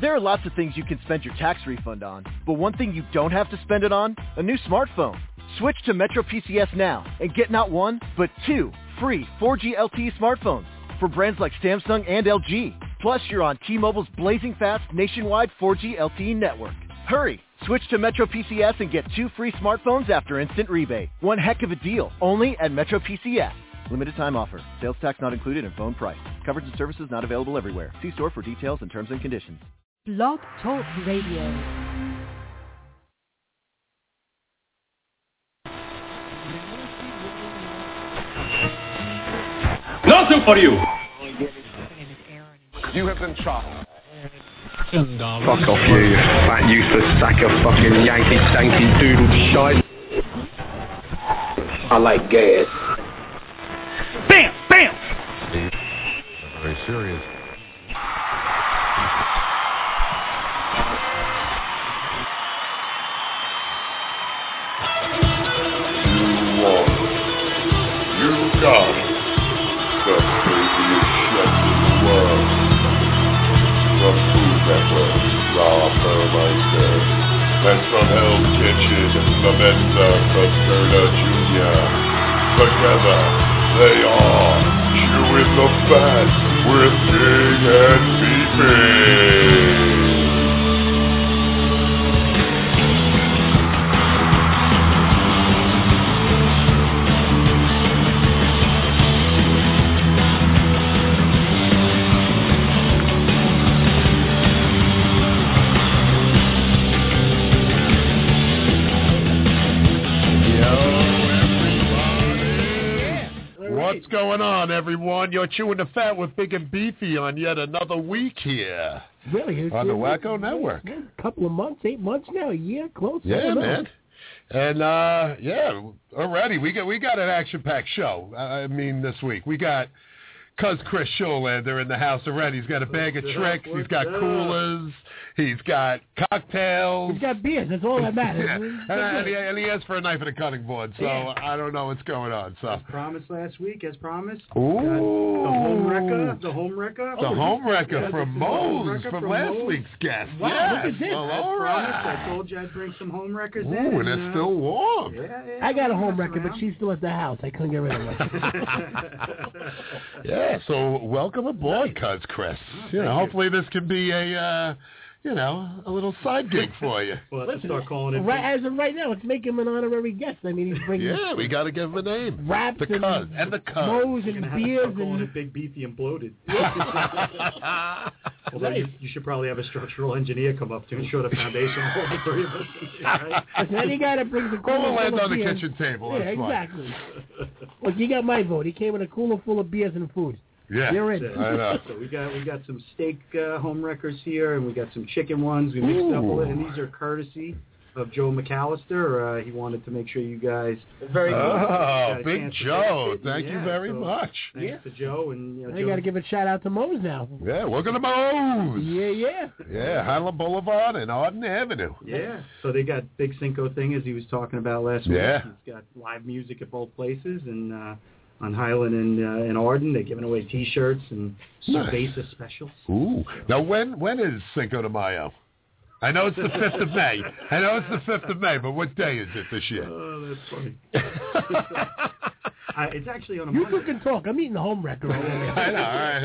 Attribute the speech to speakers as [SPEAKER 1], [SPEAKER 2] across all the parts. [SPEAKER 1] There are lots of things you can spend your tax refund on, but one thing you don't have to spend it on? A new smartphone. Switch to Metro PCS now and get not one, but two free 4G LTE smartphones for brands like Samsung and LG. Plus, you're on T-Mobile's blazing fast nationwide 4G LTE network. Hurry! Switch to Metro PCS and get two free smartphones after instant rebate. One heck of a deal, only at Metro PCS. Limited time offer. Sales tax not included in phone price. Coverage and services not available everywhere. See store for details and terms and conditions.
[SPEAKER 2] Blog Talk Radio.
[SPEAKER 3] Nothing for you.
[SPEAKER 4] You have been shot.
[SPEAKER 5] Fuck off you, fat useless sack of fucking Yankee stanky doodle shite. I like gas.
[SPEAKER 3] Bam, bam.
[SPEAKER 6] Very serious.
[SPEAKER 7] You want, you got the craziest shit in the world. The Food Network, Rob Burmeister, Let's from Hell's Kitchen, Samantha Pasterna Jr. Together, they are chewing the fat with Big and Beefy.
[SPEAKER 6] What's going on, everyone? You're chewing the fat with Big and Beefy on yet another week here.
[SPEAKER 8] Really? It's,
[SPEAKER 6] On the
[SPEAKER 8] it's-
[SPEAKER 6] Wacko
[SPEAKER 8] it's-
[SPEAKER 6] Network.
[SPEAKER 8] it's A couple of months, eight months now, a year, close. I
[SPEAKER 6] Yeah,
[SPEAKER 8] don't know.
[SPEAKER 6] man. And uh, yeah, already we got we got an action-packed show. I I mean, this week we got Cuz Chris Scholander in the house already. He's got a bag of tricks. He's got coolers. He's got cocktails.
[SPEAKER 8] He's got beers. That's all that matters.
[SPEAKER 6] Yeah. And, and he, and he asked for a knife and a cutting board, so
[SPEAKER 9] Yeah.
[SPEAKER 6] I don't know what's going on. So
[SPEAKER 9] Promised last week, as promised.
[SPEAKER 6] Ooh.
[SPEAKER 9] The home wrecker. The home wrecker.
[SPEAKER 8] Oh,
[SPEAKER 6] The home wrecker
[SPEAKER 9] Yeah,
[SPEAKER 6] from
[SPEAKER 9] the home
[SPEAKER 6] Moe's
[SPEAKER 9] wrecker
[SPEAKER 6] from
[SPEAKER 9] from
[SPEAKER 6] last
[SPEAKER 9] Moe's.
[SPEAKER 6] week's guest.
[SPEAKER 8] Wow,
[SPEAKER 6] yes.
[SPEAKER 8] look at this.
[SPEAKER 6] Well,
[SPEAKER 9] As
[SPEAKER 6] all
[SPEAKER 9] promised, I
[SPEAKER 6] right.
[SPEAKER 9] told you I'd bring some home wreckers in.
[SPEAKER 6] Ooh, and
[SPEAKER 9] uh,
[SPEAKER 6] it's still warm.
[SPEAKER 9] Yeah, yeah,
[SPEAKER 8] I got a
[SPEAKER 9] don't
[SPEAKER 8] home
[SPEAKER 9] mess
[SPEAKER 8] record, but
[SPEAKER 9] around.
[SPEAKER 8] she's still at the house. I couldn't get rid of her.
[SPEAKER 6] Yeah, so welcome aboard, Cuz Chris.
[SPEAKER 9] Oh,
[SPEAKER 6] You know, hopefully this can be a, uh, you know, a little side gig for you.
[SPEAKER 9] We'll have to start calling it.
[SPEAKER 8] right as of right now, let's make him an honorary guest. I mean, he's bringing
[SPEAKER 6] Yeah, we got to give him a name.
[SPEAKER 8] raps
[SPEAKER 6] The
[SPEAKER 8] and
[SPEAKER 6] Cuz and the Cuz.
[SPEAKER 8] Moe's
[SPEAKER 9] You're gonna
[SPEAKER 8] and
[SPEAKER 9] have to
[SPEAKER 8] beers
[SPEAKER 9] start calling
[SPEAKER 8] and
[SPEAKER 9] it big, beefy, and bloated.
[SPEAKER 6] yeah,
[SPEAKER 9] Although you, you should probably have a structural engineer come up to and show the foundation of all the three of us. in there, Right?
[SPEAKER 8] then he got to bring the
[SPEAKER 6] Well,
[SPEAKER 8] cooler
[SPEAKER 6] we'll land
[SPEAKER 8] full of
[SPEAKER 6] on the
[SPEAKER 8] beers.
[SPEAKER 6] kitchen table.
[SPEAKER 8] Yeah,
[SPEAKER 6] That's fine.
[SPEAKER 8] exactly. Look, you got my vote. He came with a cooler full of beers and food.
[SPEAKER 6] Yeah.
[SPEAKER 8] You're in.
[SPEAKER 6] I know.
[SPEAKER 9] So we got we got some steak uh, home wreckers here, and we got some chicken ones. We mixed up a little, and these are courtesy of Joe McAllister. Uh, he wanted to make sure you guys very
[SPEAKER 6] Oh, Big Joe. Thank you very much.
[SPEAKER 9] Thanks to Joe and you know,
[SPEAKER 8] I
[SPEAKER 9] Joe-
[SPEAKER 8] got to give a shout out to Moe's now.
[SPEAKER 6] Yeah, welcome to Moe's.
[SPEAKER 8] Yeah, yeah.
[SPEAKER 6] Yeah, Highland Boulevard and Arden Avenue.
[SPEAKER 9] Yeah. So they got Big Cinco thing as he was talking about last week.
[SPEAKER 6] Yeah.
[SPEAKER 9] He's got live music at both places and uh, on Highland and uh, and Arden they're giving away T-shirts and
[SPEAKER 6] Nice.
[SPEAKER 9] Cerveza specials.
[SPEAKER 6] Ooh. Now, when when is Cinco de Mayo? I know it's the fifth of May. I know it's the fifth of May, but what day is it this year?
[SPEAKER 9] Oh, that's funny. I, it's actually on a
[SPEAKER 8] You
[SPEAKER 9] Monday.
[SPEAKER 8] two can talk. I'm eating the home record over here.
[SPEAKER 6] I know.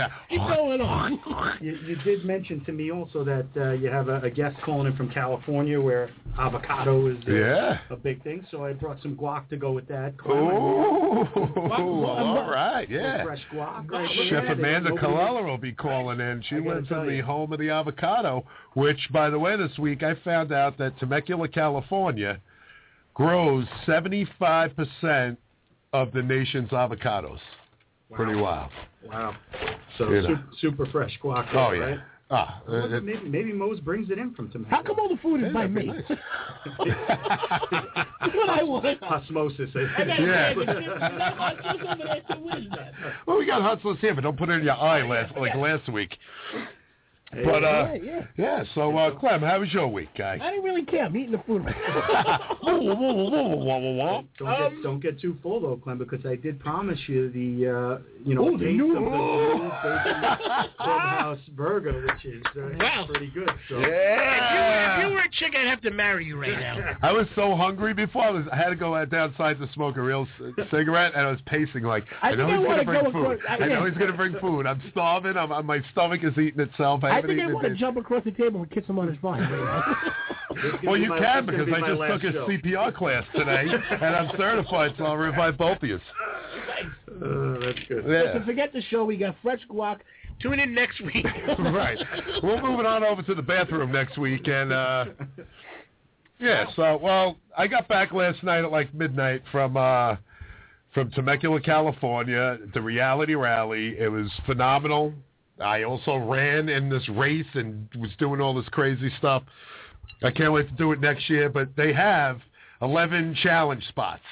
[SPEAKER 6] I
[SPEAKER 8] Keep
[SPEAKER 6] know.
[SPEAKER 8] going on.
[SPEAKER 9] You, you did mention to me also that uh, you have a, a guest calling in from California where avocado is uh,
[SPEAKER 6] Yeah.
[SPEAKER 9] a big thing. So I brought some guac to go with that.
[SPEAKER 6] Ooh. All right.
[SPEAKER 9] Some
[SPEAKER 6] Yeah.
[SPEAKER 9] Fresh guac. Right
[SPEAKER 6] Chef
[SPEAKER 9] there.
[SPEAKER 6] Amanda
[SPEAKER 9] Nobody-
[SPEAKER 6] Kalala will be calling in. She
[SPEAKER 9] I gotta
[SPEAKER 6] lives
[SPEAKER 9] tell
[SPEAKER 6] in the
[SPEAKER 9] you.
[SPEAKER 6] home of the avocado, which, by the way, this week I found out that Temecula, California, grows 75% of the nation's avocados. Pretty wild.
[SPEAKER 9] Wow. So
[SPEAKER 6] You
[SPEAKER 9] su-
[SPEAKER 6] know.
[SPEAKER 9] super fresh guac.
[SPEAKER 6] Oh,
[SPEAKER 9] right?
[SPEAKER 6] yeah. Ah, uh,
[SPEAKER 9] Well,
[SPEAKER 6] uh,
[SPEAKER 9] maybe maybe Moe's brings it in from Temecula.
[SPEAKER 8] How come all the food is by me? That's what I want.
[SPEAKER 9] Osmosis.
[SPEAKER 6] Yeah.
[SPEAKER 8] Yeah.
[SPEAKER 6] well, we got hustlers here, but don't put it in your eye last, like last week. But uh,
[SPEAKER 8] Right, yeah.
[SPEAKER 6] yeah, so uh, Clem, how was your week, guy?
[SPEAKER 8] I didn't really care. I'm eating the food.
[SPEAKER 6] Ooh,
[SPEAKER 9] Don't,
[SPEAKER 8] Um.
[SPEAKER 9] get, don't get too full though, Clem, because I did promise you the uh, you know
[SPEAKER 6] the
[SPEAKER 9] taste
[SPEAKER 6] new-
[SPEAKER 9] of the new bacon clubhouse burger, which is uh,
[SPEAKER 4] Wow.
[SPEAKER 9] pretty good. So
[SPEAKER 4] If you
[SPEAKER 6] Yeah.
[SPEAKER 4] were a chick, I'd have to marry you right now.
[SPEAKER 6] I was so hungry before. I, was, I had to go out downside to smoke a real c- cigarette, and I was pacing like,
[SPEAKER 8] I
[SPEAKER 6] I, know
[SPEAKER 8] think I
[SPEAKER 6] he's gonna
[SPEAKER 8] wanna
[SPEAKER 6] bring
[SPEAKER 8] go
[SPEAKER 6] food.
[SPEAKER 8] across- I-
[SPEAKER 6] I know
[SPEAKER 8] yeah.
[SPEAKER 6] he's gonna bring food. I'm starving. I'm, I'm, my stomach is eating itself. I,
[SPEAKER 8] I
[SPEAKER 6] haven't
[SPEAKER 8] think I
[SPEAKER 6] eaten.
[SPEAKER 8] want to
[SPEAKER 6] it.
[SPEAKER 8] jump across the table and kiss him on his butt.
[SPEAKER 9] this is gonna
[SPEAKER 6] Well,
[SPEAKER 9] be
[SPEAKER 6] you
[SPEAKER 9] my-
[SPEAKER 6] can
[SPEAKER 9] this is
[SPEAKER 6] because
[SPEAKER 9] gonna be
[SPEAKER 6] I
[SPEAKER 9] my
[SPEAKER 6] just
[SPEAKER 9] last
[SPEAKER 6] took a
[SPEAKER 9] show.
[SPEAKER 6] CPR class today, and I'm certified, so I'll revive both of you.
[SPEAKER 9] Uh, that's good.
[SPEAKER 8] So
[SPEAKER 6] Yeah.
[SPEAKER 8] forget the show. We got fresh guac.
[SPEAKER 4] Tune in next week.
[SPEAKER 6] right. We're moving on over to the bathroom next week, and uh, yeah. So, well, I got back last night at like midnight from uh, from Temecula, California, the Reality Rally. It was phenomenal. I also ran in this race and was doing all this crazy stuff. I can't wait to do it next year. But they have eleven challenge spots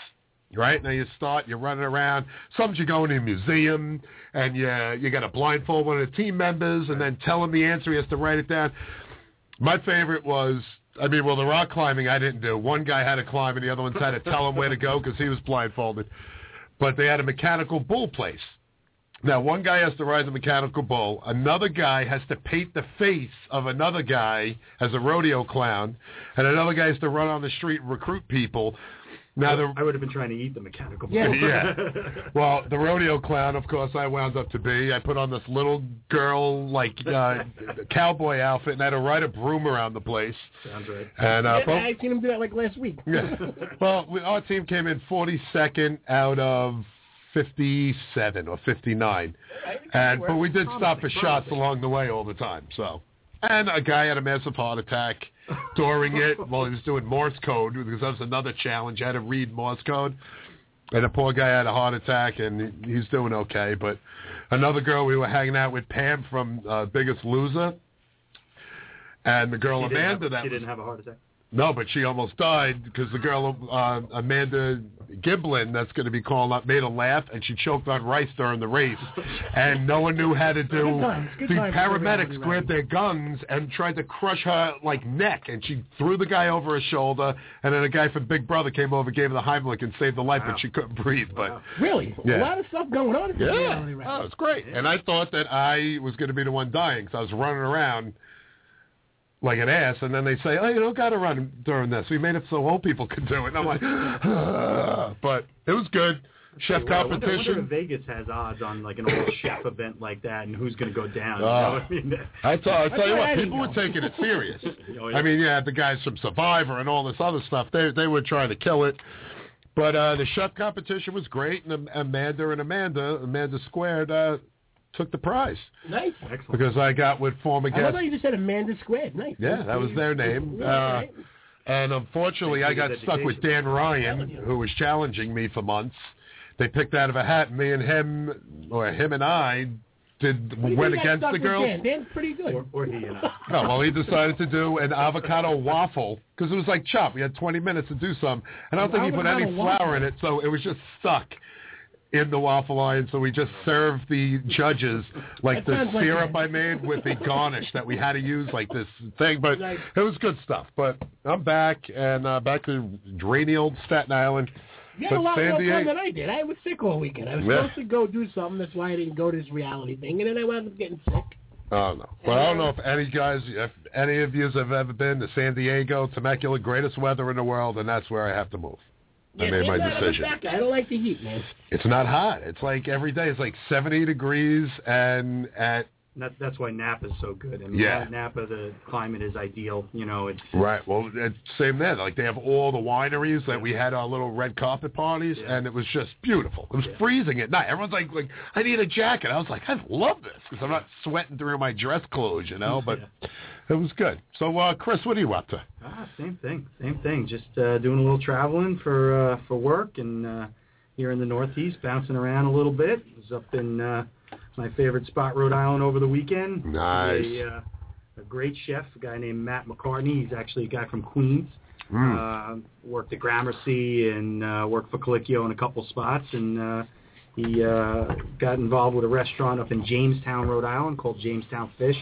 [SPEAKER 6] right? Now you start, you're running around. Some you go in a museum, and you you got to blindfold one of the team members, and then tell him the answer. He has to write it down. My favorite was, I mean, well, the rock climbing I didn't do. One guy had to climb, and the other one had to tell him where to go because he was blindfolded. But they had a mechanical bull place. Now, one guy has to ride the mechanical bull. Another guy has to paint the face of another guy as a rodeo clown, and another guy has to run on the street and recruit people. Now, the
[SPEAKER 9] I would have been trying to eat the mechanical.
[SPEAKER 8] Yeah.
[SPEAKER 9] bull.
[SPEAKER 6] yeah. Well, the rodeo clown, of course, I wound up to be. I put on this little girl like uh, cowboy outfit and I had to ride a broom around the place.
[SPEAKER 9] Sounds right.
[SPEAKER 6] And uh,
[SPEAKER 8] Yeah,
[SPEAKER 6] but-
[SPEAKER 8] I seen him do that like last week.
[SPEAKER 6] yeah. Well, we, our team came in 42nd out of 57 or 59, and but we did stop for shots along the way all the time. So, and a guy had a massive heart attack during it while he was doing Morse code because that was another challenge. I had to read Morse code. And a poor guy had a heart attack, and he- he's doing okay. But another girl we were hanging out with, Pam from uh, Biggest Loser, and the girl
[SPEAKER 9] She didn't
[SPEAKER 6] Amanda
[SPEAKER 9] have-
[SPEAKER 6] that
[SPEAKER 9] she
[SPEAKER 6] was
[SPEAKER 9] didn't have a heart attack.
[SPEAKER 6] no, but she almost died because the girl uh, Amanda Giblin, that's going to be calling up, made a laugh and she choked on rice during the race, and no one knew how to do.
[SPEAKER 8] Good times, good
[SPEAKER 6] the
[SPEAKER 8] times, everybody,
[SPEAKER 6] paramedics
[SPEAKER 8] right.
[SPEAKER 6] grabbed their guns and tried to crush her like neck, and she threw the guy over her shoulder, and then a guy from Big Brother came over, gave her the Heimlich, and saved the life, but she couldn't breathe. But
[SPEAKER 8] Really?
[SPEAKER 6] Yeah.
[SPEAKER 8] A lot of stuff going on. in this
[SPEAKER 6] yeah,
[SPEAKER 8] reality
[SPEAKER 6] oh,
[SPEAKER 8] round.
[SPEAKER 6] it's great. And I thought that I was going to be the one dying because I was running around like an ass. And then they say, "Oh, you don't got to run during this. We made it so old people could do it." And I'm like, but it was good. Chef
[SPEAKER 9] Well, I wonder, I wonder if
[SPEAKER 6] competition.
[SPEAKER 9] Vegas has odds on like an old chef event like that, and who's going to go down. you
[SPEAKER 6] Ah.
[SPEAKER 9] know what I mean?
[SPEAKER 6] I tell, I tell you
[SPEAKER 8] glad I
[SPEAKER 6] what,
[SPEAKER 8] didn't
[SPEAKER 6] people were
[SPEAKER 8] go.
[SPEAKER 6] taking it serious.
[SPEAKER 9] Oh, yeah.
[SPEAKER 6] I mean, you had the guys from Survivor and all this other stuff. They they were trying to kill it. But uh, the chef competition was great, and Am- Amanda and Amanda, Amanda Squared, uh, took the prize
[SPEAKER 8] Nice.
[SPEAKER 9] Excellent.
[SPEAKER 6] because I got with former
[SPEAKER 8] I love
[SPEAKER 6] guest
[SPEAKER 8] how you just said Amanda Squared. Nice.
[SPEAKER 6] Yeah, that was their name.
[SPEAKER 8] Yeah,
[SPEAKER 6] Uh,
[SPEAKER 8] right.
[SPEAKER 6] and unfortunately, I
[SPEAKER 9] Thank you
[SPEAKER 6] got
[SPEAKER 9] for the
[SPEAKER 6] stuck with
[SPEAKER 9] dedication.
[SPEAKER 6] Dan Ryan, who was challenging me for months. They picked out of a hat. Me and him, or him and I, did
[SPEAKER 8] What do you
[SPEAKER 6] went
[SPEAKER 8] think that
[SPEAKER 6] against
[SPEAKER 8] stuff
[SPEAKER 6] the
[SPEAKER 8] with
[SPEAKER 6] girls.
[SPEAKER 8] Dan? Dan's pretty good.
[SPEAKER 9] Or, or he and I.
[SPEAKER 6] No, well, he decided to do an avocado waffle because it was like chop. We had 20 minutes to do some, and I don't
[SPEAKER 8] An
[SPEAKER 6] think he put any
[SPEAKER 8] avocado
[SPEAKER 6] flour
[SPEAKER 8] waffle?
[SPEAKER 6] in it, so it was just stuck in the waffle line. So we just served the judges like
[SPEAKER 8] That
[SPEAKER 6] the
[SPEAKER 8] sounds like
[SPEAKER 6] syrup
[SPEAKER 8] it.
[SPEAKER 6] I made with the garnish that we had to use, like this thing. But
[SPEAKER 8] Right.
[SPEAKER 6] it was good stuff. But I'm back and uh, back to rainy old Staten Island.
[SPEAKER 8] You had a
[SPEAKER 6] But
[SPEAKER 8] lot
[SPEAKER 6] San
[SPEAKER 8] more
[SPEAKER 6] Diego-
[SPEAKER 8] fun than I did. I was sick all weekend. I was
[SPEAKER 6] Yeah.
[SPEAKER 8] supposed to go do something. That's why I didn't go to this reality thing, and then I wound up getting sick.
[SPEAKER 6] I don't know. Oh, Well, I don't know if any guys, if any of you have ever been to San Diego, Temecula, greatest weather in the world, and that's where I have to move. I
[SPEAKER 8] Yeah,
[SPEAKER 6] made
[SPEAKER 8] see,
[SPEAKER 6] my
[SPEAKER 8] I'm not- I'm a
[SPEAKER 6] decision.
[SPEAKER 8] fat guy. I don't like the heat, man.
[SPEAKER 6] It's not hot. It's like every day. It's like 70 degrees, and at
[SPEAKER 9] And That, that's why Napa's so good. I mean,
[SPEAKER 6] Yeah.
[SPEAKER 9] Napa, the climate is ideal. You know, it's
[SPEAKER 6] right. Well, it's same there. Like they have all the wineries that we had our little red carpet parties,
[SPEAKER 9] Yeah.
[SPEAKER 6] and it was just beautiful. It was freezing at night. Everyone's like, like I need a jacket. I was like, I love this because I'm not sweating through my dress clothes, you know. But it was good. So, uh, Chris, what are you up to?
[SPEAKER 9] ah, same thing, same thing. Just uh, doing a little traveling for uh, for work and uh, here in the Northeast, bouncing around a little bit. Was up in uh, my favorite spot, Rhode Island, over the weekend.
[SPEAKER 6] Nice.
[SPEAKER 9] A, uh, a great chef, a guy named Matt McCartney. He's actually a guy from Queens. Uh, worked at Gramercy and uh, worked for Colicchio in a couple spots, and uh, he uh, got involved with a restaurant up in Jamestown, Rhode Island, called Jamestown Fish.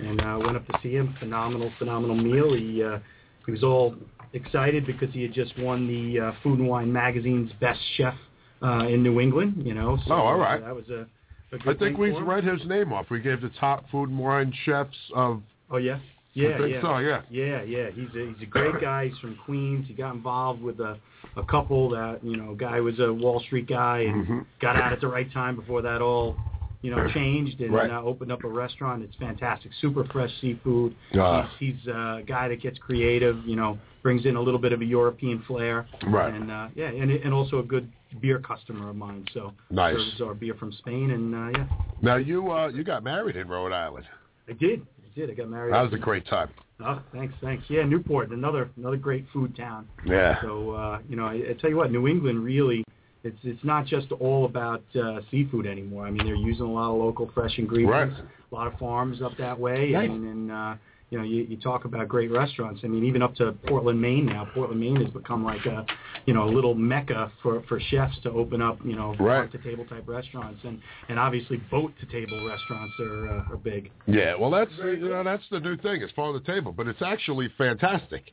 [SPEAKER 9] and uh, went up to see him. Phenomenal, phenomenal meal. He uh, he was all excited because he had just won the uh, Food and Wine magazine's Best Chef uh, in New England. You know, so
[SPEAKER 6] Oh, all right.
[SPEAKER 9] that was uh, a, a good
[SPEAKER 6] I
[SPEAKER 9] thing
[SPEAKER 6] think we
[SPEAKER 9] for him.
[SPEAKER 6] read his name off. We gave the top food and wine chefs of.
[SPEAKER 9] Oh yeah, yeah,
[SPEAKER 6] I think
[SPEAKER 9] yeah.
[SPEAKER 6] so. Yeah.
[SPEAKER 9] Yeah, yeah, he's a, he's a great guy. He's from Queens. He got involved with a, a couple that you know, guy was a Wall Street guy and
[SPEAKER 6] Mhm.
[SPEAKER 9] got out at the right time before that all, you know, changed and
[SPEAKER 6] Right.
[SPEAKER 9] uh, opened up a restaurant. It's fantastic, super fresh seafood.
[SPEAKER 6] Ah.
[SPEAKER 9] He's, he's a guy that gets creative. You know, brings in a little bit of a European flair.
[SPEAKER 6] Right.
[SPEAKER 9] And uh, yeah, and and also a good beer customer of mine. So
[SPEAKER 6] Nice.
[SPEAKER 9] serves our beer from Spain, and uh, yeah,
[SPEAKER 6] Now you uh, you got married in Rhode Island.
[SPEAKER 9] I did. I did. I got married.
[SPEAKER 6] That was a great time.
[SPEAKER 9] Oh, thanks, thanks. Yeah, Newport, another another great food town.
[SPEAKER 6] Yeah.
[SPEAKER 9] So uh, you know, I, I tell you what, New England really, it's it's not just all about uh, seafood anymore. I mean, they're using a lot of local fresh ingredients,
[SPEAKER 6] Right.
[SPEAKER 9] a lot of farms up that way,
[SPEAKER 6] Nice.
[SPEAKER 9] and and uh, you know, you, you talk about great restaurants. I mean, even up to Portland, Maine now. Portland, Maine has become like a you know a little mecca for for chefs to open up you know
[SPEAKER 6] Right.
[SPEAKER 9] to table type restaurants, and and obviously boat to table restaurants are uh, are big.
[SPEAKER 6] Yeah. Well, that's you know that's the new thing. It's part of the table, but it's actually fantastic.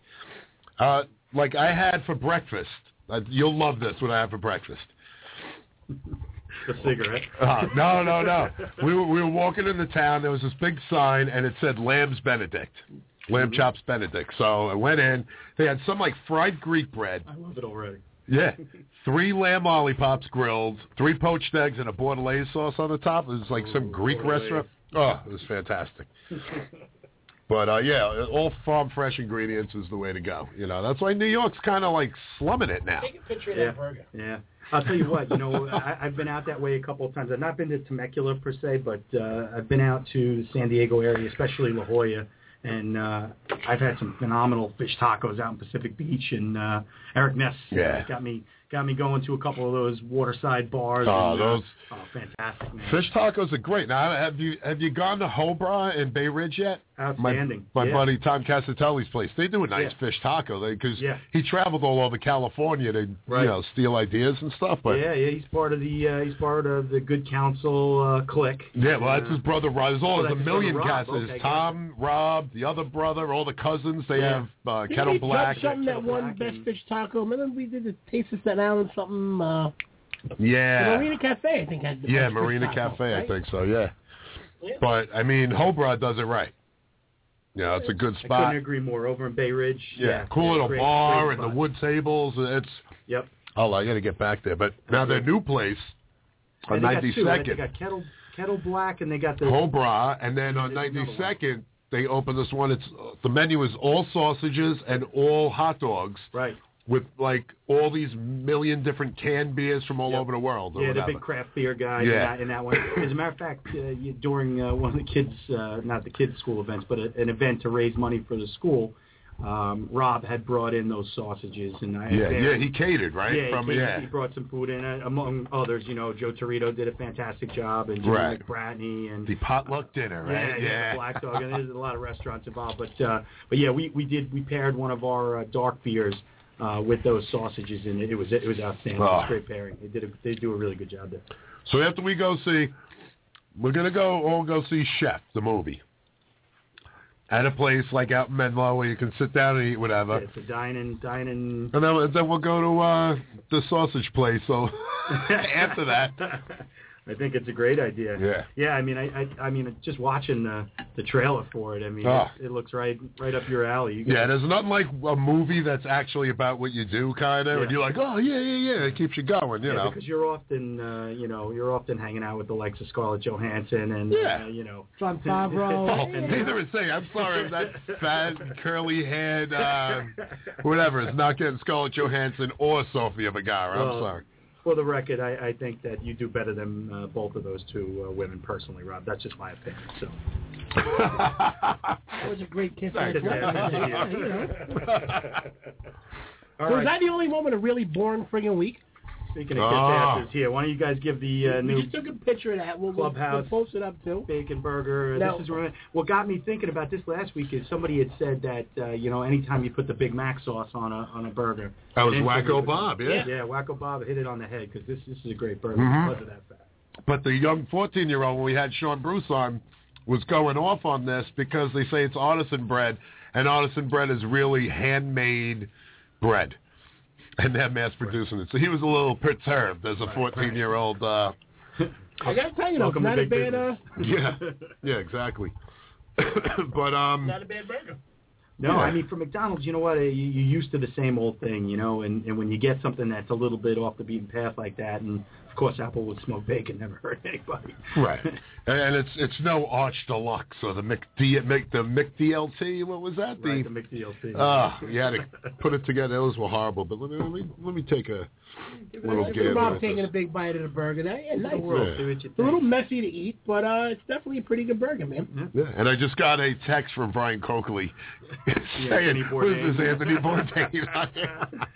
[SPEAKER 6] Uh, like I had for breakfast. Uh, you'll love this. What I had for breakfast.
[SPEAKER 9] The cigarette.
[SPEAKER 6] Uh, no, no, no. We were we were walking into town. There was this big sign, and it said Lamb's Benedict,
[SPEAKER 9] Mm-hmm.
[SPEAKER 6] Lamb Chops Benedict. So I went in. They had some like fried Greek bread.
[SPEAKER 9] I love it already.
[SPEAKER 6] Yeah, three lamb lollipops grilled, three poached eggs, and a bordelaise sauce on the top. It was like some Greek restaurant. Oh, it was fantastic. But uh, yeah, all farm fresh ingredients is the way to go. You know, that's why New York's kind of like slumming it now.
[SPEAKER 4] Take a picture of
[SPEAKER 9] Yeah.
[SPEAKER 4] that burger.
[SPEAKER 9] Yeah. I'll tell you what, you know, Oh, I, I've been out that way a couple of times. I've not been to Temecula per se, but uh, I've been out to the San Diego area, especially La Jolla, and uh, I've had some phenomenal fish tacos out in Pacific Beach. And uh, Eric Ness uh,
[SPEAKER 6] Yeah.
[SPEAKER 9] got me got me going to a couple of those waterside bars.
[SPEAKER 6] Oh,
[SPEAKER 9] and,
[SPEAKER 6] those-
[SPEAKER 9] Uh, oh, fantastic, man!
[SPEAKER 6] Fish tacos are great. Now, have you have you gone to Hobra in Bay Ridge yet?
[SPEAKER 9] Outstanding.
[SPEAKER 6] My, my
[SPEAKER 9] yeah.
[SPEAKER 6] buddy Tom Casatelli's place. They do a nice
[SPEAKER 9] Yeah.
[SPEAKER 6] fish taco because
[SPEAKER 9] Yeah.
[SPEAKER 6] he traveled all over California to
[SPEAKER 9] Right.
[SPEAKER 6] you know steal ideas and stuff. But
[SPEAKER 9] Yeah, yeah, he's part of the uh, he's part of the Good Counsel uh, clique.
[SPEAKER 6] Yeah, well, that's
[SPEAKER 9] Uh,
[SPEAKER 6] his brother Rob. There's
[SPEAKER 9] Oh,
[SPEAKER 6] all there's a
[SPEAKER 9] that's his brother
[SPEAKER 6] million
[SPEAKER 9] Rob.
[SPEAKER 6] cats.
[SPEAKER 9] Okay,
[SPEAKER 6] There's
[SPEAKER 9] gotcha.
[SPEAKER 6] Tom, Rob, the other brother, all the cousins. They
[SPEAKER 9] Yeah.
[SPEAKER 6] have uh,
[SPEAKER 8] Didn't
[SPEAKER 6] Kettle
[SPEAKER 8] we
[SPEAKER 6] Black.
[SPEAKER 8] touch something that
[SPEAKER 9] Kettle
[SPEAKER 8] one
[SPEAKER 9] Black
[SPEAKER 8] best
[SPEAKER 9] and-
[SPEAKER 8] fish taco. Remember we did the Taste of Staten Island something. Uh,
[SPEAKER 6] Yeah,
[SPEAKER 8] Marina Cafe, I think had the
[SPEAKER 6] yeah,
[SPEAKER 8] best fish
[SPEAKER 6] Marina
[SPEAKER 8] taco,
[SPEAKER 6] Cafe. I
[SPEAKER 8] right?
[SPEAKER 6] think so. Yeah,
[SPEAKER 8] Yeah.
[SPEAKER 6] but I mean, Hobra does it right. Yeah, it's a good
[SPEAKER 9] I
[SPEAKER 6] spot.
[SPEAKER 9] couldn't agree more. Over in Bay Ridge.
[SPEAKER 6] Yeah, cool little
[SPEAKER 9] great-
[SPEAKER 6] bar
[SPEAKER 9] great
[SPEAKER 6] and the
[SPEAKER 9] spot.
[SPEAKER 6] wood tables. It's
[SPEAKER 9] Yep.
[SPEAKER 6] oh, I got to get back there. But now their new place
[SPEAKER 9] I
[SPEAKER 6] on
[SPEAKER 9] think that's
[SPEAKER 6] ninety
[SPEAKER 9] two, right? They
[SPEAKER 6] second,
[SPEAKER 9] got kettle kettle black, and they got the
[SPEAKER 6] Hobra, and then on
[SPEAKER 9] There's another
[SPEAKER 6] ninety
[SPEAKER 9] one.
[SPEAKER 6] second they opened this one. It's the menu is all sausages and all hot dogs.
[SPEAKER 9] right.
[SPEAKER 6] with like all these million different canned beers from all
[SPEAKER 9] Yep.
[SPEAKER 6] over the world. Or
[SPEAKER 9] Yeah, the
[SPEAKER 6] whatever.
[SPEAKER 9] big craft beer guy
[SPEAKER 6] Yeah.
[SPEAKER 9] in, that, in that one. As a matter of fact, uh, you, during uh, one of the kids, uh, not the kids' school events, but a, an event to raise money for the school, um, Rob had brought in those sausages, and I
[SPEAKER 6] yeah,
[SPEAKER 9] and-
[SPEAKER 6] yeah, he catered right
[SPEAKER 9] Yeah,
[SPEAKER 6] from
[SPEAKER 9] he, came-
[SPEAKER 6] yeah,
[SPEAKER 9] he brought some food in, uh, among others. You know, Joe Torito did a fantastic job, and Jimmy
[SPEAKER 6] Right.
[SPEAKER 9] McBratney, and
[SPEAKER 6] the potluck dinner, right?
[SPEAKER 9] Yeah, yeah, the Black Dog, and there's a lot of restaurants involved. But uh, but yeah, we, we did we paired one of our uh, dark beers uh, with those sausages in it. It was it was outstanding. It was
[SPEAKER 6] Ah.
[SPEAKER 9] a great pairing. They did a, they do a really good job there.
[SPEAKER 6] So after we go see, we're gonna go all go see Chef the movie at a place like out in Menlo where you can sit down and eat whatever,
[SPEAKER 9] Yeah, it's a dining dining.
[SPEAKER 6] and then then we'll go to uh, the sausage place. So after that,
[SPEAKER 9] I think it's a great idea.
[SPEAKER 6] Yeah.
[SPEAKER 9] Yeah, I mean, I, I, I mean, just watching the the trailer for it, I mean,
[SPEAKER 6] Ah.
[SPEAKER 9] it, it looks right right up your alley. You
[SPEAKER 6] Yeah,
[SPEAKER 9] guys-
[SPEAKER 6] there's nothing like a movie that's actually about what you do, kind of, and
[SPEAKER 9] Yeah.
[SPEAKER 6] you're like, oh yeah, yeah, yeah, it keeps you going, you
[SPEAKER 9] yeah,
[SPEAKER 6] know.
[SPEAKER 9] because you're often, uh, you know, you're often hanging out with the likes of Scarlett Johansson and,
[SPEAKER 6] Yeah.
[SPEAKER 9] uh, you know, uh,
[SPEAKER 8] John Favreau.
[SPEAKER 6] Oh, neither is saying. I'm sorry, I'm that fat, curly head, uh, whatever. It's not getting Scarlett Johansson or Sofia Vergara. I'm
[SPEAKER 9] Well,
[SPEAKER 6] sorry.
[SPEAKER 9] For the record, I, I think that you do better than uh, both of those two uh, women personally, Rob. That's just my opinion. So
[SPEAKER 8] That was a great kiss.
[SPEAKER 6] Sorry.
[SPEAKER 8] ass
[SPEAKER 9] Yeah,
[SPEAKER 8] kiss. Yeah, you know.
[SPEAKER 9] all
[SPEAKER 8] was
[SPEAKER 9] right.
[SPEAKER 8] I the only one with a really boring friggin' week?
[SPEAKER 9] Speaking of
[SPEAKER 6] Ah.
[SPEAKER 9] kiss asses, here, why don't you guys give the uh,
[SPEAKER 8] we
[SPEAKER 9] new
[SPEAKER 8] just took a picture of that. We'll, we'll, we'll
[SPEAKER 9] Clubhouse.
[SPEAKER 8] post it up too.
[SPEAKER 9] bacon burger?
[SPEAKER 8] No.
[SPEAKER 9] This is where, what got me thinking about this last week is somebody had said that uh, you know anytime you put the Big Mac sauce on a on a burger,
[SPEAKER 6] That was
[SPEAKER 9] it instantly
[SPEAKER 6] Wacko
[SPEAKER 9] becomes-
[SPEAKER 6] Bob, yeah.
[SPEAKER 9] yeah, Wacko Bob hit it on the head because this this is a great burger
[SPEAKER 6] Mhm.
[SPEAKER 9] because of that fact.
[SPEAKER 6] But the young 14 year old, when we had Sean Bruce on, was going off on this because they say it's artisan bread, and artisan bread is really handmade bread, and they're mass producing it. So he was a little perturbed as a 14 year old. Uh,
[SPEAKER 8] I gotta tell you, though, it's
[SPEAKER 9] Oh, Welcome to
[SPEAKER 8] not a
[SPEAKER 9] big
[SPEAKER 8] bad, uh,
[SPEAKER 9] business.
[SPEAKER 6] yeah, yeah, exactly. but um,
[SPEAKER 4] Not a bad burger.
[SPEAKER 9] No, I mean for McDonald's, you know what? uh, You, you're used to the same old thing, you know. And, and when you get something that's a little bit off the beaten path like that, and of course Applewood smoked bacon never hurt anybody.
[SPEAKER 6] right, and it's it's no Arch Deluxe or the McD make the McDLT. What was that?
[SPEAKER 9] right, the McDLT.
[SPEAKER 6] Ah, you had to put it together. Those were horrible. But let me let me, let me take a little
[SPEAKER 8] it's
[SPEAKER 6] gab.
[SPEAKER 8] Rob
[SPEAKER 6] at
[SPEAKER 8] taking a
[SPEAKER 6] this.
[SPEAKER 8] big bite of the burger. That, yeah, nice.
[SPEAKER 9] the world.
[SPEAKER 6] Yeah.
[SPEAKER 9] See what you
[SPEAKER 8] It's a little
[SPEAKER 9] think. Mm-hmm.
[SPEAKER 8] messy to eat, but uh, it's definitely a pretty good burger, man.
[SPEAKER 6] Yeah, and I just got a text from Brian Coakley saying,
[SPEAKER 9] Anthony
[SPEAKER 6] "Who's
[SPEAKER 9] Bourdain."
[SPEAKER 6] this Anthony Bourdain?"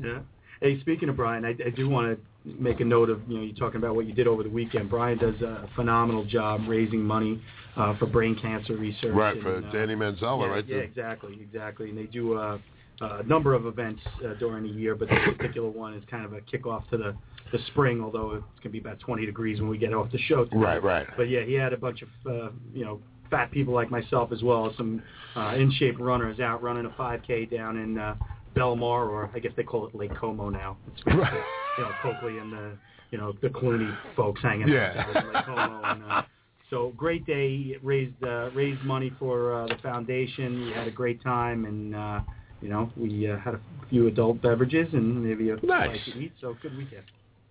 [SPEAKER 9] Yeah. Hey, speaking of Brian, I, I do want to make a note of you know you talking about what you did over the weekend. Brian does a phenomenal job raising money uh, for brain cancer research.
[SPEAKER 6] right
[SPEAKER 9] and,
[SPEAKER 6] for
[SPEAKER 9] uh,
[SPEAKER 6] Danny Manzella,
[SPEAKER 9] yeah,
[SPEAKER 6] right?
[SPEAKER 9] Yeah,
[SPEAKER 6] there.
[SPEAKER 9] exactly, exactly. And they do a, a number of events uh, during the year, but this particular one is kind of a kickoff to the the spring. Although it's going to be about 20 degrees when we get off the show. Today.
[SPEAKER 6] Right, right.
[SPEAKER 9] But yeah, he had a bunch of uh, you know fat people like myself as well as some uh, in shape runners out running a 5K down in uh, Belmar, or I guess they call it Lake Como now. It's
[SPEAKER 6] Right.
[SPEAKER 9] you know Coakley and the you know the Clooney folks hanging
[SPEAKER 6] Yeah.
[SPEAKER 9] out in Lake Como and. Uh, so great day. It raised uh, raised money for uh, the foundation. We had a great time, and uh, you know we uh, had a few adult beverages and maybe a
[SPEAKER 6] Nice.
[SPEAKER 9] bite to eat. So good weekend.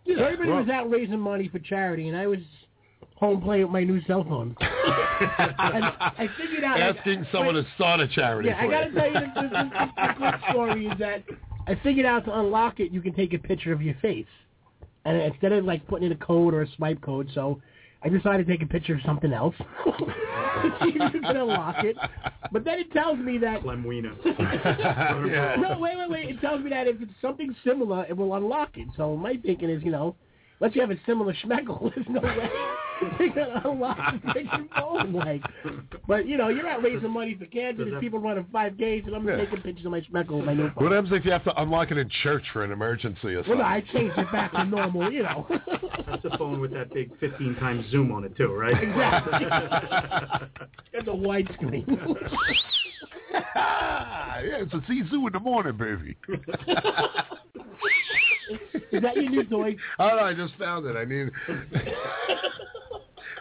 [SPEAKER 6] Yeah,
[SPEAKER 8] So everybody
[SPEAKER 6] well-
[SPEAKER 8] was out raising money for charity, and I was home playing with my new cell phone. and I figured out. like,
[SPEAKER 6] asking someone
[SPEAKER 8] wait,
[SPEAKER 6] to start a charity.
[SPEAKER 8] Yeah, I
[SPEAKER 6] for
[SPEAKER 8] gotta
[SPEAKER 6] you.
[SPEAKER 8] tell you, the, the, the, the quick story is that I figured out to unlock it, you can take a picture of your face, and instead of like putting in a code or a swipe code, so I decided to take a picture of something else. See if you can unlock it, but then it tells me that.
[SPEAKER 9] Clemwina.
[SPEAKER 6] Yeah.
[SPEAKER 8] No, wait, wait, wait. It tells me that if it's something similar, it will unlock it. So my thinking is, you know, unless you have a similar schmeckle, there's no way they're going to unlock the freaking phone. Like, but, you know, you're out raising money for cancer. There's people running 5Ks, and I'm
[SPEAKER 6] Yeah.
[SPEAKER 8] taking pictures of my schmeckle with my new phone.
[SPEAKER 6] What happens if you have to unlock it in church for an emergency or something?
[SPEAKER 8] Well, no, I changed it back to normal, you know.
[SPEAKER 9] That's a phone with that big 15 times zoom on it too, right?
[SPEAKER 8] Exactly. That's a widescreen.
[SPEAKER 6] Ah, yeah, it's a zoo in the morning, baby.
[SPEAKER 8] Is that your new toy?
[SPEAKER 6] Oh, no, I just found it. I need.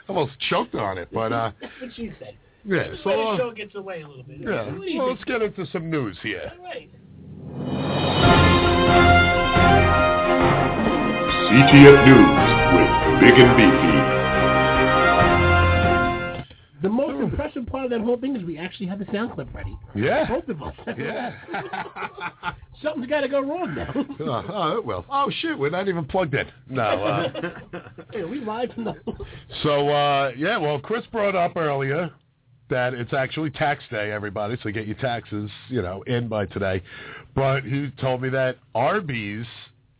[SPEAKER 6] Almost choked on it, but uh,
[SPEAKER 8] That's what she said.
[SPEAKER 6] yeah. So
[SPEAKER 4] the
[SPEAKER 6] uh,
[SPEAKER 4] show gets away a little bit.
[SPEAKER 6] yeah.
[SPEAKER 8] What do you
[SPEAKER 6] Well,
[SPEAKER 8] think?
[SPEAKER 6] let's get into some news here.
[SPEAKER 4] All right.
[SPEAKER 7] CTF News with Big and Beefy.
[SPEAKER 8] The most impressive part of that whole thing is we actually had the sound clip ready.
[SPEAKER 6] Yeah.
[SPEAKER 8] Both of us.
[SPEAKER 6] Yeah.
[SPEAKER 8] Something's got to go wrong now.
[SPEAKER 6] oh, oh, it will. Oh shit, we're not even plugged in.
[SPEAKER 9] Oh,
[SPEAKER 6] No. Uh,
[SPEAKER 8] Hey, we live now.
[SPEAKER 6] so uh, yeah, well, Chris brought up earlier that it's actually tax day, everybody. So get your taxes, you know, in by today. But he told me that Arby's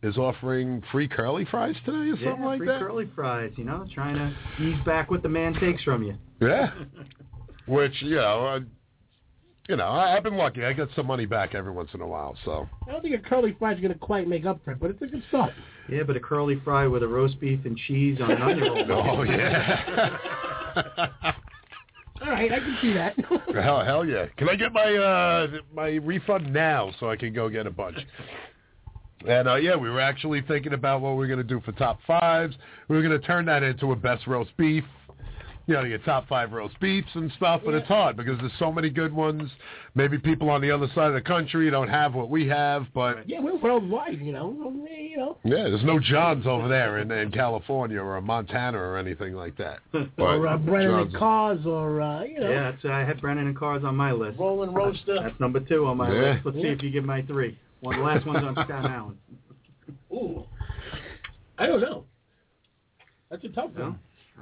[SPEAKER 6] is offering free curly fries today or
[SPEAKER 9] Yeah,
[SPEAKER 6] something like
[SPEAKER 9] free
[SPEAKER 6] that.
[SPEAKER 9] curly fries, you know, trying to ease back what the man takes from you.
[SPEAKER 6] Yeah. Which you know, I, you know, I, I've been lucky. I get some money back every once in a while. So
[SPEAKER 8] I don't think a curly fry's going to quite make up for it, but it's a good start.
[SPEAKER 9] Yeah, but a curly fry with a roast beef and cheese on an onion roll.
[SPEAKER 6] oh yeah,
[SPEAKER 8] All right, I can see that.
[SPEAKER 6] hell hell yeah. Can I get my uh my refund now so I can go get a bunch? And uh, yeah, we were actually thinking about what we were gonna do for top fives. We were gonna turn that into a best roast beef. You know, your top five roast beefs and stuff, but it's hard because there's so many good ones. Maybe people on the other side of the country don't have what we have, but
[SPEAKER 8] yeah, we're worldwide, you know. Well, eh, You know,
[SPEAKER 6] Yeah, there's no Johns over there in, in California or Montana or anything like that.
[SPEAKER 8] or uh,
[SPEAKER 6] But
[SPEAKER 8] Brennan and
[SPEAKER 6] John's-
[SPEAKER 8] Cars, or uh, you know.
[SPEAKER 9] Yeah, that's, I had Brennan and Cars on my list.
[SPEAKER 4] Rolling roaster.
[SPEAKER 9] That's number two on my
[SPEAKER 6] Yeah.
[SPEAKER 9] list. Let's see if you give my three. One the last one's on Staten Island.
[SPEAKER 4] Ooh. I don't know. That's a tough one.
[SPEAKER 9] No.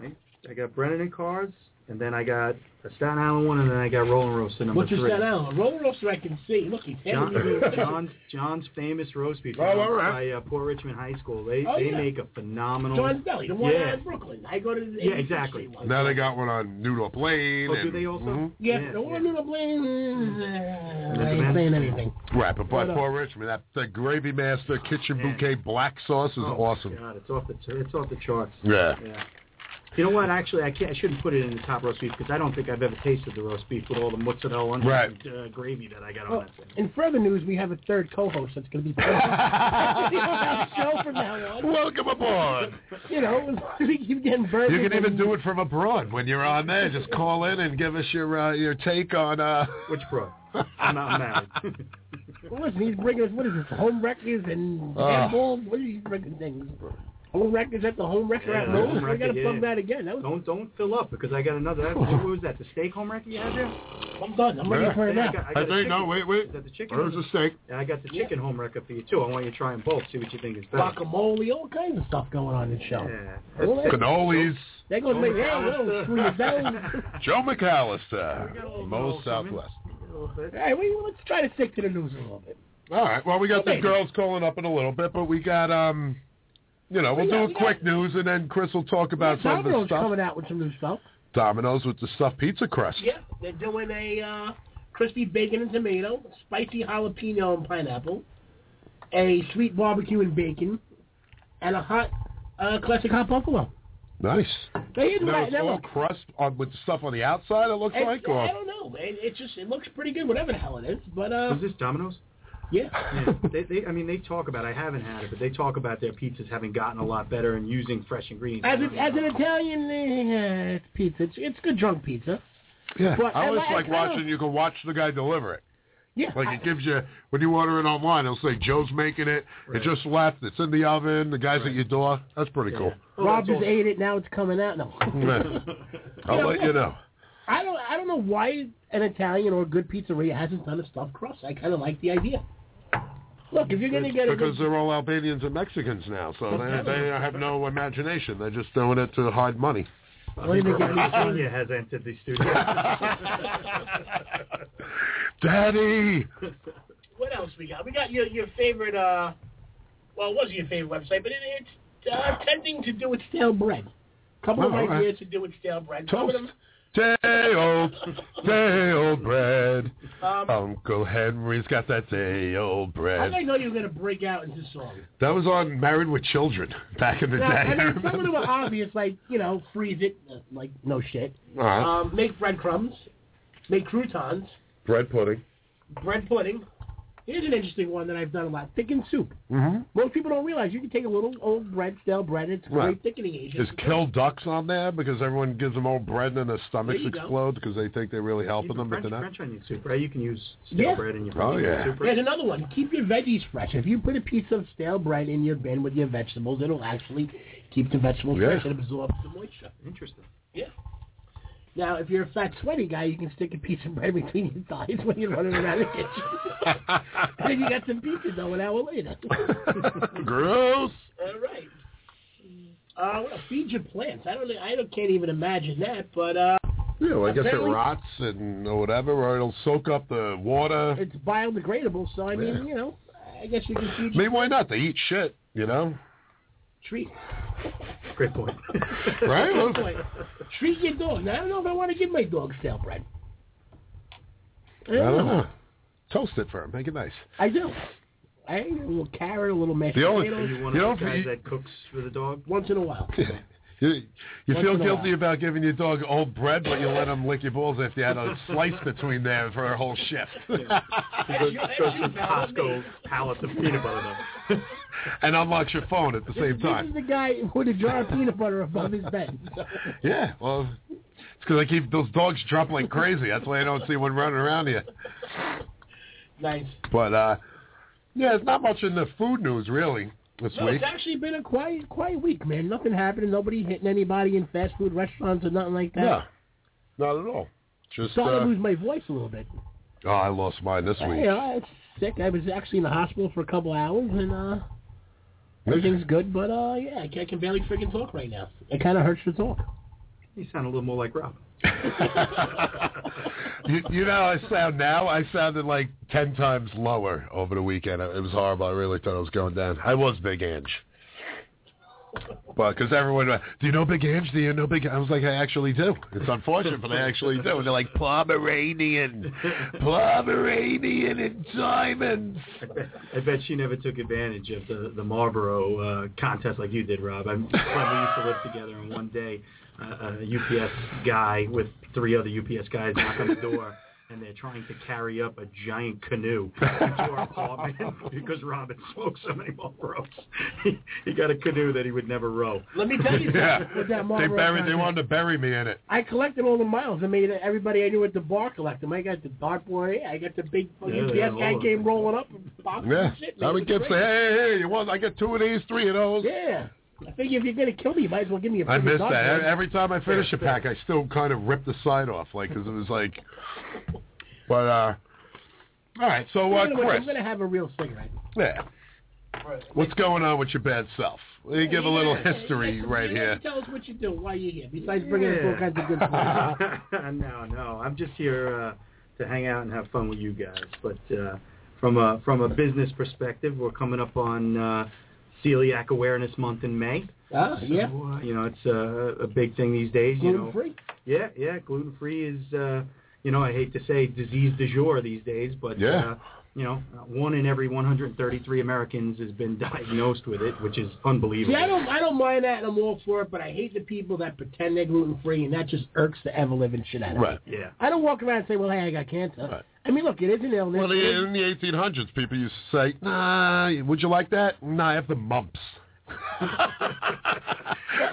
[SPEAKER 9] I, I got Brennan and Cars, and then I got a Staten Island one, and then I got Rolling Roast number
[SPEAKER 8] What's
[SPEAKER 9] three.
[SPEAKER 8] your set out? Roller roaster I can see. Look, he's handing me
[SPEAKER 9] John,
[SPEAKER 8] the-
[SPEAKER 9] John's John's famous roast beef
[SPEAKER 6] Oh, all right.
[SPEAKER 9] by uh, Port Richmond High School. They
[SPEAKER 8] Oh,
[SPEAKER 9] they
[SPEAKER 8] yeah.
[SPEAKER 9] make a phenomenal.
[SPEAKER 8] John's Deli, the one
[SPEAKER 9] Yeah.
[SPEAKER 8] out in Brooklyn. I go to the
[SPEAKER 9] Yeah, exactly.
[SPEAKER 6] Now they got one on Noodle Lane.
[SPEAKER 9] oh,
[SPEAKER 6] and,
[SPEAKER 9] do they also?
[SPEAKER 6] Mhm.
[SPEAKER 8] Yeah,
[SPEAKER 9] Yeah,
[SPEAKER 8] the
[SPEAKER 9] yeah.
[SPEAKER 8] one in the blame. I
[SPEAKER 9] Mr.
[SPEAKER 8] ain't
[SPEAKER 9] Man?
[SPEAKER 8] saying anything.
[SPEAKER 6] Right, but by
[SPEAKER 8] Right on.
[SPEAKER 6] Paul Richmond, that the Gravy Master Kitchen
[SPEAKER 9] Yeah.
[SPEAKER 6] Bouquet Black Sauce is
[SPEAKER 9] Oh, my
[SPEAKER 6] awesome.
[SPEAKER 9] God, it's off the it's off the charts.
[SPEAKER 6] Yeah.
[SPEAKER 9] Yeah. You know what? Actually, I can't. I shouldn't put it in the top roast beef because I don't think I've ever tasted the roast beef with all the mozzarella and
[SPEAKER 6] Right.
[SPEAKER 9] uh, gravy that I got on
[SPEAKER 8] Well,
[SPEAKER 9] that thing.
[SPEAKER 8] in further news, we have a third co-host that's going to be part of the show from now on.
[SPEAKER 6] Welcome aboard.
[SPEAKER 8] You know, we keep getting burgers.
[SPEAKER 6] You can even
[SPEAKER 8] and-
[SPEAKER 6] do it from abroad when you're on there. Just call in and give us your uh, your take on. Uh,
[SPEAKER 9] Which bro? I'm not married.
[SPEAKER 8] Well, listen, he's bringing us, what is this, home records and
[SPEAKER 6] Ugh.
[SPEAKER 8] handball? What are you bringing things? Home records at the home restaurant.
[SPEAKER 9] Yeah,
[SPEAKER 8] Yeah,
[SPEAKER 9] home
[SPEAKER 8] I got
[SPEAKER 9] record,
[SPEAKER 8] to plug
[SPEAKER 9] yeah.
[SPEAKER 8] that again. That was,
[SPEAKER 9] don't don't fill up because I got another. What was that? The steak home record you had there?
[SPEAKER 8] I'm done. I'm
[SPEAKER 6] Yeah.
[SPEAKER 8] ready for it
[SPEAKER 9] Yeah,
[SPEAKER 8] now.
[SPEAKER 9] I got, I got
[SPEAKER 6] I
[SPEAKER 9] a
[SPEAKER 6] think no.
[SPEAKER 9] chicken-
[SPEAKER 6] Wait, wait.
[SPEAKER 9] Is that the chicken?
[SPEAKER 6] There's a steak.
[SPEAKER 9] And I got the chicken home record for you too. I want you to try them both. See what you think is better.
[SPEAKER 8] Guacamole, all kinds of stuff going on in this show.
[SPEAKER 9] Yeah.
[SPEAKER 8] Well,
[SPEAKER 9] That's-
[SPEAKER 6] Cannolis.
[SPEAKER 8] They're going to make their own screw it down.
[SPEAKER 6] Joe
[SPEAKER 9] We got a
[SPEAKER 6] McAllister.
[SPEAKER 9] little
[SPEAKER 6] Mo
[SPEAKER 9] girl coming.
[SPEAKER 6] Southwest.
[SPEAKER 9] A little bit.
[SPEAKER 8] All right, we, let's try to stick to the news a little bit.
[SPEAKER 6] All right. Well, we got the
[SPEAKER 8] Okay.
[SPEAKER 6] girls calling up in a little bit, but we got um, you know, we'll
[SPEAKER 8] We got-
[SPEAKER 6] do
[SPEAKER 8] we
[SPEAKER 6] a quick news and then Chris will talk about some of the
[SPEAKER 8] Domino's
[SPEAKER 6] stuff.
[SPEAKER 8] coming out with some new stuff.
[SPEAKER 6] Domino's with the stuffed pizza crust.
[SPEAKER 8] Yeah, they're doing a uh, crispy bacon and tomato, spicy jalapeno and pineapple, a sweet barbecue and bacon, and a hot uh, classic hot buffalo.
[SPEAKER 6] Nice.
[SPEAKER 8] Now, here's what
[SPEAKER 6] Now
[SPEAKER 8] I,
[SPEAKER 6] it's
[SPEAKER 8] now
[SPEAKER 6] all
[SPEAKER 8] look,
[SPEAKER 6] crust on with stuff on the outside. It looks
[SPEAKER 8] it's-
[SPEAKER 6] like.
[SPEAKER 8] I
[SPEAKER 6] Or,
[SPEAKER 8] don't know, man. It just it looks pretty good, whatever the hell it is. But uh,
[SPEAKER 9] Was this Domino's?
[SPEAKER 8] yeah,
[SPEAKER 9] Yeah. they, they, I mean, they talk about. I haven't had it, but they talk about their pizzas having gotten a lot better and using fresh ingredients.
[SPEAKER 8] as it, as an Italian uh, it's pizza, it's, it's good drunk pizza.
[SPEAKER 6] yeah.
[SPEAKER 8] But
[SPEAKER 6] I
[SPEAKER 8] I
[SPEAKER 6] always
[SPEAKER 8] like-
[SPEAKER 6] like
[SPEAKER 8] I don't-
[SPEAKER 6] watching. You can watch the guy deliver it.
[SPEAKER 8] Yeah,
[SPEAKER 6] Like
[SPEAKER 8] I-
[SPEAKER 6] it gives you when you order it online, it'll say Joe's making it.
[SPEAKER 9] Right.
[SPEAKER 6] It just left. It's in the oven. The guy's at
[SPEAKER 9] Right.
[SPEAKER 6] your door. That's pretty cool.
[SPEAKER 9] Oh,
[SPEAKER 8] Rob
[SPEAKER 9] that's
[SPEAKER 8] just
[SPEAKER 9] awesome.
[SPEAKER 8] ate it. Now it's coming out. No,
[SPEAKER 6] I'll let you know.
[SPEAKER 8] I don't. I don't know why an Italian or a good pizzeria hasn't done a stuffed crust. I kind of like the idea. Look, if you're gonna get a
[SPEAKER 6] Because
[SPEAKER 8] good,
[SPEAKER 6] they're all Albanians and Mexicans now, so they, they have no imagination. They're just doing it to hide money.
[SPEAKER 8] What do you think of these
[SPEAKER 9] Sonia has entered the studio.
[SPEAKER 6] Daddy,
[SPEAKER 8] what else we got? We got your your favorite. uh Well, it wasn't your favorite website, but it, it's uh, tempting to do with stale bread. Couple of
[SPEAKER 6] Oh, all right.
[SPEAKER 8] ideas to do with stale bread. Some of
[SPEAKER 6] toast,
[SPEAKER 8] them-
[SPEAKER 6] uh, day old, day old bread.
[SPEAKER 8] Um,
[SPEAKER 6] Uncle Henry's got that day old
[SPEAKER 8] I
[SPEAKER 6] bread.
[SPEAKER 8] didn't know you were gonna break out into song.
[SPEAKER 6] That was on Married with Children back in the
[SPEAKER 8] Now,
[SPEAKER 6] day.
[SPEAKER 8] I
[SPEAKER 6] I
[SPEAKER 8] mean, some of them
[SPEAKER 6] remember.
[SPEAKER 8] are obvious, like you know, freeze it, uh, like no shit.
[SPEAKER 6] All right,
[SPEAKER 8] Um, make breadcrumbs, make croutons,
[SPEAKER 6] bread pudding.
[SPEAKER 8] bread pudding. Here's an interesting one that I've done a lot: thickened soup.
[SPEAKER 6] hmm
[SPEAKER 8] Most people don't realize you can take a little old bread, stale bread, and it's a great
[SPEAKER 6] Right.
[SPEAKER 8] thickening
[SPEAKER 6] Is
[SPEAKER 8] agent.
[SPEAKER 6] kill ducks on there because everyone gives them old bread and then their stomachs
[SPEAKER 8] There you go.
[SPEAKER 6] explode because they think they're really helping them,
[SPEAKER 9] Even
[SPEAKER 6] but
[SPEAKER 9] French,
[SPEAKER 6] they're not.
[SPEAKER 9] French onion soup, right? You can use stale
[SPEAKER 8] Yeah.
[SPEAKER 9] bread in your
[SPEAKER 6] Oh,
[SPEAKER 9] French onion
[SPEAKER 6] yeah.
[SPEAKER 9] soup. right?
[SPEAKER 8] There's another one. Keep your veggies fresh. If you put a piece of stale bread in your bin with your vegetables, it'll actually keep the vegetables
[SPEAKER 6] Yeah.
[SPEAKER 8] fresh and absorb the moisture.
[SPEAKER 9] Interesting.
[SPEAKER 8] Now, if you're a fat, sweaty guy, you can stick a piece of bread between your thighs when you're running around the kitchen. then you got some pizza dough an hour later.
[SPEAKER 6] Gross.
[SPEAKER 8] All right. Uh, well, feed your plants. I don't. know- I don't, can't even imagine that. But uh,
[SPEAKER 6] Yeah, well, I guess it
[SPEAKER 8] Apparently-
[SPEAKER 6] rots and or whatever, or it'll soak up the water.
[SPEAKER 8] it's biodegradable, so I mean,
[SPEAKER 6] Yeah.
[SPEAKER 8] you know, I guess you can feed
[SPEAKER 6] I
[SPEAKER 8] your
[SPEAKER 6] mean, why not? They eat shit, you know?
[SPEAKER 8] treat.
[SPEAKER 9] Great point.
[SPEAKER 6] Right? Well,
[SPEAKER 8] Wait, treat your dog. Now, I don't know if I want to give my dog stale bread. I,
[SPEAKER 6] I
[SPEAKER 8] don't know.
[SPEAKER 6] Uh-huh. Toast it for 'em, Make it nice.
[SPEAKER 8] I do. I eat a little carrot, a little mashed
[SPEAKER 6] The only-
[SPEAKER 9] Are
[SPEAKER 8] potatoes
[SPEAKER 9] you one
[SPEAKER 6] You
[SPEAKER 9] of
[SPEAKER 6] know,
[SPEAKER 9] those guys
[SPEAKER 6] you-
[SPEAKER 9] that cooks for the dog?
[SPEAKER 8] once in a while.
[SPEAKER 6] You, you
[SPEAKER 8] Once
[SPEAKER 6] feel
[SPEAKER 8] in a
[SPEAKER 6] guilty
[SPEAKER 8] while.
[SPEAKER 6] about giving your dog old bread, but you let him lick your balls if you had a slice between there for a whole shift.
[SPEAKER 9] Goes goes through Costco pallets of peanut butter. though.
[SPEAKER 6] and unlocks your phone at the same
[SPEAKER 8] This is
[SPEAKER 6] time.
[SPEAKER 8] the guy with a jar of peanut butter above his bed.
[SPEAKER 6] Yeah, well, it's because I keep those dogs jumping like crazy. That's why I don't see one running around here.
[SPEAKER 8] Nice.
[SPEAKER 6] But, uh, yeah, there's not much in the food news, really, this
[SPEAKER 8] No,
[SPEAKER 6] week.
[SPEAKER 8] it's actually been a quiet, quiet week, man. Nothing happening. Nobody hitting anybody in fast food restaurants or nothing like that.
[SPEAKER 6] No, not at all. Just
[SPEAKER 8] Starting to
[SPEAKER 6] uh,
[SPEAKER 8] lose my voice a little bit.
[SPEAKER 6] oh, I lost mine this
[SPEAKER 8] You
[SPEAKER 6] week.
[SPEAKER 8] know, it's sick. I was actually in the hospital for a couple hours, and uh, everything's good. But uh, yeah, I can, I can barely freaking talk right now. It kind of hurts to talk.
[SPEAKER 9] You sound a little more like Rob.
[SPEAKER 6] you, you know how I sound now? I sounded like ten times lower over the weekend. It was horrible. I really thought I was going down. I was Big Ange. But because everyone, went, do you know Big Ange? Do you know Big? Ange?" I was like, I actually do. It's unfortunate, but I actually do. And they're like Pomeranian, Pomeranian and diamonds.
[SPEAKER 9] I bet she never took advantage of the the Marlboro uh, contest like you did, Rob. I'm glad we used to live together, and one day a, a UPS guy with three other UPS guys knock on the door. And they're trying to carry up a giant canoe into our apartment because Robin smoked so many Marlboros. He, he got a canoe that he would never row.
[SPEAKER 8] Let me tell you something
[SPEAKER 6] Yeah.
[SPEAKER 8] with that
[SPEAKER 6] They
[SPEAKER 8] Marlboro
[SPEAKER 6] buried. They
[SPEAKER 8] content.
[SPEAKER 6] wanted to bury me in it.
[SPEAKER 8] I collected all the miles. I made everybody I knew at the bar collect them. I got the dart boy. I got the big
[SPEAKER 9] Yeah,
[SPEAKER 8] fucking
[SPEAKER 9] they
[SPEAKER 8] UPS
[SPEAKER 9] got
[SPEAKER 8] guy
[SPEAKER 9] all of
[SPEAKER 8] came
[SPEAKER 9] them.
[SPEAKER 8] rolling up and boxing
[SPEAKER 6] Yeah.
[SPEAKER 8] and shit. man.
[SPEAKER 6] I would
[SPEAKER 8] It was
[SPEAKER 6] give say,
[SPEAKER 8] great.
[SPEAKER 6] hey, hey, hey, you want? I get two of these, three of those.
[SPEAKER 8] Yeah. I think if you're gonna kill me, you might as well give me a.
[SPEAKER 6] I
[SPEAKER 8] freaking
[SPEAKER 6] miss
[SPEAKER 8] dart
[SPEAKER 6] that.
[SPEAKER 8] boy.
[SPEAKER 6] Every time I finish a pack, I still kind of rip the side off, like because it was like. But uh, all right. So uh,
[SPEAKER 8] I'm gonna,
[SPEAKER 6] Chris,
[SPEAKER 8] I'm gonna have a real cigarette.
[SPEAKER 6] yeah. What's going on with your bad self? Let me give a little
[SPEAKER 8] Yeah, yeah,
[SPEAKER 6] history
[SPEAKER 8] yeah,
[SPEAKER 6] right
[SPEAKER 8] yeah,
[SPEAKER 6] here.
[SPEAKER 8] Tell us what you do, why you're here, besides bringing us all
[SPEAKER 9] Yeah.
[SPEAKER 8] kinds of good stuff.
[SPEAKER 9] no, no. I'm just here uh, to hang out and have fun with you guys. But uh, from a from a business perspective, we're coming up on uh, Celiac Awareness Month in May.
[SPEAKER 8] Ah, yeah.
[SPEAKER 9] So, uh, you know, it's a, a big thing these days. You know,
[SPEAKER 8] Gluten free.
[SPEAKER 9] yeah, yeah. Gluten free is, uh, you know, I hate to say disease du jour these days, but
[SPEAKER 6] Yeah.
[SPEAKER 9] uh, you know, one in every 133 Americans has been diagnosed with it, which is unbelievable.
[SPEAKER 8] See, I don't, I don't mind that, and I'm all for it. But I hate the people that pretend they're gluten free, and that just irks the ever living shit out of me.
[SPEAKER 6] Right.
[SPEAKER 9] Yeah.
[SPEAKER 8] I don't walk around and say, "Well, hey, I got cancer."
[SPEAKER 6] Right.
[SPEAKER 8] I mean, look, it is an illness.
[SPEAKER 6] Well,
[SPEAKER 8] It is-
[SPEAKER 6] the- uh, in the 1800s, people used to say, "Nah, would you like that?" Nah, I have the mumps.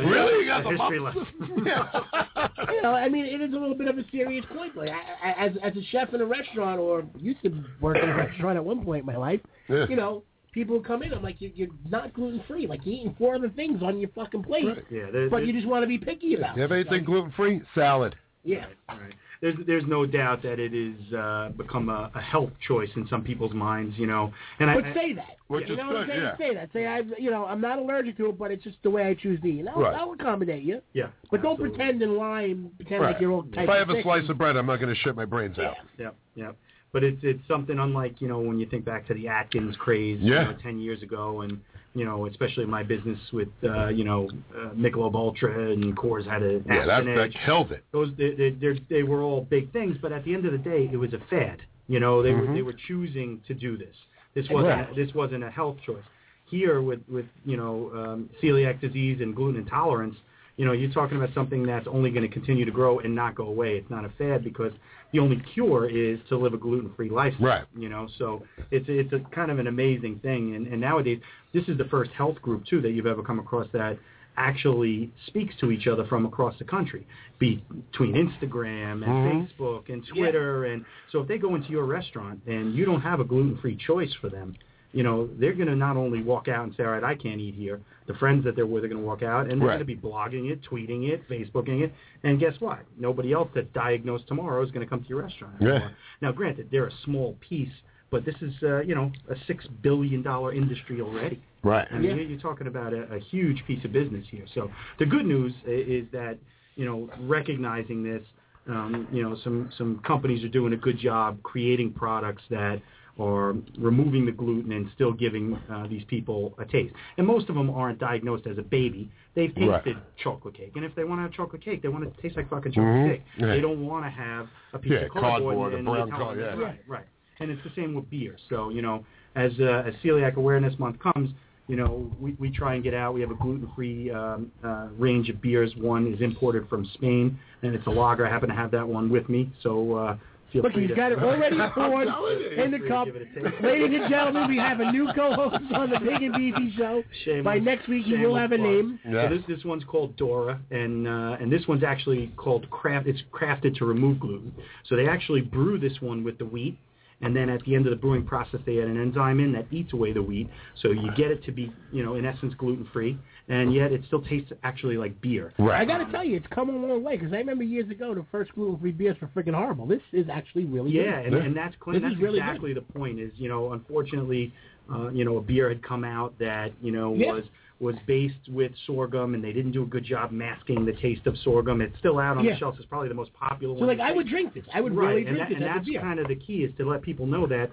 [SPEAKER 6] really, you got the
[SPEAKER 9] A history
[SPEAKER 6] mumps?
[SPEAKER 9] lesson.
[SPEAKER 6] Yeah.
[SPEAKER 8] you know, I mean, it is a little bit of a serious point. Like, I, I, as as a chef in a restaurant, or used to work in a restaurant at one point in my life,
[SPEAKER 6] Yeah.
[SPEAKER 8] you know, people would come in. I'm like, you're, you're not gluten free. Like, you're eating four other things on your fucking plate,
[SPEAKER 6] Right.
[SPEAKER 9] Yeah, there-
[SPEAKER 8] but
[SPEAKER 9] there-
[SPEAKER 8] you just want to be picky about.
[SPEAKER 6] You have
[SPEAKER 8] it.
[SPEAKER 6] anything gluten free? Salad.
[SPEAKER 8] Yeah.
[SPEAKER 9] Right. There's there's no doubt that it is uh, become a, a health choice in some people's minds, you know. And I,
[SPEAKER 8] But
[SPEAKER 9] I-
[SPEAKER 8] say that.
[SPEAKER 6] Which
[SPEAKER 8] you
[SPEAKER 6] is
[SPEAKER 8] know what I'm
[SPEAKER 6] good,
[SPEAKER 8] saying?
[SPEAKER 6] yeah.
[SPEAKER 8] Say that. Say I, you know, I'm not allergic to it, but it's just the way I choose to eat. And I'll,
[SPEAKER 6] Right.
[SPEAKER 8] I'll accommodate you,
[SPEAKER 9] yeah,
[SPEAKER 8] but don't
[SPEAKER 9] absolutely.
[SPEAKER 8] pretend and lie and pretend
[SPEAKER 6] Right.
[SPEAKER 8] like you're all type.
[SPEAKER 6] If I have a
[SPEAKER 8] six.
[SPEAKER 6] slice of bread, I'm not going to shit my brains
[SPEAKER 8] Yeah.
[SPEAKER 6] out.
[SPEAKER 9] Yep, yep. But it's it's something unlike you know when you think back to the Atkins craze,
[SPEAKER 6] Yeah.
[SPEAKER 9] you know, ten years ago, and you know especially my business with uh, you know uh, Michelob Ultra and Coors had a
[SPEAKER 6] Yeah, that,
[SPEAKER 9] Aspen
[SPEAKER 6] that
[SPEAKER 9] Edge.
[SPEAKER 6] killed it.
[SPEAKER 9] those they, they, they're- they were all big things, but at the end of the day, it was a fad. You know, they were they were choosing to do this. This wasn't
[SPEAKER 8] Exactly.
[SPEAKER 9] this wasn't a health choice. Here with with you know um, celiac disease and gluten intolerance, you know, you're talking about something that's only going to continue to grow and not go away. It's not a fad because the only cure is to live a gluten free lifestyle.
[SPEAKER 6] Right.
[SPEAKER 9] You know, so it's it's a kind of an amazing thing. And, and nowadays, this is the first health group too that you've ever come across that actually speaks to each other from across the country, be- between Instagram and
[SPEAKER 10] Mm-hmm.
[SPEAKER 6] Mm-hmm.
[SPEAKER 9] Facebook and Twitter. And so if they go into your restaurant and you don't have a gluten-free choice for them, you know, they're going to not only walk out and say, all right, I can't eat here. The friends that they're with are going to walk out and they're
[SPEAKER 6] Right.
[SPEAKER 9] going to be blogging it, tweeting it, Facebooking it. And guess what? Nobody else that's diagnosed tomorrow is going to come to your restaurant.
[SPEAKER 6] Yeah.
[SPEAKER 9] anymore. Now, granted, they're a small piece, but this is, uh, you know, a $6 billion industry already.
[SPEAKER 6] Right.
[SPEAKER 9] I mean, you're talking about a, a huge piece of business here. So the good news i- is that you know recognizing this, um, you know, some some companies are doing a good job creating products that are removing the gluten and still giving uh, these people a taste. And most of them aren't diagnosed as a baby. They've tasted
[SPEAKER 6] Right.
[SPEAKER 9] chocolate cake, and if they want to have chocolate cake, they want it to taste like fucking chocolate
[SPEAKER 6] Mhm.
[SPEAKER 9] cake.
[SPEAKER 6] Yeah.
[SPEAKER 9] They don't want to have a piece
[SPEAKER 6] Yeah,
[SPEAKER 9] of cardboard,
[SPEAKER 6] cardboard, a
[SPEAKER 9] and
[SPEAKER 6] brown
[SPEAKER 9] they tell
[SPEAKER 6] card,
[SPEAKER 9] them-
[SPEAKER 6] yeah.
[SPEAKER 9] Right, right. And it's the same with beer. So, you know, as, uh, as Celiac Awareness Month comes, you know, we, we try and get out. We have a gluten-free um, uh, range of beers. One is imported from Spain, and it's a lager. I happen to have that one with me, so uh, feel
[SPEAKER 8] Look,
[SPEAKER 9] free
[SPEAKER 8] he's
[SPEAKER 9] to...
[SPEAKER 8] got it already poured
[SPEAKER 6] telling you,
[SPEAKER 8] in the
[SPEAKER 9] feel free to
[SPEAKER 8] cup.
[SPEAKER 9] give it a taste.
[SPEAKER 8] Ladies and gentlemen, we have a new co-host on the Big and Beefy Show.
[SPEAKER 9] Shameless-
[SPEAKER 8] By next week, he
[SPEAKER 9] shameless
[SPEAKER 8] will have a
[SPEAKER 9] plug.
[SPEAKER 8] name.
[SPEAKER 6] Yeah.
[SPEAKER 9] So this this one's called Dora, and uh, and this one's actually called craft. It's crafted to remove gluten. So they actually brew this one with the wheat, and then at the end of the brewing process, they add an enzyme in that eats away the wheat. So you get it to be, you know, in essence, gluten free, and yet it still tastes actually like beer.
[SPEAKER 8] I
[SPEAKER 6] Right.
[SPEAKER 8] got to tell you, it's come a long way because I remember years ago the first gluten-free beers were freaking horrible. This is actually really
[SPEAKER 9] Yeah,
[SPEAKER 8] good.
[SPEAKER 9] and, and that's clean.
[SPEAKER 8] This is
[SPEAKER 9] That's
[SPEAKER 8] really
[SPEAKER 9] exactly the point. Is you know, unfortunately, uh, you know, a beer had come out that you know
[SPEAKER 8] Yeah.
[SPEAKER 9] was was based with sorghum, and they didn't do a good job masking the taste of sorghum. It's still out on
[SPEAKER 8] Yeah.
[SPEAKER 9] the shelves. It's probably the most popular
[SPEAKER 8] So
[SPEAKER 9] one.
[SPEAKER 8] like,
[SPEAKER 9] to
[SPEAKER 8] I
[SPEAKER 9] take.
[SPEAKER 8] would drink this. I would
[SPEAKER 9] right,
[SPEAKER 8] really
[SPEAKER 9] and,
[SPEAKER 8] drink
[SPEAKER 9] that-
[SPEAKER 8] this
[SPEAKER 9] and
[SPEAKER 8] as
[SPEAKER 9] that's
[SPEAKER 8] a beer.
[SPEAKER 9] kind of the key is to let people know that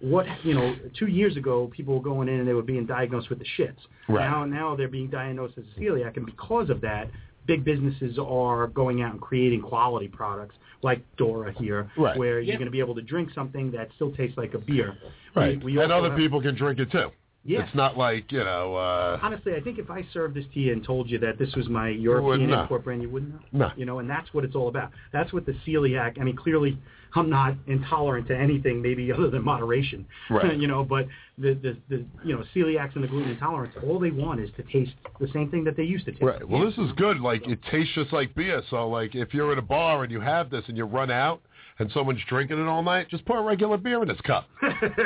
[SPEAKER 9] what you know. Two years ago, people were going in and they were being diagnosed with the shits.
[SPEAKER 6] Right.
[SPEAKER 9] Now, now they're being diagnosed as celiac, and because of that. Big businesses are going out and creating quality products like Dora here,
[SPEAKER 6] Right.
[SPEAKER 9] where you're
[SPEAKER 8] Yeah.
[SPEAKER 9] going to be able to drink something that still tastes like a beer.
[SPEAKER 6] Right.
[SPEAKER 9] We, we
[SPEAKER 6] and
[SPEAKER 9] also
[SPEAKER 6] other
[SPEAKER 9] have-
[SPEAKER 6] people can drink it too.
[SPEAKER 9] Yeah.
[SPEAKER 6] It's not like, you know, uh,
[SPEAKER 9] Honestly, I think if I served this to you and told you that this was my European
[SPEAKER 6] wouldn't know.
[SPEAKER 9] import brand, you wouldn't know.
[SPEAKER 6] No.
[SPEAKER 9] You know, and that's what it's all about. That's what the celiac. I mean, clearly, I'm not intolerant to anything, maybe other than moderation.
[SPEAKER 6] Right.
[SPEAKER 9] you know, but the, the the you know celiacs and the gluten intolerance, all they want is to taste the same thing that they used to taste.
[SPEAKER 6] right. Well, this is good. Like, it tastes just like beer. So, like, if you're at a bar and you have this and you run out and someone's drinking it all night, just pour regular beer in his cup. no, that's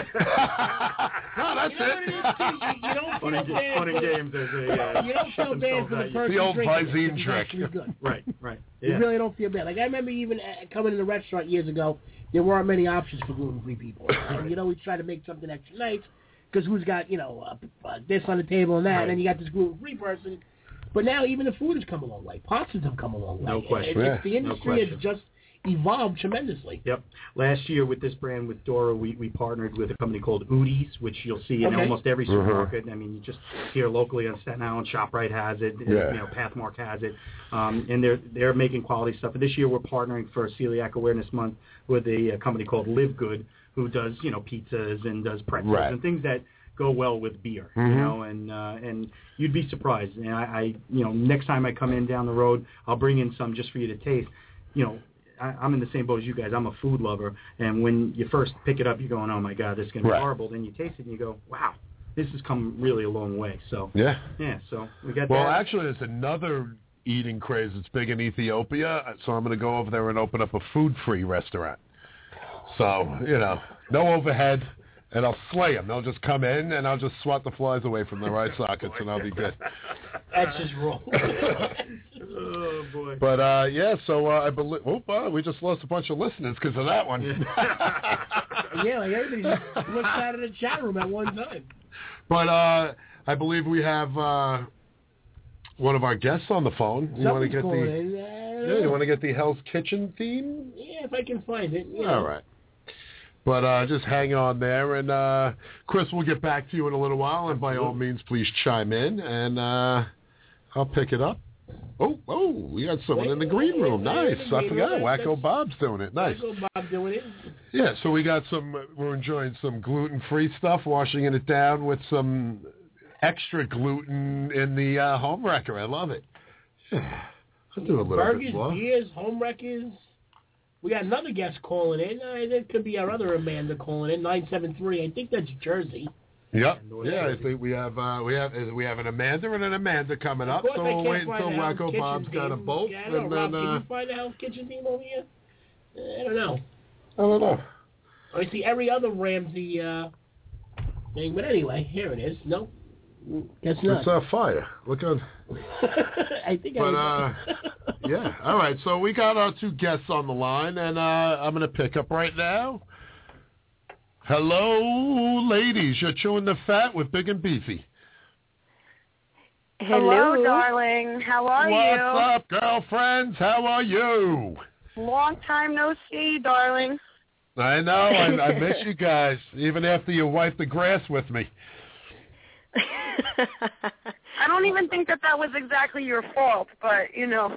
[SPEAKER 8] You know what it is, too? You- you don't feel
[SPEAKER 9] Fun and, ga-
[SPEAKER 8] bad
[SPEAKER 9] fun and
[SPEAKER 8] for-
[SPEAKER 9] games as they uh,
[SPEAKER 8] You don't
[SPEAKER 9] shut
[SPEAKER 8] feel bad
[SPEAKER 9] themselves
[SPEAKER 8] for the
[SPEAKER 9] out.
[SPEAKER 8] person
[SPEAKER 6] The old
[SPEAKER 8] drinking it.
[SPEAKER 6] Visine
[SPEAKER 8] It's
[SPEAKER 6] trick.
[SPEAKER 8] actually good.
[SPEAKER 9] Right. Right.
[SPEAKER 8] You
[SPEAKER 9] Yeah.
[SPEAKER 8] really don't feel bad. Like I remember even uh, coming to the restaurant years ago, there weren't many options for gluten-free people. And, you know, we try to make something extra nice because who's got you know uh, uh, this on the table and that, and then you got this gluten-free person. But now even the food has come a long way. Pastas have come a long way.
[SPEAKER 9] No question.
[SPEAKER 8] It's- it's-
[SPEAKER 6] Yeah.
[SPEAKER 8] the
[SPEAKER 9] No
[SPEAKER 8] industry has
[SPEAKER 9] question.
[SPEAKER 8] just evolved tremendously.
[SPEAKER 9] Yep. Last year with this brand with Dora, we, we partnered with a company called Udi's, which you'll see in
[SPEAKER 8] Okay.
[SPEAKER 9] almost every
[SPEAKER 6] Mm-hmm.
[SPEAKER 9] supermarket. I mean, you just here locally on Staten Island, Shoprite has it, and,
[SPEAKER 6] Yeah.
[SPEAKER 9] you know, Pathmark has it, um, and they're they're making quality stuff. And this year we're partnering for Celiac Awareness Month with a, uh company called Live Good, who does you know pizzas and does pretzels
[SPEAKER 6] Right. Mm-hmm.
[SPEAKER 9] and things that go well with beer, you know, and uh, and you'd be surprised. And I, I, you know, next time I come in down the road, I'll bring in some just for you to taste. You know, I, I'm in the same boat as you guys. I'm a food lover, and when you first pick it up, you're going, "Oh my God, this is gonna
[SPEAKER 6] Right.
[SPEAKER 9] be horrible." Then you taste it and you go, "Wow, this has come really a long way." So
[SPEAKER 6] Yeah.
[SPEAKER 9] yeah, so we got
[SPEAKER 6] Well,
[SPEAKER 9] that.
[SPEAKER 6] actually, there's another eating craze that's big in Ethiopia, so I'm going to go over there and open up a food-free restaurant. So, you know, no overhead, and I'll slay them. They'll just come in, and I'll just swat the flies away from their eye sockets, and I'll be good.
[SPEAKER 8] That's just wrong.
[SPEAKER 9] oh boy.
[SPEAKER 6] But, uh, yeah, so uh, I believe... Oh, wow, we just lost a bunch of listeners because of that one.
[SPEAKER 8] yeah, like everybody just looks out of the chat room at one time.
[SPEAKER 6] but uh, I believe we have uh, one of our guests on the phone. You want to
[SPEAKER 8] Something's
[SPEAKER 6] get
[SPEAKER 8] going
[SPEAKER 6] the...
[SPEAKER 8] in. I don't
[SPEAKER 6] Yeah, you
[SPEAKER 8] know.
[SPEAKER 6] want to get the Hell's Kitchen theme?
[SPEAKER 8] Yeah, if I can find it. You know.
[SPEAKER 6] All right. But uh, just hang on there, and uh, Chris, we'll get back to you in a little while, and by all means, please chime in, and uh, I'll pick it up. Oh, oh, we got someone in the green room. Nice. I forgot. Wacko Bob's doing it. Nice.
[SPEAKER 8] Michael Bob doing it.
[SPEAKER 6] Yeah, so we got some, we're enjoying some gluten-free stuff, washing it down with some extra gluten in the uh, home wrecker. I love it. Yeah. I'll do a little
[SPEAKER 8] Burgers,
[SPEAKER 6] bit more.
[SPEAKER 8] beers, home wreckers. We got another guest calling in. Uh, that could be our other Amanda calling in. Nine seven three. I think that's Jersey.
[SPEAKER 6] Yep.
[SPEAKER 9] North
[SPEAKER 6] Yeah, I
[SPEAKER 9] Jersey.
[SPEAKER 6] think we have uh, we have we have an Amanda and an Amanda coming up.
[SPEAKER 8] Of course,
[SPEAKER 6] So
[SPEAKER 8] I
[SPEAKER 6] we'll
[SPEAKER 8] can't
[SPEAKER 6] wait
[SPEAKER 8] find
[SPEAKER 6] until
[SPEAKER 8] the Hell's
[SPEAKER 6] Wacko
[SPEAKER 8] Kitchen
[SPEAKER 6] Bob's got a
[SPEAKER 8] theme.
[SPEAKER 6] bolt,
[SPEAKER 8] Yeah, I don't
[SPEAKER 6] and
[SPEAKER 8] know,
[SPEAKER 6] then
[SPEAKER 8] Rob,
[SPEAKER 6] uh,
[SPEAKER 8] can you find the Hell's Kitchen theme over here? Uh, I don't know.
[SPEAKER 6] I don't know.
[SPEAKER 8] I see every other Ramsey uh, thing, but anyway, here it is. Nope. Guess
[SPEAKER 6] It's
[SPEAKER 8] not.
[SPEAKER 6] uh, fire. Look on.
[SPEAKER 8] I think
[SPEAKER 6] But, uh,
[SPEAKER 8] I. was-
[SPEAKER 6] Yeah. All right. So we got our two guests on the line, and uh, I'm going to pick up right now. Hello, ladies. You're chewing the fat with Big and Beefy.
[SPEAKER 11] Hello, darling. How are
[SPEAKER 6] What's
[SPEAKER 11] you?
[SPEAKER 6] up, girlfriends? How are you?
[SPEAKER 11] Long time no see, darling.
[SPEAKER 6] I know. I, I miss you guys, even after you wiped the grass with me.
[SPEAKER 11] I don't even think that that was exactly your fault, but you know.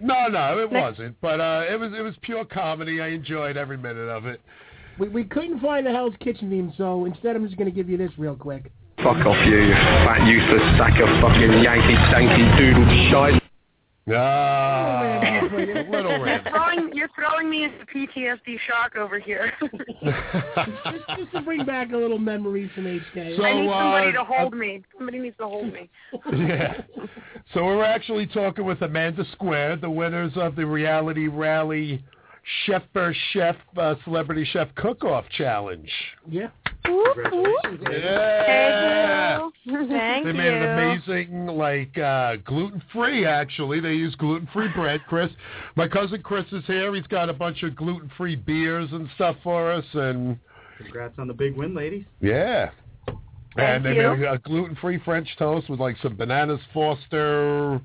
[SPEAKER 6] No, no, it wasn't. But uh, it was it was pure comedy. I enjoyed every minute of it.
[SPEAKER 8] we, we couldn't find the Hell's Kitchen theme, so instead I'm just going to give you this real quick.
[SPEAKER 5] Fuck off you, you fat useless sack of fucking Yankee stanky doodle shite.
[SPEAKER 6] Ah, little
[SPEAKER 11] You're
[SPEAKER 6] rant.
[SPEAKER 11] throwing you're throwing me into PTSD shock over here.
[SPEAKER 8] Just, just to bring back a little memories from HK.
[SPEAKER 6] So,
[SPEAKER 11] I need somebody
[SPEAKER 6] uh,
[SPEAKER 11] to hold me. Somebody needs to hold me.
[SPEAKER 6] yeah. So we're actually talking with Amanda Square, the winners of the reality rally Chef vs. Chef uh, Celebrity Chef Cook-Off Challenge.
[SPEAKER 8] yeah.
[SPEAKER 9] Congratulations.
[SPEAKER 6] Yeah.
[SPEAKER 11] Thank
[SPEAKER 6] They made an amazing, like uh, gluten free. Actually, they use gluten free bread. Chris, my cousin Chris is here. He's got a bunch of gluten free beers and stuff for us, and
[SPEAKER 9] Congrats on the big win, ladies.
[SPEAKER 6] yeah. and they
[SPEAKER 11] you.
[SPEAKER 6] made a gluten free French toast with like some bananas Foster,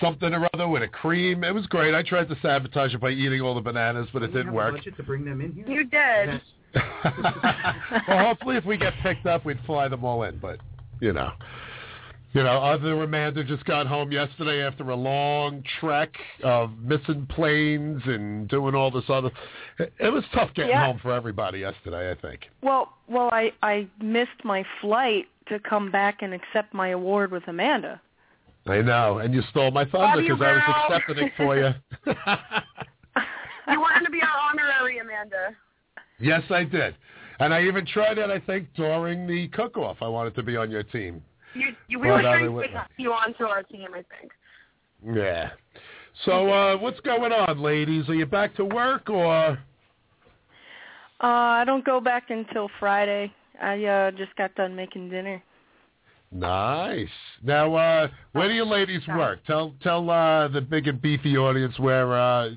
[SPEAKER 6] something or other with a cream. It was great. I tried to sabotage it by eating all the bananas, but it
[SPEAKER 9] Do you
[SPEAKER 6] didn't
[SPEAKER 9] have a
[SPEAKER 6] work.
[SPEAKER 9] budget to bring them in here?
[SPEAKER 11] You did.
[SPEAKER 9] That's-
[SPEAKER 6] well, hopefully, if we get picked up, we'd fly them all in. But you know, You know, other Amanda just got home yesterday after a long trek of missing planes and doing all this other. It was tough getting
[SPEAKER 11] Yeah.
[SPEAKER 6] home for everybody yesterday. I think.
[SPEAKER 11] Well, well, I I missed my flight to come back and accept my award with Amanda.
[SPEAKER 6] I know, and you stole my
[SPEAKER 11] Love
[SPEAKER 6] thunder
[SPEAKER 11] you,
[SPEAKER 6] because I was
[SPEAKER 11] girl.
[SPEAKER 6] accepting it for you.
[SPEAKER 11] You wanted to be our honorary Amanda.
[SPEAKER 6] yes, I did, and I even tried it. I think during the cook-off, I wanted to be on your team.
[SPEAKER 11] You, you we
[SPEAKER 6] Well,
[SPEAKER 11] were
[SPEAKER 6] now
[SPEAKER 11] trying
[SPEAKER 6] they
[SPEAKER 11] to
[SPEAKER 6] would-
[SPEAKER 11] pick you onto our team, I think.
[SPEAKER 6] Yeah. So uh, what's going on, ladies? Are you back to work or?
[SPEAKER 11] Uh, I don't go back until Friday. I uh just got done making dinner.
[SPEAKER 6] Nice. Now, uh, where do you ladies work? Tell tell uh, the big and beefy audience where uh,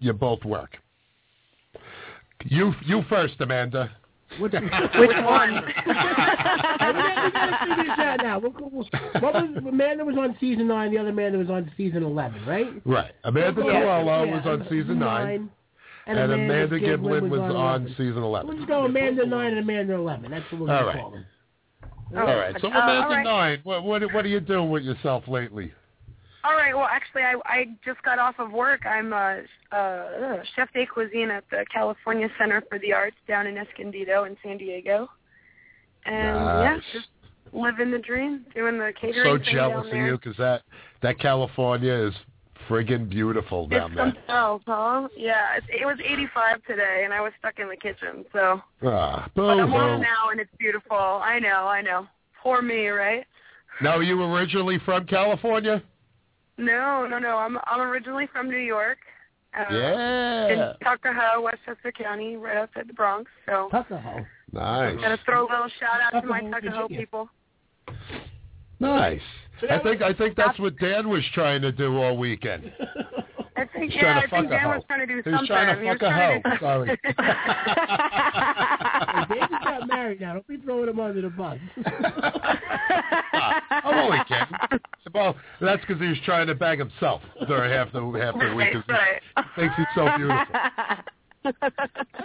[SPEAKER 6] you both work. You you first, Amanda.
[SPEAKER 8] Which,
[SPEAKER 11] Which one?
[SPEAKER 8] I mean, we gotta figure this out now. What, what was Amanda was on season nine. The other Amanda was on season eleven, right?
[SPEAKER 6] Right. Amanda
[SPEAKER 8] Yeah,
[SPEAKER 6] Colella
[SPEAKER 8] yeah,
[SPEAKER 6] was on season nine,
[SPEAKER 8] And, Amanda, Giblin, was, on. 11.
[SPEAKER 6] season eleven.
[SPEAKER 8] Let's go Amanda nine and Amanda eleven. That's what we're
[SPEAKER 6] All
[SPEAKER 8] gonna
[SPEAKER 6] right.
[SPEAKER 8] call them.
[SPEAKER 6] All right. So
[SPEAKER 11] Uh, all
[SPEAKER 6] Amanda
[SPEAKER 11] right.
[SPEAKER 6] nine. What what what are you doing with yourself lately?
[SPEAKER 11] All right. Well, actually, I I just got off of work. I'm a, uh chef de cuisine at the California Center for the Arts down in Escondido in San Diego, and
[SPEAKER 6] nice.
[SPEAKER 11] yeah, just living the dream, doing the catering
[SPEAKER 6] so
[SPEAKER 11] thing
[SPEAKER 6] jealous
[SPEAKER 11] down
[SPEAKER 6] of
[SPEAKER 11] there.
[SPEAKER 6] you because that that California is friggin' beautiful down
[SPEAKER 11] It's
[SPEAKER 6] there.
[SPEAKER 11] something else, huh? Yeah, it's, it was 85 today, and I was stuck in the kitchen. So,
[SPEAKER 6] Ah,
[SPEAKER 11] but
[SPEAKER 6] boo
[SPEAKER 11] I'm home
[SPEAKER 6] hoo.
[SPEAKER 11] now, and it's beautiful. I know, I know. Poor me, right?
[SPEAKER 6] Now, are you originally from California?
[SPEAKER 11] No, no, no. I'm I'm originally from New York. Uh,
[SPEAKER 6] Yeah.
[SPEAKER 11] In Tuckahoe, Westchester County, right outside the Bronx. So
[SPEAKER 8] Tuckahoe.
[SPEAKER 11] Gotta
[SPEAKER 6] Nice.
[SPEAKER 11] throw a little shout out to my
[SPEAKER 8] Tuckahoe,
[SPEAKER 11] Tuckahoe
[SPEAKER 8] Virginia.
[SPEAKER 11] people.
[SPEAKER 6] Nice. I think I think that's what Dan was trying to do all weekend.
[SPEAKER 11] I think
[SPEAKER 6] He's
[SPEAKER 11] yeah,
[SPEAKER 6] trying
[SPEAKER 11] I
[SPEAKER 6] to fuck a
[SPEAKER 11] think Dan
[SPEAKER 6] hoe.
[SPEAKER 11] was trying to do
[SPEAKER 6] He
[SPEAKER 11] something.
[SPEAKER 6] was trying to
[SPEAKER 11] He was
[SPEAKER 6] fuck a
[SPEAKER 11] trying to
[SPEAKER 6] hoe.
[SPEAKER 11] do-
[SPEAKER 6] Sorry.
[SPEAKER 8] Hey, David got married now. Don't be throwing him under the bus.
[SPEAKER 6] Oh, I'm only kidding. Well, that's because he was trying to bag himself during half the half the week. 'cause
[SPEAKER 11] Right,
[SPEAKER 6] He thinks he's so beautiful.
[SPEAKER 8] All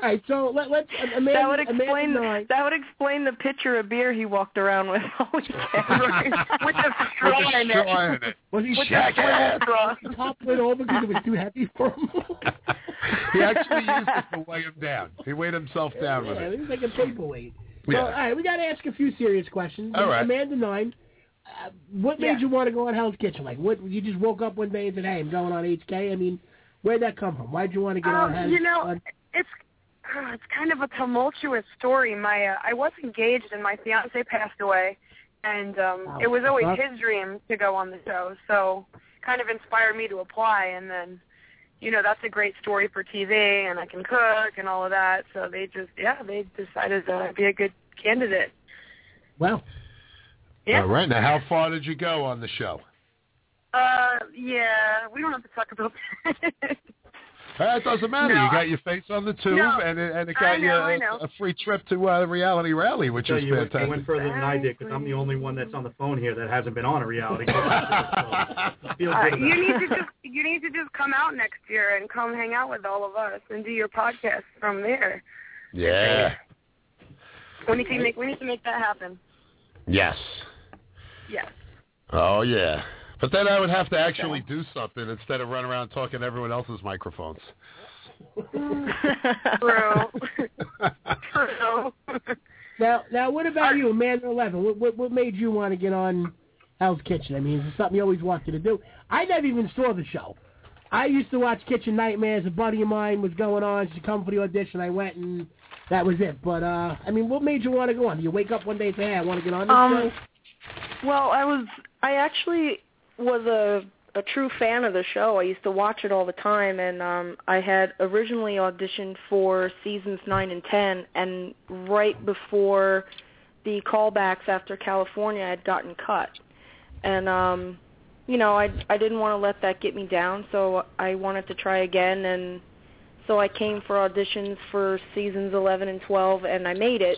[SPEAKER 8] right, so let, let's uh, Amanda,
[SPEAKER 11] That would explain
[SPEAKER 8] Amanda nine.
[SPEAKER 11] that would explain the pitcher of beer he walked around with all weekend. with the
[SPEAKER 6] With
[SPEAKER 11] straw in
[SPEAKER 6] the
[SPEAKER 11] it.
[SPEAKER 6] straw in it.
[SPEAKER 8] Was he
[SPEAKER 11] With the
[SPEAKER 6] Jack
[SPEAKER 11] swivel
[SPEAKER 6] ass.
[SPEAKER 11] straw.
[SPEAKER 8] the top lid over because it was too heavy for him?
[SPEAKER 6] He actually used it to weigh him down. He weighed himself down with
[SPEAKER 8] yeah,
[SPEAKER 6] it.
[SPEAKER 8] it was like a paperweight. So, all
[SPEAKER 6] Yeah.
[SPEAKER 8] right, we got to ask a few serious questions.
[SPEAKER 6] All right.
[SPEAKER 8] Amanda nine. Uh, what made
[SPEAKER 11] Yeah.
[SPEAKER 8] you want to go on Hell's Kitchen? Like, what you just woke up one day and said, "Hey, I'm going on HK." I mean, where'd that come from? Why'd you want to get on
[SPEAKER 11] Um,
[SPEAKER 8] Hell's?
[SPEAKER 11] you know,
[SPEAKER 8] on-
[SPEAKER 11] it's uh, it's kind of a tumultuous story. My uh, I was engaged and my fiance passed away, and um,
[SPEAKER 8] Wow.
[SPEAKER 11] it was always
[SPEAKER 8] That's-
[SPEAKER 11] his dream to go on the show. So, kind of inspired me to apply, and then. You know that's a great story for TV, and I can cook and all of that. So they just, yeah, they decided that I'd be a good candidate.
[SPEAKER 8] well,
[SPEAKER 11] Yeah.
[SPEAKER 6] All right. Now, how far did you go on the show?
[SPEAKER 11] Uh, yeah, we don't have to talk about that.
[SPEAKER 6] Uh, it doesn't matter.
[SPEAKER 11] No,
[SPEAKER 6] you
[SPEAKER 11] I-
[SPEAKER 6] got your face on the tube,
[SPEAKER 11] No,
[SPEAKER 6] and it, and it
[SPEAKER 11] I
[SPEAKER 6] got
[SPEAKER 11] know,
[SPEAKER 6] you
[SPEAKER 11] I
[SPEAKER 6] a,
[SPEAKER 11] know.
[SPEAKER 6] a free trip to uh, Reality Rally, which
[SPEAKER 9] Tell
[SPEAKER 6] is
[SPEAKER 9] you, it
[SPEAKER 6] fantastic.
[SPEAKER 9] went further than I did because I'm the only one that's on the phone here that hasn't been on a reality. show. So, feel good
[SPEAKER 11] Uh,
[SPEAKER 9] about
[SPEAKER 11] you
[SPEAKER 9] it.
[SPEAKER 11] need to just you need to just come out next year and come hang out with all of us and do your podcast from there.
[SPEAKER 6] Yeah.
[SPEAKER 11] We need to make we need to make that happen.
[SPEAKER 6] Yes.
[SPEAKER 11] Yes.
[SPEAKER 6] Oh yeah. But then I would have to actually do something instead of run around talking to everyone else's microphones.
[SPEAKER 11] True. True.
[SPEAKER 8] now, now, what about you, Amanda Eleven? What, what what made you want to get on Hell's Kitchen? I mean, is it something you always wanted to do? I never even saw the show. I used to watch Kitchen Nightmares. A buddy of mine was going on. She come for the audition. I went, and that was it. But uh, I mean, what made you want to go on? Do you wake up one day and say, "Hey, I want to get on this
[SPEAKER 11] Um,
[SPEAKER 8] show"?
[SPEAKER 11] Well, I was I actually was a a true fan of the show. I used to watch it all the time and um I had originally auditioned for seasons 9 and 10 and right before the callbacks after California I had gotten cut. And um you know, I I didn't want to let that get me down, so I wanted to try again and so I came for auditions for seasons 11 and 12 and I made it.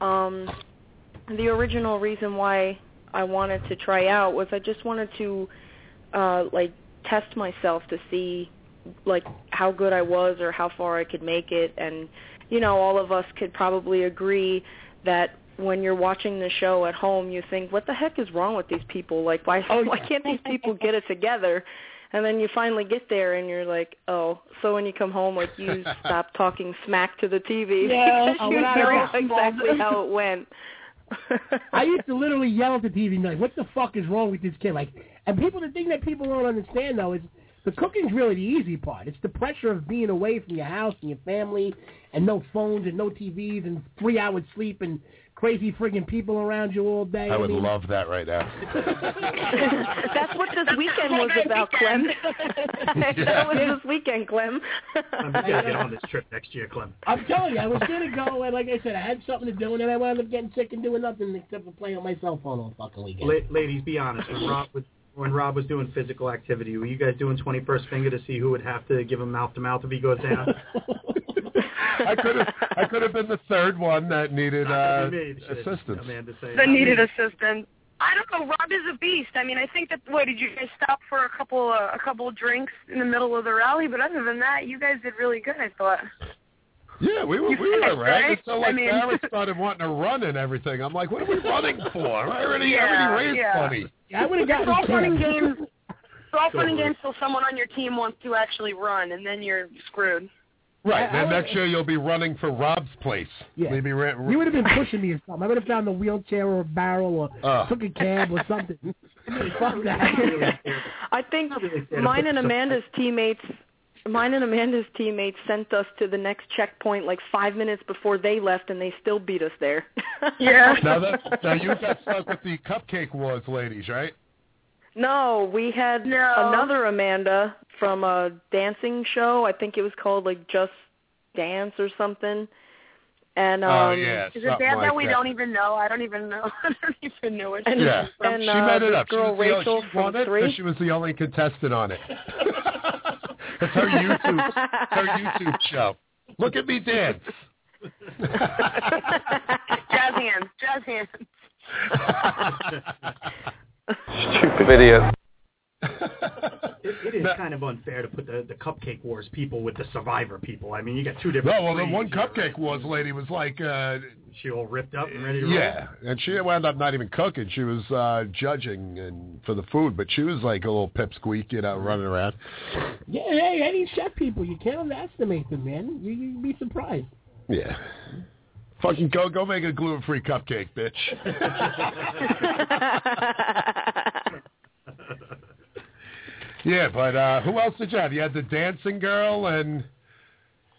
[SPEAKER 11] Um the original reason why I wanted to try out was I just wanted to uh like test myself to see like how good I was or how far I could make it and you know all of us could probably agree that when you're watching the show at home, you think, "What the heck is wrong with these people? Like, why why can't these people get it together?" And then you finally get there, and you're like, "Oh." So when you come home, like you stop talking smack to the TV.
[SPEAKER 8] Yeah.
[SPEAKER 11] because
[SPEAKER 8] Oh,
[SPEAKER 11] you
[SPEAKER 8] when I
[SPEAKER 11] know
[SPEAKER 8] was
[SPEAKER 11] exactly how it went.
[SPEAKER 8] I used to literally yell at the TV and be like, "What the fuck is wrong with this kid?" Like, and people, the thing that people don't understand though is the cooking's really the easy part. It's the pressure of being away from your house and your family, and no phones and no TVs and three hours sleep and crazy friggin' people around you all day.
[SPEAKER 6] I would
[SPEAKER 8] mean,
[SPEAKER 6] love that right now.
[SPEAKER 11] That's what this weekend was about, Clem. that was this weekend, Clem.
[SPEAKER 9] I'm going to get on this trip next year, Clem.
[SPEAKER 8] I'm telling you, I was gonna go, and like I said, I had something to do, and then I wound up getting sick and doing nothing except for playing on my cell phone all fucking weekend.
[SPEAKER 9] La- ladies, be honest. When Rob was when Rob was doing physical activity, were you guys doing 21st finger to see who would have to give him mouth to mouth if he goes down?
[SPEAKER 6] I could have I could have been the third one that needed uh,
[SPEAKER 9] Not gonna be me, shit,
[SPEAKER 6] assistance.
[SPEAKER 9] Amanda saying.
[SPEAKER 12] that needed assistance. I don't know. Rob is a beast. I mean, I think that. What did you guys stop for a couple uh, a couple drinks in the middle of the rally? But other than that, you guys did really good. I thought.
[SPEAKER 6] Yeah, we were we
[SPEAKER 12] You
[SPEAKER 6] were
[SPEAKER 12] finished, right?
[SPEAKER 6] right. It's not
[SPEAKER 12] I
[SPEAKER 6] like
[SPEAKER 12] mean-
[SPEAKER 6] Barrett started wanting to run and everything. I'm like, what are we running for? I already I
[SPEAKER 12] Yeah,
[SPEAKER 6] already raised
[SPEAKER 12] yeah.
[SPEAKER 6] money.
[SPEAKER 8] Yeah, I would have
[SPEAKER 12] It's
[SPEAKER 8] gotten
[SPEAKER 12] all fun and
[SPEAKER 8] killed.
[SPEAKER 12] games. It's all fun and
[SPEAKER 6] Totally.
[SPEAKER 12] games till someone on your team wants to actually run, and then you're screwed.
[SPEAKER 6] Right.
[SPEAKER 8] I- I
[SPEAKER 6] Then
[SPEAKER 8] would-
[SPEAKER 6] next year you'll be running for Rob's place.
[SPEAKER 8] Yeah.
[SPEAKER 6] Maybe ra-
[SPEAKER 8] You would have been pushing me or something. I would have found a wheelchair or a barrel or
[SPEAKER 6] Uh.
[SPEAKER 8] took a cab or something. Fuck that.
[SPEAKER 11] I think
[SPEAKER 9] really fair to
[SPEAKER 11] mine
[SPEAKER 9] put
[SPEAKER 11] and
[SPEAKER 9] some-
[SPEAKER 11] Amanda's teammates, mine and Amanda's teammates sent us to the next checkpoint like five minutes before they left, and they still beat us there.
[SPEAKER 12] Yeah.
[SPEAKER 6] now that now you got stuck with the cupcake wars, ladies, right?
[SPEAKER 11] No, we had
[SPEAKER 12] No.
[SPEAKER 11] another Amanda from a dancing show. I think it was called like Just Dance or something. And um,
[SPEAKER 6] oh yeah.
[SPEAKER 12] Is it
[SPEAKER 6] something
[SPEAKER 12] bad
[SPEAKER 6] like
[SPEAKER 12] that we don't even know? I don't even know. I don't even know what she's
[SPEAKER 6] Yeah.
[SPEAKER 12] from.
[SPEAKER 11] And,
[SPEAKER 6] she
[SPEAKER 11] uh,
[SPEAKER 6] made it
[SPEAKER 11] this
[SPEAKER 6] up.
[SPEAKER 11] girl,
[SPEAKER 6] she was the only-
[SPEAKER 11] Rachel
[SPEAKER 6] she
[SPEAKER 11] from
[SPEAKER 6] won it,
[SPEAKER 11] Three.
[SPEAKER 6] but she was the only contestant on it. it's her YouTube, it's her YouTube show. Look at me dance.
[SPEAKER 12] Jazz hands. Jazz hands.
[SPEAKER 5] Stupid idiot.
[SPEAKER 9] It, it is
[SPEAKER 6] No.
[SPEAKER 9] kind of unfair to put the, the cupcake wars people with the survivor people. I mean, you got two different.
[SPEAKER 6] No, well, the
[SPEAKER 9] breeds
[SPEAKER 6] one
[SPEAKER 9] here, right?
[SPEAKER 6] cupcake wars lady was like, uh,
[SPEAKER 9] She all ripped up and ready to roll.
[SPEAKER 6] yeah, and she wound up not even cooking. She was uh, judging and for the food, but she was like a little pipsqueak, you know, running around.
[SPEAKER 8] yeah, hey, any chef people, you can't underestimate them, man. You, you'd be surprised.
[SPEAKER 6] Yeah. Fucking go, go make a gluten-free cupcake, bitch. uh, yeah, but uh, who else did you have? You had the dancing girl and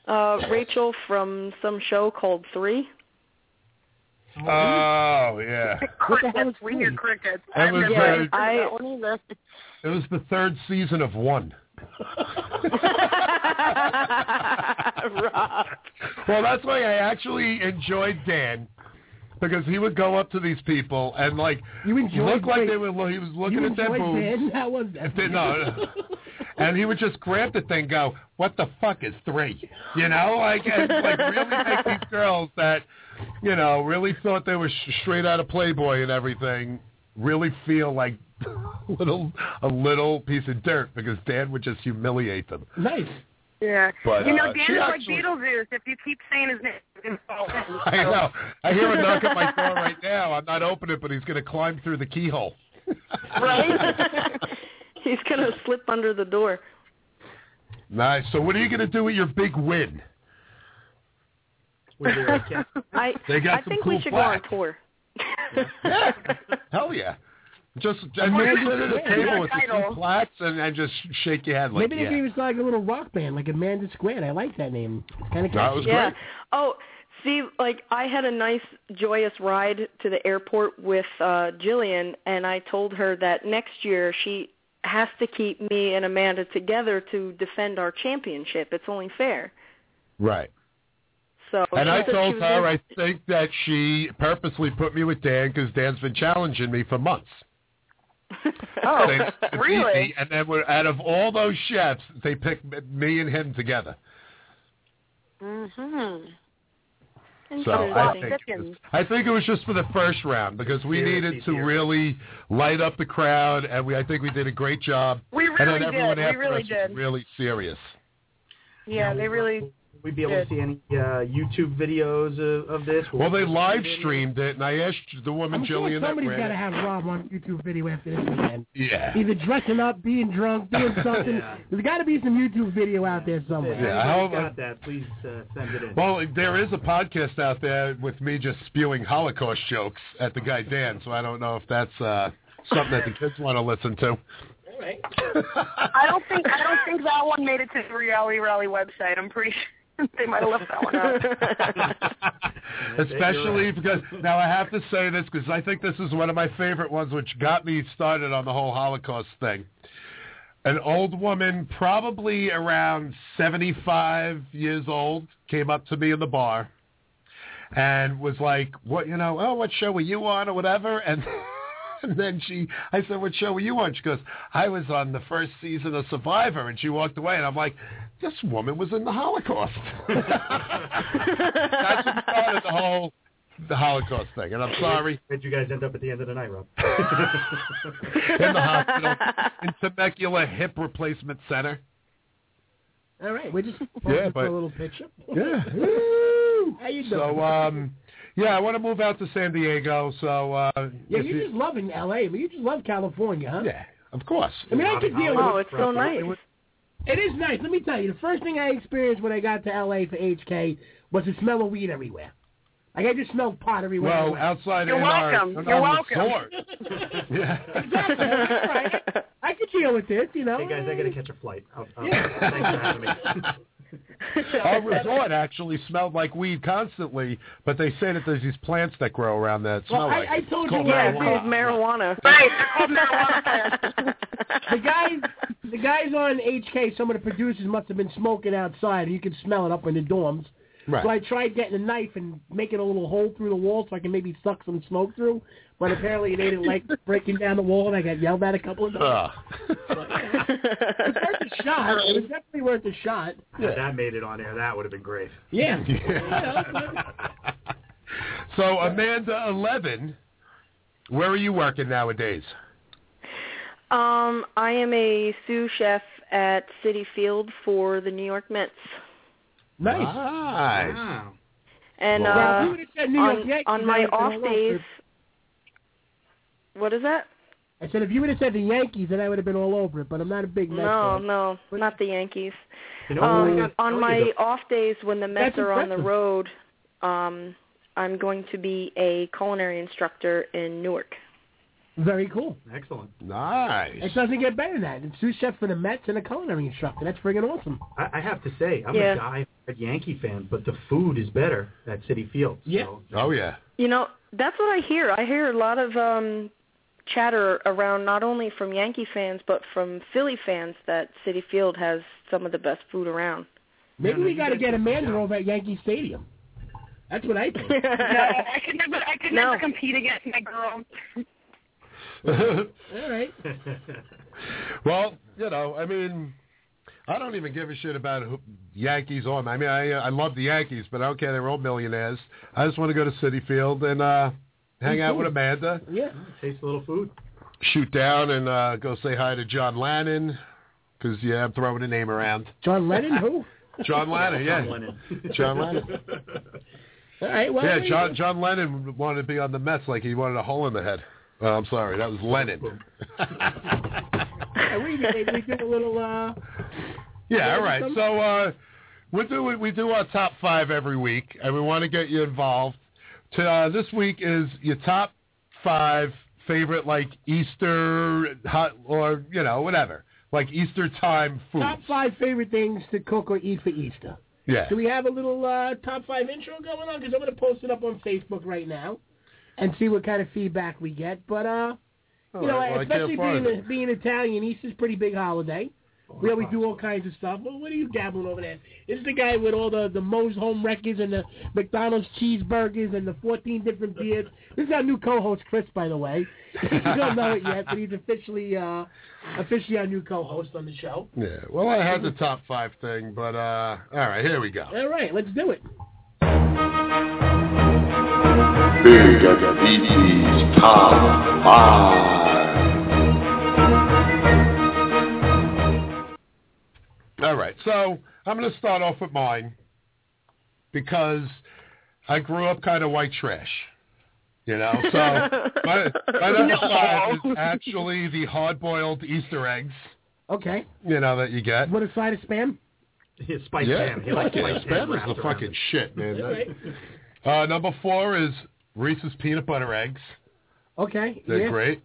[SPEAKER 11] uh, Rachel from some show called Three.
[SPEAKER 6] oh yeah,
[SPEAKER 12] Crickets. We hear crickets.
[SPEAKER 6] That
[SPEAKER 12] I've
[SPEAKER 6] was
[SPEAKER 12] never
[SPEAKER 6] very-
[SPEAKER 12] heard that one either.
[SPEAKER 6] it was the third season of one.
[SPEAKER 11] Rob.
[SPEAKER 6] Well, that's why I actually enjoyed Dan because he would go up to these people and like
[SPEAKER 8] You enjoyed-
[SPEAKER 6] look like
[SPEAKER 8] wait.
[SPEAKER 6] they were lo- he was looking
[SPEAKER 8] You
[SPEAKER 6] at their
[SPEAKER 8] enjoyed
[SPEAKER 6] boobs.
[SPEAKER 8] that? That was
[SPEAKER 6] If they- no, no. And he would just grab the thing, and go, "What the fuck is three? You know, like and, like really make these girls that, you know, really thought they were sh- straight out of Playboy and everything, really feel like little a little piece of dirt because Dad would just humiliate them.
[SPEAKER 8] Nice.
[SPEAKER 12] Yeah.
[SPEAKER 6] But,
[SPEAKER 12] you know,
[SPEAKER 6] uh,
[SPEAKER 12] Dan
[SPEAKER 6] she
[SPEAKER 12] is like
[SPEAKER 6] actually-
[SPEAKER 12] Beetlejuice. If you keep saying his name, he's gonna fall in.
[SPEAKER 6] I know. I hear a knock at my door right now. I'm not opening it, but he's going to climb through the keyhole.
[SPEAKER 11] Right? He's gonna slip under the door.
[SPEAKER 6] Nice. So what are you going to do with your big win?
[SPEAKER 9] With your cat-
[SPEAKER 11] I
[SPEAKER 6] They got
[SPEAKER 11] I
[SPEAKER 6] some
[SPEAKER 11] think
[SPEAKER 6] cool
[SPEAKER 11] we should
[SPEAKER 6] plaques.
[SPEAKER 11] go on tour.
[SPEAKER 6] Yeah. Hell yeah. Just and
[SPEAKER 12] Or
[SPEAKER 6] then
[SPEAKER 12] just
[SPEAKER 6] sit at a
[SPEAKER 12] win.
[SPEAKER 6] table with the
[SPEAKER 12] Title.
[SPEAKER 6] two plaques and, and just shake your head like
[SPEAKER 8] Maybe
[SPEAKER 6] yeah.
[SPEAKER 8] they gave us like a little rock band, like Amanda Squared. I like that name. Kind of
[SPEAKER 6] That was
[SPEAKER 11] yeah.
[SPEAKER 6] great.
[SPEAKER 11] Oh, see, like I had a nice joyous ride to the airport with uh Jillian, and I told her that next year she has to keep me and Amanda together to defend our championship. It's only fair.
[SPEAKER 6] Right.
[SPEAKER 11] So
[SPEAKER 6] And
[SPEAKER 11] she
[SPEAKER 6] I
[SPEAKER 11] said she
[SPEAKER 6] told
[SPEAKER 11] was
[SPEAKER 6] her
[SPEAKER 11] gonna-
[SPEAKER 6] I think that she purposely put me with Dan because Dan's been challenging me for months. They-
[SPEAKER 12] Oh,
[SPEAKER 6] it's
[SPEAKER 12] really?
[SPEAKER 6] easy, And then we're, out of all those chefs, they picked m- me and him together.
[SPEAKER 12] Mhm.
[SPEAKER 6] So I think, it was,
[SPEAKER 12] Chickens.
[SPEAKER 6] I think it was just for the first round because we
[SPEAKER 9] Conspiracy
[SPEAKER 6] needed to
[SPEAKER 9] theory.
[SPEAKER 6] really light up the crowd, and we I think we did a great job.
[SPEAKER 12] We
[SPEAKER 6] and then
[SPEAKER 12] really did.
[SPEAKER 6] everyone
[SPEAKER 12] We
[SPEAKER 6] after
[SPEAKER 12] really
[SPEAKER 6] us
[SPEAKER 12] did.
[SPEAKER 6] was really serious.
[SPEAKER 12] Yeah, they really
[SPEAKER 9] we be able to see any uh, YouTube videos of, of this?
[SPEAKER 6] Well, they live streamed it, and I asked the woman
[SPEAKER 8] I'm sure
[SPEAKER 6] Jillian that
[SPEAKER 8] somebody's
[SPEAKER 6] ran
[SPEAKER 8] got to
[SPEAKER 6] it.
[SPEAKER 8] have Rob on YouTube video after this weekend.
[SPEAKER 6] Yeah.
[SPEAKER 8] Either dressing up, being drunk, doing something. There's got to be some YouTube video out there somewhere.
[SPEAKER 6] Yeah, I hope-
[SPEAKER 9] got that, please uh, send it in.
[SPEAKER 6] Well, there is a podcast out there with me just spewing Holocaust jokes at the guy Dan, so I don't know if that's uh, something that the kids want to listen to.
[SPEAKER 12] I don't think I don't think that one made it to the Reality Rally website. I'm pretty sure they might have left that one out.
[SPEAKER 6] Especially because now I have to say this because I think this is one of my favorite ones, which got me started on the whole Holocaust thing. An old woman, probably around 75 years old, came up to me in the bar and was like, "What you know? Oh, what show were you on, or whatever?" And, and then she, I said, "What show were you on?" She goes, "I was on the first season of Survivor," and she walked away. And I'm like, "This woman was in the Holocaust." That's what started the whole the Holocaust thing. And I'm sorry,
[SPEAKER 9] Did you guys end up at the end of the night, Rob?
[SPEAKER 6] in the hospital in Temecula Hip Replacement Center.
[SPEAKER 8] All right, we're just
[SPEAKER 6] Yeah,
[SPEAKER 8] for
[SPEAKER 6] but-
[SPEAKER 8] a little picture.
[SPEAKER 6] Yeah.
[SPEAKER 8] How you doing?
[SPEAKER 6] So, um, yeah, I want to move out to San Diego. So, uh,
[SPEAKER 8] yeah,
[SPEAKER 6] if
[SPEAKER 8] you just loving L.A., but you just love California, huh?
[SPEAKER 6] Yeah, of course.
[SPEAKER 8] I mean, I
[SPEAKER 6] Robbie
[SPEAKER 8] could deal
[SPEAKER 6] Howard.
[SPEAKER 8] with
[SPEAKER 9] Oh,
[SPEAKER 8] it. It is nice. Let me tell you, the first thing I experienced when I got to L.A. for HK was the smell of weed everywhere. Like I just smelled pot everywhere. I
[SPEAKER 6] Well,
[SPEAKER 8] went.
[SPEAKER 6] outside You're AR, welcome. on You're the welcome. floor. Yeah.
[SPEAKER 8] exactly. All right. I could deal with this, you know.
[SPEAKER 9] Hey guys, I gotta catch a flight. I'll, I'll,
[SPEAKER 8] Yeah.
[SPEAKER 9] Thanks for having me.
[SPEAKER 6] Our resort actually smelled like weed constantly, but they say that there's these plants that grow around that smell
[SPEAKER 8] Well, I,
[SPEAKER 6] like
[SPEAKER 8] I
[SPEAKER 6] it. It's
[SPEAKER 8] told you
[SPEAKER 6] called
[SPEAKER 8] what I
[SPEAKER 6] marijuana.
[SPEAKER 8] did. marijuana.
[SPEAKER 12] Right, they're called marijuana
[SPEAKER 8] the guys, the guys on HK, some of the producers must have been smoking outside, and you could smell it up in the dorms.
[SPEAKER 6] Right.
[SPEAKER 8] So I tried getting a knife and making a little hole through the wall so I can maybe suck some smoke through, but apparently they didn't like breaking down the wall, and I got yelled at a couple of times.
[SPEAKER 6] Ugh.
[SPEAKER 8] It was worth a shot. It was definitely worth a shot.
[SPEAKER 9] If that made it on air, that would have been great.
[SPEAKER 8] Yeah.
[SPEAKER 6] So Amanda, eleven, where are you working nowadays?
[SPEAKER 11] Um, I am a sous chef at City Field for the New York Mets.
[SPEAKER 8] Nice.
[SPEAKER 6] Nice.
[SPEAKER 11] And
[SPEAKER 6] Well,
[SPEAKER 11] uh,
[SPEAKER 6] we
[SPEAKER 8] would've said New York
[SPEAKER 11] on,
[SPEAKER 8] Yankees,
[SPEAKER 11] on
[SPEAKER 8] I
[SPEAKER 11] my
[SPEAKER 8] would've been all
[SPEAKER 11] off
[SPEAKER 8] over
[SPEAKER 11] days,
[SPEAKER 8] it.
[SPEAKER 11] what is that?
[SPEAKER 8] I said if you would have said the Yankees, then I would have been all over it. But I'm not a big Mets
[SPEAKER 11] No,
[SPEAKER 8] fan.
[SPEAKER 11] no, not the Yankees.
[SPEAKER 8] You know,
[SPEAKER 11] um,
[SPEAKER 8] I got-
[SPEAKER 11] on
[SPEAKER 8] I
[SPEAKER 11] my
[SPEAKER 8] got-
[SPEAKER 11] off days when the Mets
[SPEAKER 8] That's
[SPEAKER 11] are on the
[SPEAKER 8] impressive.
[SPEAKER 11] road, um, I'm going to be a culinary instructor in Newark.
[SPEAKER 8] Very cool.
[SPEAKER 9] Excellent.
[SPEAKER 6] Nice.
[SPEAKER 8] It doesn't get better than that. It's sous chef for the Mets and a culinary instructor. That's friggin' awesome.
[SPEAKER 9] I, I have to say, I'm
[SPEAKER 11] Yeah.
[SPEAKER 9] a diehard Yankee fan, but the food is better at City Field. So. Yeah.
[SPEAKER 6] Oh yeah.
[SPEAKER 11] You know, that's what I hear. I hear a lot of um chatter around not only from Yankee fans but from Philly fans that City Field has some of the best food around.
[SPEAKER 8] Maybe we got to get Amanda over at Yankee Stadium. That's what I think.
[SPEAKER 12] no, I could never I could never compete against my girl.
[SPEAKER 8] All right.
[SPEAKER 6] well, you know, I mean, I don't even give a shit about who Yankees or I mean, I I love the Yankees, but I don't care. They're all millionaires. I just want to go to City Field and uh hang out with Amanda,
[SPEAKER 8] Yeah.
[SPEAKER 9] Taste a little food.
[SPEAKER 6] shoot down, and uh go say hi to John Lannon, because yeah, I'm throwing a name around.
[SPEAKER 8] John Lennon, who?
[SPEAKER 6] John Lennon, yeah.
[SPEAKER 9] John Lennon.
[SPEAKER 6] John Lennon.
[SPEAKER 8] All right. Well,
[SPEAKER 6] yeah,
[SPEAKER 8] there you
[SPEAKER 6] John
[SPEAKER 8] go.
[SPEAKER 6] John Lennon wanted to be on the Mets like he wanted a hole in the head. Uh, I'm sorry, that was Lennon.
[SPEAKER 8] Yeah, we did- we did a little. Uh,
[SPEAKER 6] Yeah, all right. So uh, we do we do our top five every week, and we want to get you involved. To, uh, this week is your top five favorite like Easter hot or you know whatever like Easter time food.
[SPEAKER 8] top five favorite things to cook or eat for Easter.
[SPEAKER 6] Yeah.
[SPEAKER 8] Do we have a little uh, top five intro going on? Because I'm going to post it up on Facebook right now and see what kind of feedback we get. But uh,
[SPEAKER 6] All
[SPEAKER 8] you know,
[SPEAKER 6] right, well, I can't
[SPEAKER 8] especially
[SPEAKER 6] find
[SPEAKER 8] being
[SPEAKER 6] it.
[SPEAKER 8] being Italian, Easter's a pretty big holiday. We always do all kinds of stuff. Well, what are you dabbling over there? This is the guy with all the the Moe's home records and the McDonald's cheeseburgers and the 14 different beers. This is our new co-host Chris, by the way. you don't know it yet, but he's officially uh, officially our new co-host on the show.
[SPEAKER 6] Yeah. Well, I had the top five thing, but uh, all right, here we go.
[SPEAKER 8] All right, let's do it.
[SPEAKER 7] Big BT's Top 5.
[SPEAKER 6] All right, so I'm going to start off with mine. because I grew up kind of white trash. You know, so my, my number
[SPEAKER 8] No.
[SPEAKER 6] five is actually the hard-boiled Easter eggs.
[SPEAKER 8] Okay.
[SPEAKER 6] You know that you get.
[SPEAKER 8] What a side of spam.
[SPEAKER 9] His spice
[SPEAKER 6] yeah,
[SPEAKER 9] spam. He likes
[SPEAKER 6] yeah,
[SPEAKER 9] spice
[SPEAKER 6] spam
[SPEAKER 9] spam
[SPEAKER 6] is
[SPEAKER 9] wrapped
[SPEAKER 6] the
[SPEAKER 9] around
[SPEAKER 6] fucking
[SPEAKER 9] it.
[SPEAKER 6] shit, man.
[SPEAKER 9] That's right.
[SPEAKER 6] Uh, number four is Reese's peanut butter eggs.
[SPEAKER 8] Okay.
[SPEAKER 6] They're
[SPEAKER 8] yeah.
[SPEAKER 6] great.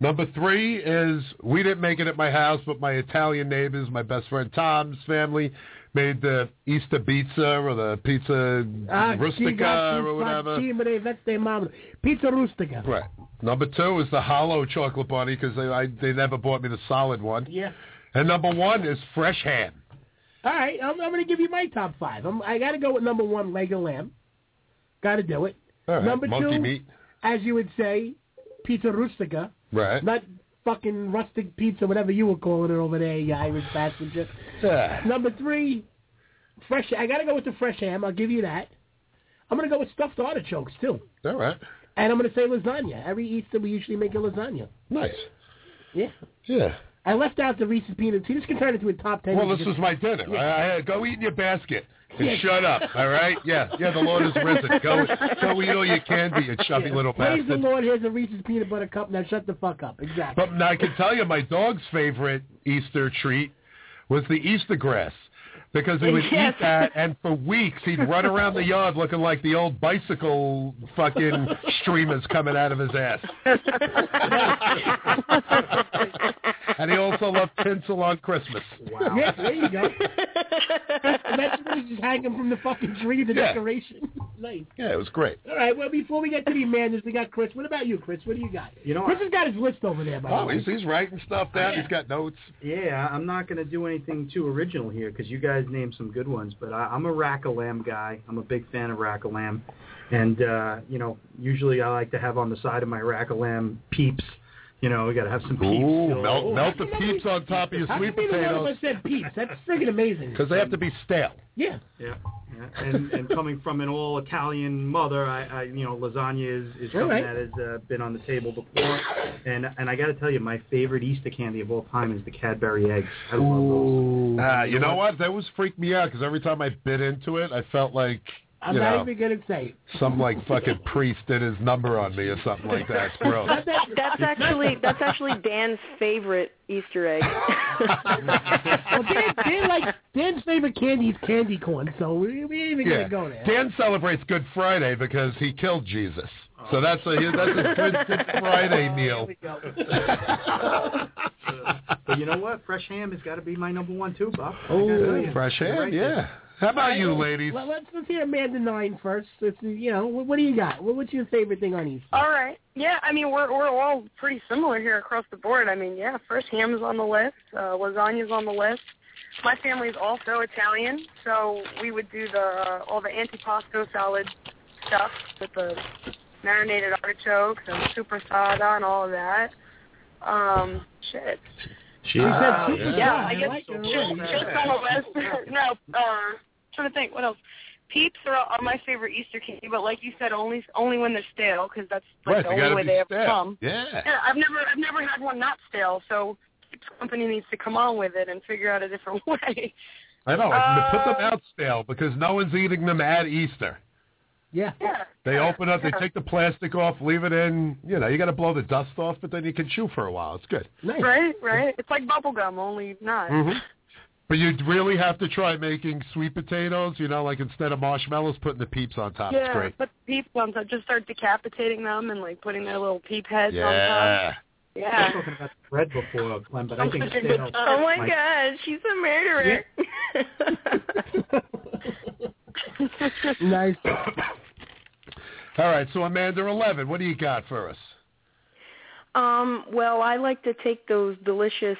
[SPEAKER 6] Number three is we didn't make it at my house, but my Italian neighbors, my best friend Tom's family, made the Easter pizza or the pizza
[SPEAKER 8] Ah,
[SPEAKER 6] rustica
[SPEAKER 8] giganti
[SPEAKER 6] or whatever.
[SPEAKER 8] faccine vette mamma. Pizza rustica.
[SPEAKER 6] Right. Number two is the hollow chocolate bunny because they I, they never bought me the solid one.
[SPEAKER 8] Yeah.
[SPEAKER 6] And number one is fresh ham.
[SPEAKER 8] All right, I'm, I'm going to give you my top five. I'm, I got to go with number one, leg of lamb. Got to do it.
[SPEAKER 6] All right.
[SPEAKER 8] Number
[SPEAKER 6] Monkey
[SPEAKER 8] two,
[SPEAKER 6] meat.
[SPEAKER 8] as you would say, pizza rustica,
[SPEAKER 6] Right.
[SPEAKER 8] not fucking rustic pizza, whatever you were calling it over there, you Irish bastard. Just-
[SPEAKER 6] Yeah.
[SPEAKER 8] Number three, fresh. I got to go with the fresh ham. I'll give you that. I'm going to go with stuffed artichokes too,
[SPEAKER 6] All right.
[SPEAKER 8] and I'm going to say lasagna. Every Easter we usually make a lasagna.
[SPEAKER 6] Nice.
[SPEAKER 8] Yeah.
[SPEAKER 6] Yeah.
[SPEAKER 8] I left out the Reese's peanuts. See, this can turn into a top ten.
[SPEAKER 6] Well,
[SPEAKER 8] You
[SPEAKER 6] this
[SPEAKER 8] just-
[SPEAKER 6] was my dinner.
[SPEAKER 8] Yeah.
[SPEAKER 6] I, I had, go eat in your basket and
[SPEAKER 8] Yeah.
[SPEAKER 6] shut up. All right? Yeah, yeah. The Lord is risen. Go, go eat all you can be, you chubby little
[SPEAKER 8] Praise the
[SPEAKER 6] bastard.
[SPEAKER 8] Lord, here's a Reese's peanut butter cup. Now shut the fuck up. Exactly.
[SPEAKER 6] But I can tell you, my dog's favorite Easter treat was the Easter grass. Because he would
[SPEAKER 8] Yes.
[SPEAKER 6] eat that, and for weeks he'd run around the yard looking like the old bicycle fucking streamers coming out of his ass. and he also loved tinsel on Christmas.
[SPEAKER 9] Wow.
[SPEAKER 8] Yeah, there you go. Imagine this just hanging from the fucking tree, the
[SPEAKER 6] Yeah.
[SPEAKER 8] decoration. nice.
[SPEAKER 6] Yeah, it was great.
[SPEAKER 8] All right, well, before we get to the Amanders, we got Chris. What about you, Chris? What do you got?
[SPEAKER 9] You know,
[SPEAKER 8] Chris
[SPEAKER 9] I-
[SPEAKER 8] has got his list over there, by
[SPEAKER 6] Oh,
[SPEAKER 8] the way.
[SPEAKER 6] he's, he's writing stuff down. He's got notes.
[SPEAKER 9] Yeah, I'm not going to do anything too original here because you guys named some good ones, but I, I'm a rack of lamb guy. I'm a big fan of rack of lamb, and uh, you know, usually I like to have on the side of my rack of lamb peeps. You know, we got to have some peeps.
[SPEAKER 6] Ooh,
[SPEAKER 9] still.
[SPEAKER 6] melt, melt the
[SPEAKER 8] Oh, How come
[SPEAKER 6] peeps on top of your
[SPEAKER 8] How
[SPEAKER 6] sweet
[SPEAKER 8] come neither one
[SPEAKER 6] potatoes
[SPEAKER 8] of us said peeps? That's freaking amazing.
[SPEAKER 6] because they have to be stale.
[SPEAKER 8] Yeah.
[SPEAKER 9] Yeah, yeah. And, and coming from an all Italian mother, I, I you know lasagna is, is something
[SPEAKER 8] Alright.
[SPEAKER 9] that has uh, been on the table before, and and I got to tell you, my favorite Easter candy of all time is the Cadbury eggs. I love those.
[SPEAKER 6] Ah, you know what? That was freaked me out because every time I bit into it, I felt like
[SPEAKER 8] I'm
[SPEAKER 6] you
[SPEAKER 8] not
[SPEAKER 6] know
[SPEAKER 8] even going to say it.
[SPEAKER 6] some like fucking priest did his number on me or something like that. It's gross.
[SPEAKER 8] Not that-
[SPEAKER 11] That's actually that's actually Dan's favorite Easter egg.
[SPEAKER 8] well, Dan, Dan, like, Dan's favorite candy is candy corn, so we, we ain't even
[SPEAKER 6] Yeah.
[SPEAKER 8] going to go there.
[SPEAKER 6] Dan celebrates Good Friday because he killed Jesus. So that's a that's a good Good
[SPEAKER 8] Oh,
[SPEAKER 6] Friday meal.
[SPEAKER 9] But you know what? Fresh ham has got to be my number one too, Bob. I
[SPEAKER 8] Oh,
[SPEAKER 9] gotta tell you.
[SPEAKER 6] Fresh
[SPEAKER 9] You're
[SPEAKER 6] ham,
[SPEAKER 9] right
[SPEAKER 6] yeah. How about you,
[SPEAKER 8] All right,
[SPEAKER 6] ladies?
[SPEAKER 8] Let, let's let's hear Amanda nine first. Let's, see, you know, what, what do you got? What, what's your favorite thing on Easter?
[SPEAKER 12] All right. Yeah, I mean we're we're all pretty similar here across the board. I mean, yeah, first ham is on the list, uh, lasagna's on the list. My family's also Italian, so we would do the uh, all the antipasto salad stuff with the marinated artichokes and supersada and all of that. Um, shit.
[SPEAKER 8] She said super
[SPEAKER 12] Yeah, I guess
[SPEAKER 8] like her.
[SPEAKER 12] just, just on the list. no, uh, trying to think what else. Peeps are, are my favorite Easter candy, but like you said, only only when they're stale because that's like
[SPEAKER 6] Right,
[SPEAKER 12] the
[SPEAKER 6] they
[SPEAKER 12] only
[SPEAKER 6] gotta
[SPEAKER 12] way
[SPEAKER 6] be
[SPEAKER 12] they ever
[SPEAKER 6] stale.
[SPEAKER 12] come.
[SPEAKER 6] Yeah.
[SPEAKER 12] Yeah, I've never I've never had one not stale, so Peeps Company needs to come on with it and figure out a different way.
[SPEAKER 6] I know. I put them
[SPEAKER 12] Uh,
[SPEAKER 6] out stale because no one's eating them at Easter.
[SPEAKER 8] Yeah.
[SPEAKER 12] Yeah.
[SPEAKER 6] They
[SPEAKER 12] yeah,
[SPEAKER 6] open up, they
[SPEAKER 12] yeah.
[SPEAKER 6] take the plastic off, leave it in. You know, you got to blow the dust off, but then you can chew for a while. It's good.
[SPEAKER 8] Nice.
[SPEAKER 12] Right, right. It's like bubble gum, only not.
[SPEAKER 11] Mm-hmm.
[SPEAKER 6] Mhm. But you'd really have to try making sweet potatoes. You know, like instead of marshmallows, putting the peeps on top.
[SPEAKER 12] Yeah,
[SPEAKER 6] it's great.
[SPEAKER 12] put the peep ones. I just start decapitating them and like putting their little peep heads on top.
[SPEAKER 6] Yeah.
[SPEAKER 9] I was
[SPEAKER 12] Yeah.
[SPEAKER 9] talking about the bread before, Clem, but I think it's stale.
[SPEAKER 11] oh my
[SPEAKER 9] My-
[SPEAKER 11] God, she's a murderer.
[SPEAKER 8] nice.
[SPEAKER 6] All right, so Amanda, eleven. What do you got for us?
[SPEAKER 11] um, well, I like to take those delicious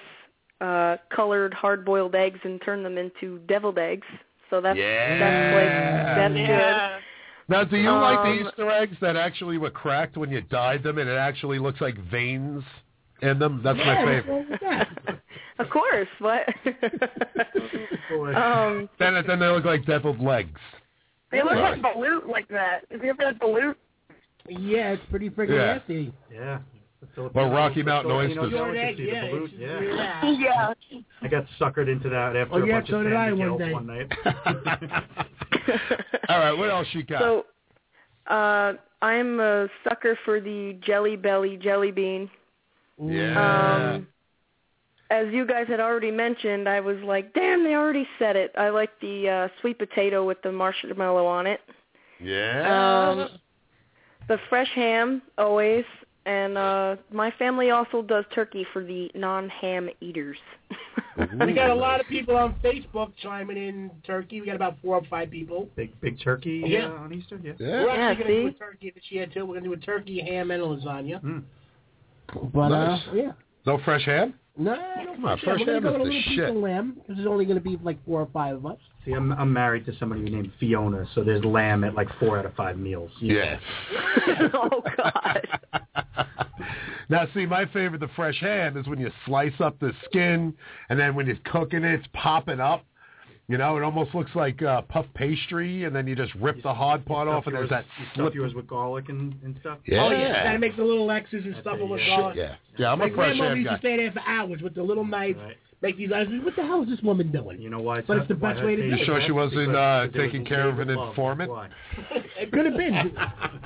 [SPEAKER 11] uh colored hard-boiled eggs and turn them into deviled eggs. So that's that's like that's good.
[SPEAKER 12] Yeah.
[SPEAKER 6] Now, do you like the
[SPEAKER 11] Um,
[SPEAKER 6] Easter eggs that actually were cracked when you dyed them, and it actually looks like veins in them? That's my favorite.
[SPEAKER 11] of course. What?
[SPEAKER 9] Boy.
[SPEAKER 11] um,
[SPEAKER 6] Then, then they look like deviled legs.
[SPEAKER 12] They look
[SPEAKER 6] Right.
[SPEAKER 12] like balut like that. Have you ever had balut?
[SPEAKER 8] Yeah, it's pretty freaking
[SPEAKER 6] Yeah.
[SPEAKER 8] nasty.
[SPEAKER 9] yeah.
[SPEAKER 6] Well, Rocky Mountain
[SPEAKER 9] Filipino
[SPEAKER 6] oysters.
[SPEAKER 9] delicacy, the balut, yeah.
[SPEAKER 12] Yeah.
[SPEAKER 9] I got suckered into that after
[SPEAKER 12] Oh,
[SPEAKER 9] a
[SPEAKER 12] yeah,
[SPEAKER 9] bunch
[SPEAKER 12] so
[SPEAKER 9] of
[SPEAKER 12] did I
[SPEAKER 9] Sandy
[SPEAKER 12] one
[SPEAKER 9] Gills
[SPEAKER 12] day.
[SPEAKER 9] one night.
[SPEAKER 6] All right, what else you got?
[SPEAKER 11] So, uh, I'm a sucker for the Jelly Belly jelly bean.
[SPEAKER 6] yeah.
[SPEAKER 11] Um, as you guys had already mentioned, I was like, damn, they already said it. I like the uh, sweet potato with the marshmallow on it.
[SPEAKER 6] yeah.
[SPEAKER 11] um, the fresh ham, always. And uh, my family also does turkey for the non-ham eaters.
[SPEAKER 8] We got a lot of people on Facebook chiming in Turkey. We got about four or five people.
[SPEAKER 9] Big big turkey
[SPEAKER 8] Yeah.
[SPEAKER 9] uh, on Easter, yeah.
[SPEAKER 8] We're actually
[SPEAKER 11] Yeah,
[SPEAKER 8] going to
[SPEAKER 11] see?
[SPEAKER 8] do a turkey this year, too. We're going to do a turkey, ham, and lasagna.
[SPEAKER 6] Mm. But,
[SPEAKER 8] uh, yeah.
[SPEAKER 6] No fresh ham?
[SPEAKER 8] No, I don't
[SPEAKER 6] Come on,
[SPEAKER 8] think
[SPEAKER 6] fresh
[SPEAKER 8] so. We're
[SPEAKER 6] ham is the
[SPEAKER 8] gonna go with a little piece
[SPEAKER 6] shit.
[SPEAKER 8] of lamb, 'cause there's only going to be like four or five of us.
[SPEAKER 9] See, I'm I'm married to somebody named Fiona, so there's lamb at like four out of five meals.
[SPEAKER 6] Yeah.
[SPEAKER 11] oh God.
[SPEAKER 6] Now, see, my favorite, the fresh ham, is when you slice up the skin, and then when you're cooking it, it's popping up. You know, it almost looks like uh, puff pastry, and then you just rip the hard part off, and there's that
[SPEAKER 9] you
[SPEAKER 6] slip.
[SPEAKER 9] stuff yours with garlic and, and stuff.
[SPEAKER 6] Yeah.
[SPEAKER 8] Oh, yeah. Got to make the little X's and stuff over garlic.
[SPEAKER 6] Yeah, yeah, I'm
[SPEAKER 8] My
[SPEAKER 6] a fresh
[SPEAKER 8] grandmother
[SPEAKER 6] ham
[SPEAKER 8] used to
[SPEAKER 6] guy. Mm.
[SPEAKER 8] stay there for hours with the little knife, make these eyes. What the hell is this woman doing?
[SPEAKER 9] You know why?
[SPEAKER 8] But it's the
[SPEAKER 9] why
[SPEAKER 8] best
[SPEAKER 9] her
[SPEAKER 8] way to do
[SPEAKER 9] taste
[SPEAKER 6] You
[SPEAKER 8] it.
[SPEAKER 6] sure she
[SPEAKER 9] test?
[SPEAKER 6] wasn't,
[SPEAKER 9] Because
[SPEAKER 6] uh,
[SPEAKER 9] there was
[SPEAKER 6] taking care of an
[SPEAKER 9] labor involved, that's
[SPEAKER 6] informant?
[SPEAKER 9] why.
[SPEAKER 8] It could have been.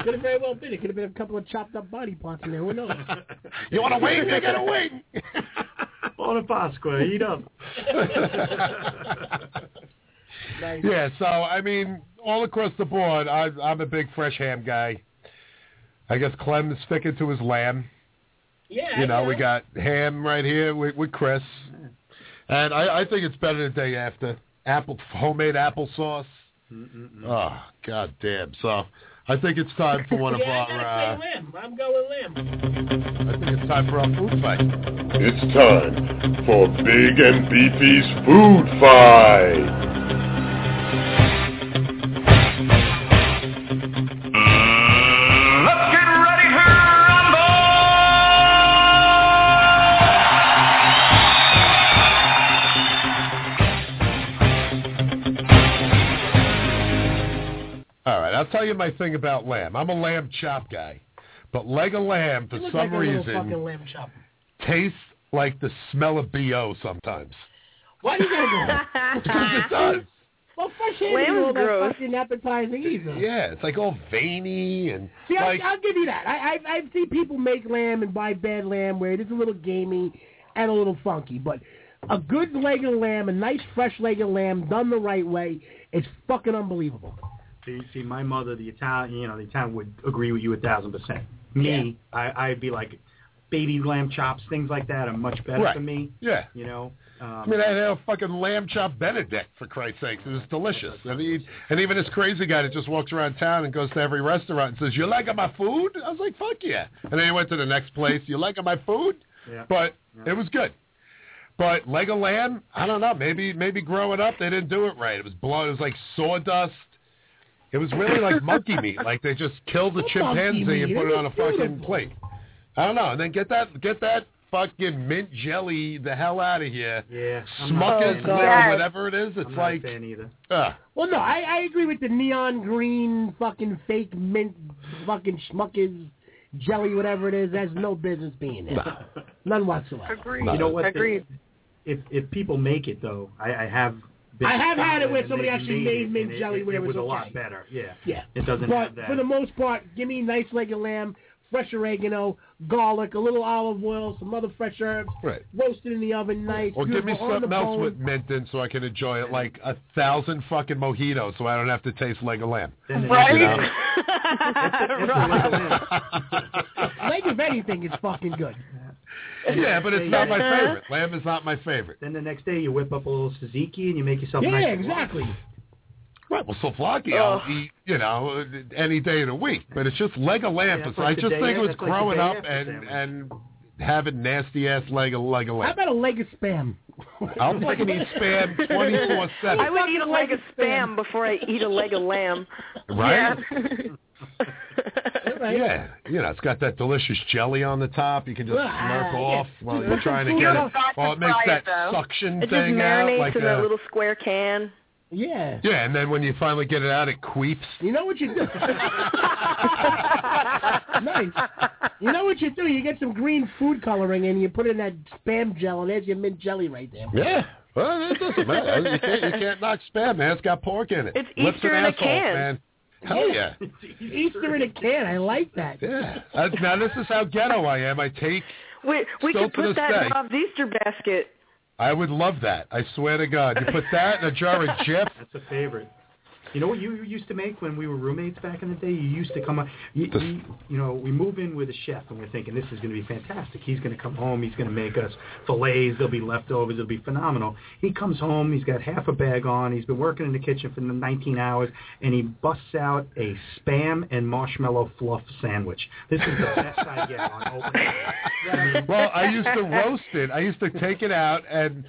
[SPEAKER 8] could have very well been. It could have been a couple of chopped up body parts in there. Who knows?
[SPEAKER 6] You want to wait? You got to wait.
[SPEAKER 9] On a Pasqua, eat up.
[SPEAKER 8] Nice.
[SPEAKER 6] Yeah, so I mean, all across the board, I, I'm a big fresh ham guy. I guess Clem is sticking to his lamb.
[SPEAKER 8] Yeah.
[SPEAKER 6] You know, we got ham right here with, with Chris, and I, I think it's better the day after apple homemade applesauce.
[SPEAKER 8] Mm-hmm.
[SPEAKER 6] Oh god damn! So I think it's time for one of
[SPEAKER 8] yeah, I
[SPEAKER 6] our.
[SPEAKER 8] gotta
[SPEAKER 6] Uh,
[SPEAKER 8] say lamb. I'm going lamb.
[SPEAKER 6] I think it's time for our food fight.
[SPEAKER 7] It's time for Big and Beefy's Food Fight.
[SPEAKER 6] All right, I'll tell you my thing about lamb. I'm a lamb chop guy, but leg of lamb for
[SPEAKER 8] You look
[SPEAKER 6] some
[SPEAKER 8] like a little
[SPEAKER 6] reason
[SPEAKER 8] fucking lamb chop.
[SPEAKER 6] tastes like the smell of bo sometimes.
[SPEAKER 8] Why do you gotta go?
[SPEAKER 6] Because it does.
[SPEAKER 8] Well, fresh ham
[SPEAKER 11] Lamb's
[SPEAKER 8] is all that
[SPEAKER 11] gross.
[SPEAKER 8] fucking appetizing either.
[SPEAKER 6] Yeah, it's like all veiny and
[SPEAKER 8] See,
[SPEAKER 6] like
[SPEAKER 8] I'll, I'll give you that. I, I've, I've seen people make lamb and buy bad lamb where it is a little gamey and a little funky, but a good leg of lamb, a nice fresh leg of lamb done the right way, is fucking unbelievable.
[SPEAKER 9] See, see, my mother, the Italian, you know, the Italian would agree with you a thousand percent. Me, I, I'd be like, baby lamb chops, things like that are much better
[SPEAKER 6] Right.
[SPEAKER 9] for me.
[SPEAKER 6] yeah.
[SPEAKER 9] You know, um,
[SPEAKER 6] I mean, I had a fucking lamb chop Benedict for Christ's sakes. It was delicious. I mean, and even this crazy guy that just walks around town and goes to every restaurant and says, "You liking my food?" I was like, "Fuck yeah!" And then he went to the next place. You liking my food?
[SPEAKER 9] Yeah.
[SPEAKER 6] But it was good. But leg of lamb, I don't know. Maybe maybe growing up they didn't do it right. It was blood. It was like sawdust. It was really like monkey meat. Like they just killed the
[SPEAKER 8] Monkey
[SPEAKER 6] chimpanzee and
[SPEAKER 8] meat.
[SPEAKER 6] put it on a
[SPEAKER 8] It was
[SPEAKER 6] fucking
[SPEAKER 8] beautiful.
[SPEAKER 6] plate. I don't know. And then get that get that fucking mint jelly the hell out of here.
[SPEAKER 9] yeah, I'm not a
[SPEAKER 6] Smuckers,
[SPEAKER 9] fan.
[SPEAKER 11] God.
[SPEAKER 6] or whatever it is. It's
[SPEAKER 9] I'm not
[SPEAKER 6] like,
[SPEAKER 9] a fan either.
[SPEAKER 6] uh,
[SPEAKER 8] Well, no, I, I agree with the neon green fucking fake mint fucking schmuckers jelly, whatever it is, has no business being there. None whatsoever.
[SPEAKER 12] Agreed.
[SPEAKER 9] You know what? the-
[SPEAKER 12] Agreed.
[SPEAKER 9] if if people make it though, I, I have. been
[SPEAKER 8] I have
[SPEAKER 9] to
[SPEAKER 8] had it
[SPEAKER 9] Scotland
[SPEAKER 8] where
[SPEAKER 9] and
[SPEAKER 8] somebody
[SPEAKER 9] they
[SPEAKER 8] actually
[SPEAKER 9] made
[SPEAKER 8] made
[SPEAKER 9] it,
[SPEAKER 8] mint
[SPEAKER 9] and it-
[SPEAKER 8] jelly
[SPEAKER 9] it,
[SPEAKER 8] where it
[SPEAKER 9] was
[SPEAKER 8] was
[SPEAKER 9] a lot
[SPEAKER 8] okay.
[SPEAKER 9] better. Yeah.
[SPEAKER 8] Yeah.
[SPEAKER 9] It doesn't
[SPEAKER 8] But
[SPEAKER 9] have that.
[SPEAKER 8] for the most part, give me nice leg of lamb, fresh oregano, garlic, a little olive oil, some other fresh herbs,
[SPEAKER 6] Right.
[SPEAKER 8] roasted in the oven, nice.
[SPEAKER 6] or give me
[SPEAKER 8] beautiful, on
[SPEAKER 6] something
[SPEAKER 8] the
[SPEAKER 6] else
[SPEAKER 8] bone.
[SPEAKER 6] with mint in so I can enjoy it like a thousand fucking mojitos so I don't have to taste leg of lamb.
[SPEAKER 9] Then it-
[SPEAKER 6] You know?
[SPEAKER 8] leg of anything is fucking good.
[SPEAKER 6] yeah, but it's not my favorite. Lamb is not my favorite.
[SPEAKER 9] Then the next day you whip up a little tzatziki and you make yourself.
[SPEAKER 8] yeah,
[SPEAKER 9] nice and warm.
[SPEAKER 8] exactly.
[SPEAKER 6] Right, well, souvlaki
[SPEAKER 11] Ugh.
[SPEAKER 6] I'll eat, you know, any day of the week. But it's just leg of lamb.
[SPEAKER 9] Yeah, that's
[SPEAKER 6] So
[SPEAKER 9] like
[SPEAKER 6] I
[SPEAKER 9] the
[SPEAKER 6] just
[SPEAKER 9] day-
[SPEAKER 6] think it was
[SPEAKER 9] that's like the
[SPEAKER 6] growing
[SPEAKER 9] day
[SPEAKER 6] up
[SPEAKER 9] after
[SPEAKER 6] and,
[SPEAKER 9] sandwich.
[SPEAKER 6] and having nasty-ass leg of, leg of
[SPEAKER 8] How
[SPEAKER 6] lamb.
[SPEAKER 8] about a leg of spam?
[SPEAKER 6] I'll fucking eat Spam 24-7.
[SPEAKER 11] I would eat a leg of spam before I eat a leg of lamb.
[SPEAKER 6] Right?
[SPEAKER 8] All right.
[SPEAKER 6] Yeah, you know, it's got that delicious jelly on the top. You can just
[SPEAKER 8] Ah,
[SPEAKER 6] smurf
[SPEAKER 8] yeah.
[SPEAKER 6] off while you're trying to
[SPEAKER 8] You
[SPEAKER 6] get
[SPEAKER 12] don't
[SPEAKER 6] it.
[SPEAKER 12] have to
[SPEAKER 6] Well, it makes
[SPEAKER 12] fry
[SPEAKER 6] that
[SPEAKER 12] it, though.
[SPEAKER 6] suction
[SPEAKER 11] It just
[SPEAKER 6] thing out,
[SPEAKER 11] marinates
[SPEAKER 6] like
[SPEAKER 11] in that
[SPEAKER 6] a-
[SPEAKER 11] little square can.
[SPEAKER 8] Yeah.
[SPEAKER 6] yeah. And then when you finally get it out, it queeps.
[SPEAKER 8] You know what you do? nice. You know what you do? You get some green food coloring and you put in that spam gel, and there's your mint jelly right there.
[SPEAKER 6] Yeah. Well, it doesn't matter. You can't, you can't knock spam, man. It's got pork in it.
[SPEAKER 11] It's
[SPEAKER 6] Lips
[SPEAKER 11] Easter
[SPEAKER 6] and
[SPEAKER 11] in a
[SPEAKER 6] assholes,
[SPEAKER 11] can.
[SPEAKER 6] man. Hell yeah.
[SPEAKER 8] Easter in a can. I like that.
[SPEAKER 6] Yeah. Uh, now, this is how ghetto I am. I take,
[SPEAKER 11] We we
[SPEAKER 6] Still
[SPEAKER 11] could
[SPEAKER 6] to this
[SPEAKER 11] put that
[SPEAKER 6] day.
[SPEAKER 11] in Bob's Easter basket.
[SPEAKER 6] I would love that. I swear to God. You put that in a jar of Jif.
[SPEAKER 9] That's a favorite. You know what you used to make when we were roommates back in the day? You used to come up. You, you, you know, we move in with a chef, and we're thinking this is going to be fantastic. He's going to come home. He's going to make us fillets. There'll be leftovers. It'll be phenomenal. He comes home. He's got half a bag on. He's been working in the kitchen for 19 hours, and he busts out a spam and marshmallow fluff sandwich. This is the best I get on opening.
[SPEAKER 6] Well, I used to roast it. I used to take it out and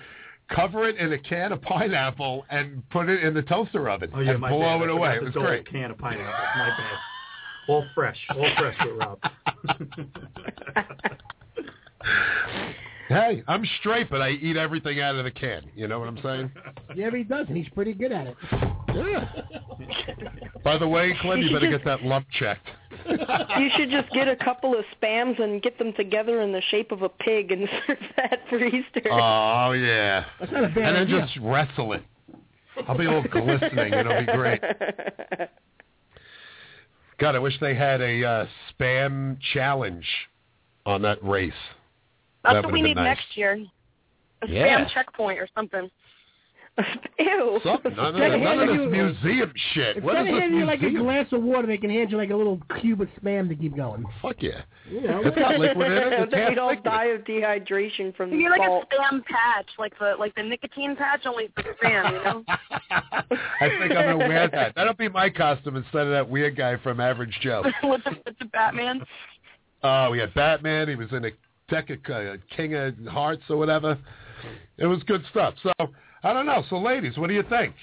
[SPEAKER 6] cover it in a can of pineapple and put it in the toaster oven
[SPEAKER 9] Oh yeah,
[SPEAKER 6] and
[SPEAKER 9] my
[SPEAKER 6] blow
[SPEAKER 9] bad.
[SPEAKER 6] it
[SPEAKER 9] I
[SPEAKER 6] away.
[SPEAKER 9] forgot
[SPEAKER 6] It was
[SPEAKER 9] the
[SPEAKER 6] great.
[SPEAKER 9] Dole Can of pineapple. My bad. All fresh. All fresh with Rob.
[SPEAKER 6] Hey, I'm straight, but I eat everything out of the can. You know what I'm saying?
[SPEAKER 8] Yeah, he does, and he's pretty good at it.
[SPEAKER 6] By the way, Clem, you
[SPEAKER 11] You
[SPEAKER 6] better
[SPEAKER 11] just-
[SPEAKER 6] get that lump checked.
[SPEAKER 11] You should just get a couple of spams and get them together in the shape of a pig and serve that for Easter.
[SPEAKER 6] Oh yeah.
[SPEAKER 11] That's not a bad
[SPEAKER 6] And then
[SPEAKER 11] idea.
[SPEAKER 6] just wrestle it. I'll be all glistening. It'll be great. God, I wish they had a uh, spam challenge on that race. That
[SPEAKER 12] That's
[SPEAKER 6] would've
[SPEAKER 12] what we
[SPEAKER 6] been
[SPEAKER 12] need
[SPEAKER 6] nice.
[SPEAKER 12] next year. A
[SPEAKER 6] Yeah.
[SPEAKER 12] spam checkpoint or something.
[SPEAKER 11] Ew.
[SPEAKER 6] Something. None of, this- none of this museum shit. What is
[SPEAKER 8] Instead of
[SPEAKER 6] this
[SPEAKER 8] handing you like a
[SPEAKER 6] museum?
[SPEAKER 8] glass of water, they can hand you like a little cube of spam to keep going.
[SPEAKER 6] Fuck yeah.
[SPEAKER 8] You know,
[SPEAKER 6] It's got liquid in it. It's
[SPEAKER 11] that
[SPEAKER 6] half
[SPEAKER 11] we don't die of dehydration from
[SPEAKER 12] You
[SPEAKER 11] the
[SPEAKER 12] need like
[SPEAKER 11] salt.
[SPEAKER 12] a spam patch, like the like the nicotine patch, only for spam. You know.
[SPEAKER 6] I think I'm gonna wear that. That'll be my costume instead of that weird guy from Average Joe.
[SPEAKER 12] with, the, with the Batman.
[SPEAKER 6] Oh, we had Batman. He was in a deck of uh, King of Hearts or whatever. It was good stuff. So I don't know. So ladies, what do you think?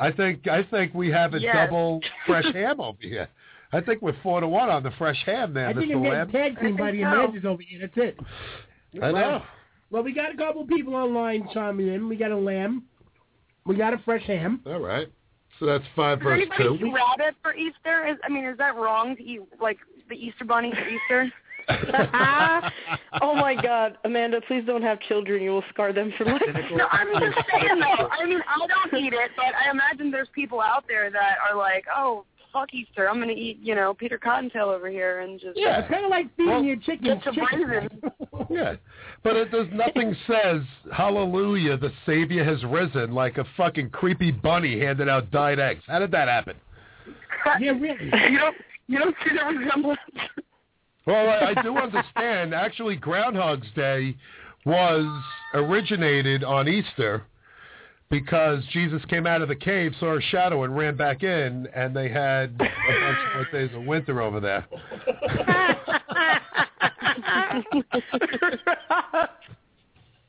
[SPEAKER 6] I think I think we have a
[SPEAKER 8] Yes.
[SPEAKER 6] double fresh ham over here. I think we're four to one on the fresh ham there,
[SPEAKER 8] I think
[SPEAKER 6] Mr.
[SPEAKER 8] I'm
[SPEAKER 6] Lamb.
[SPEAKER 8] getting tag team by the Amanda's over here. That's it.
[SPEAKER 6] I know.
[SPEAKER 8] Well, we got a couple people online chiming in. We got a lamb. We got a fresh ham.
[SPEAKER 6] All right. So that's five
[SPEAKER 12] Does
[SPEAKER 6] versus
[SPEAKER 12] anybody
[SPEAKER 6] two.
[SPEAKER 12] eat rabbit for Easter? Is, I mean, is that wrong to eat like the Easter bunny for Easter? Uh,
[SPEAKER 11] oh my God, Amanda! Please don't have children. You will scar them for life.
[SPEAKER 12] No, I'm just saying though. I mean, I don't eat it, but I imagine there's people out there that are like, oh, fuck Easter. I'm gonna eat, you know, Peter Cottontail over here and just
[SPEAKER 6] Yeah. It's
[SPEAKER 8] kinda like feeding your chickens
[SPEAKER 12] Get some
[SPEAKER 8] chicken.
[SPEAKER 12] raisin.
[SPEAKER 6] Yeah, but it, there's nothing says "Hallelujah, the Savior has risen" like a fucking creepy bunny handing out dyed eggs. How did that happen?
[SPEAKER 8] Yeah, really.
[SPEAKER 12] You don't you don't see the resemblance.
[SPEAKER 6] Well, I, I do understand. Actually, Groundhog's Day was originated on Easter because Jesus came out of the cave, saw a shadow, and ran back in, and they had a bunch of more days of winter over there.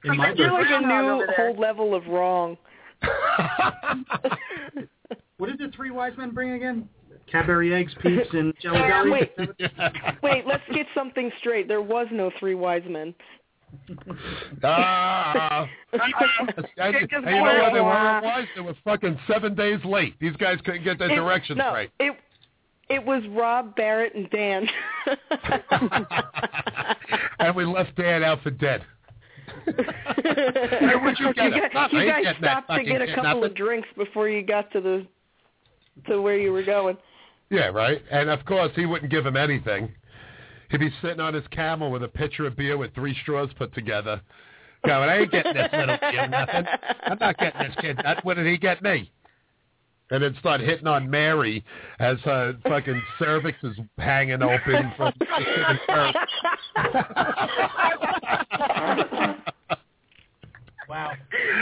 [SPEAKER 9] In my
[SPEAKER 11] I feel like a
[SPEAKER 9] birthday-
[SPEAKER 11] new whole level of wrong.
[SPEAKER 9] What did the three wise men bring again? Cadbury eggs, peeps, and jelly belly.
[SPEAKER 11] Wait. Wait, let's get something straight. There was no three wise men.
[SPEAKER 6] Ah, and, and you know what? They were wise. They were fucking seven days late. These guys couldn't get their
[SPEAKER 11] It-
[SPEAKER 6] directions
[SPEAKER 11] no,
[SPEAKER 6] right.
[SPEAKER 11] It it was Rob, Barrett, and Dan.
[SPEAKER 6] and we left Dan out for dead. Where would you
[SPEAKER 11] you
[SPEAKER 6] get it?
[SPEAKER 11] guys,
[SPEAKER 6] Nothing.
[SPEAKER 11] you
[SPEAKER 6] Ain't getting
[SPEAKER 11] guys
[SPEAKER 6] that
[SPEAKER 11] stopped to
[SPEAKER 6] fucking
[SPEAKER 11] get a
[SPEAKER 6] shit,
[SPEAKER 11] couple
[SPEAKER 6] nothing.
[SPEAKER 11] of drinks before you got to the to where you were going.
[SPEAKER 6] Yeah, right. And of course, he wouldn't give him anything. He'd be sitting on his camel with a pitcher of beer with three straws put together, going, "I ain't getting this little kid nothing. I'm not getting this kid. That, what did he get me?" And then start hitting on Mary as her fucking cervix is hanging open from the curve.
[SPEAKER 9] Wow.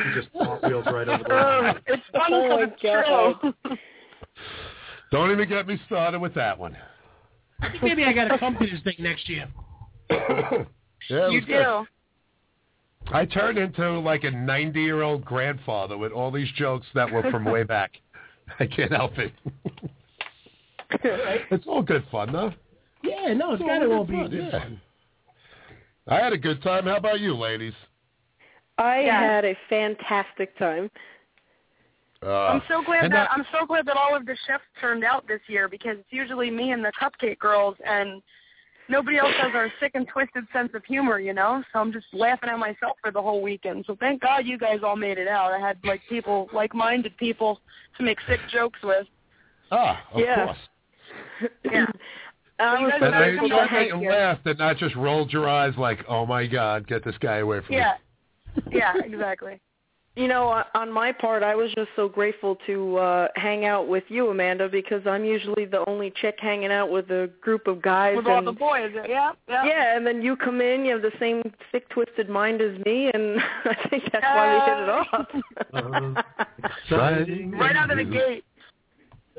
[SPEAKER 9] He just front wheels right over the
[SPEAKER 12] Uh,
[SPEAKER 9] line.
[SPEAKER 12] it's funny
[SPEAKER 11] Oh,
[SPEAKER 12] because
[SPEAKER 11] my
[SPEAKER 12] it's true.
[SPEAKER 6] Don't even get me started with that one.
[SPEAKER 8] I think maybe I got to come to this thing next year.
[SPEAKER 6] Yeah, it
[SPEAKER 12] You
[SPEAKER 6] was good.
[SPEAKER 12] do.
[SPEAKER 6] I turned into like a 90 year old grandfather with all these jokes that were from way back. I can't help it. it's all good fun, though.
[SPEAKER 8] Yeah, no, it's got to all be.
[SPEAKER 6] Yeah. I had a good time. How about you, ladies?
[SPEAKER 11] I
[SPEAKER 12] Yeah.
[SPEAKER 11] had a fantastic time.
[SPEAKER 6] Uh,
[SPEAKER 12] I'm so glad that,
[SPEAKER 6] and
[SPEAKER 12] I'm so glad that all of the chefs turned out this year because it's usually me and the cupcake girls and nobody else has our sick and twisted sense of humor, you know. So I'm just laughing at myself for the whole weekend. So thank God you guys all made it out. I had like people, like-minded people, to make sick jokes with.
[SPEAKER 6] Ah, of
[SPEAKER 12] yeah.
[SPEAKER 6] course.
[SPEAKER 12] Yeah. So you guys
[SPEAKER 6] But I
[SPEAKER 12] better come
[SPEAKER 6] enjoy
[SPEAKER 12] back
[SPEAKER 6] that you
[SPEAKER 12] here.
[SPEAKER 6] laughed and not just rolled your eyes like, oh my God, get this guy away from me.
[SPEAKER 12] Yeah. Yeah, exactly.
[SPEAKER 11] You know, uh, on my part, I was just so grateful to uh hang out with you, Amanda, because I'm usually the only chick hanging out with a group of guys.
[SPEAKER 12] With
[SPEAKER 11] and,
[SPEAKER 12] all the boys, yeah, yeah.
[SPEAKER 11] Yeah, and then you come in, you have the same sick, twisted mind as me, and I think that's why we hit it off.
[SPEAKER 6] Exciting.
[SPEAKER 12] Right out of the gate.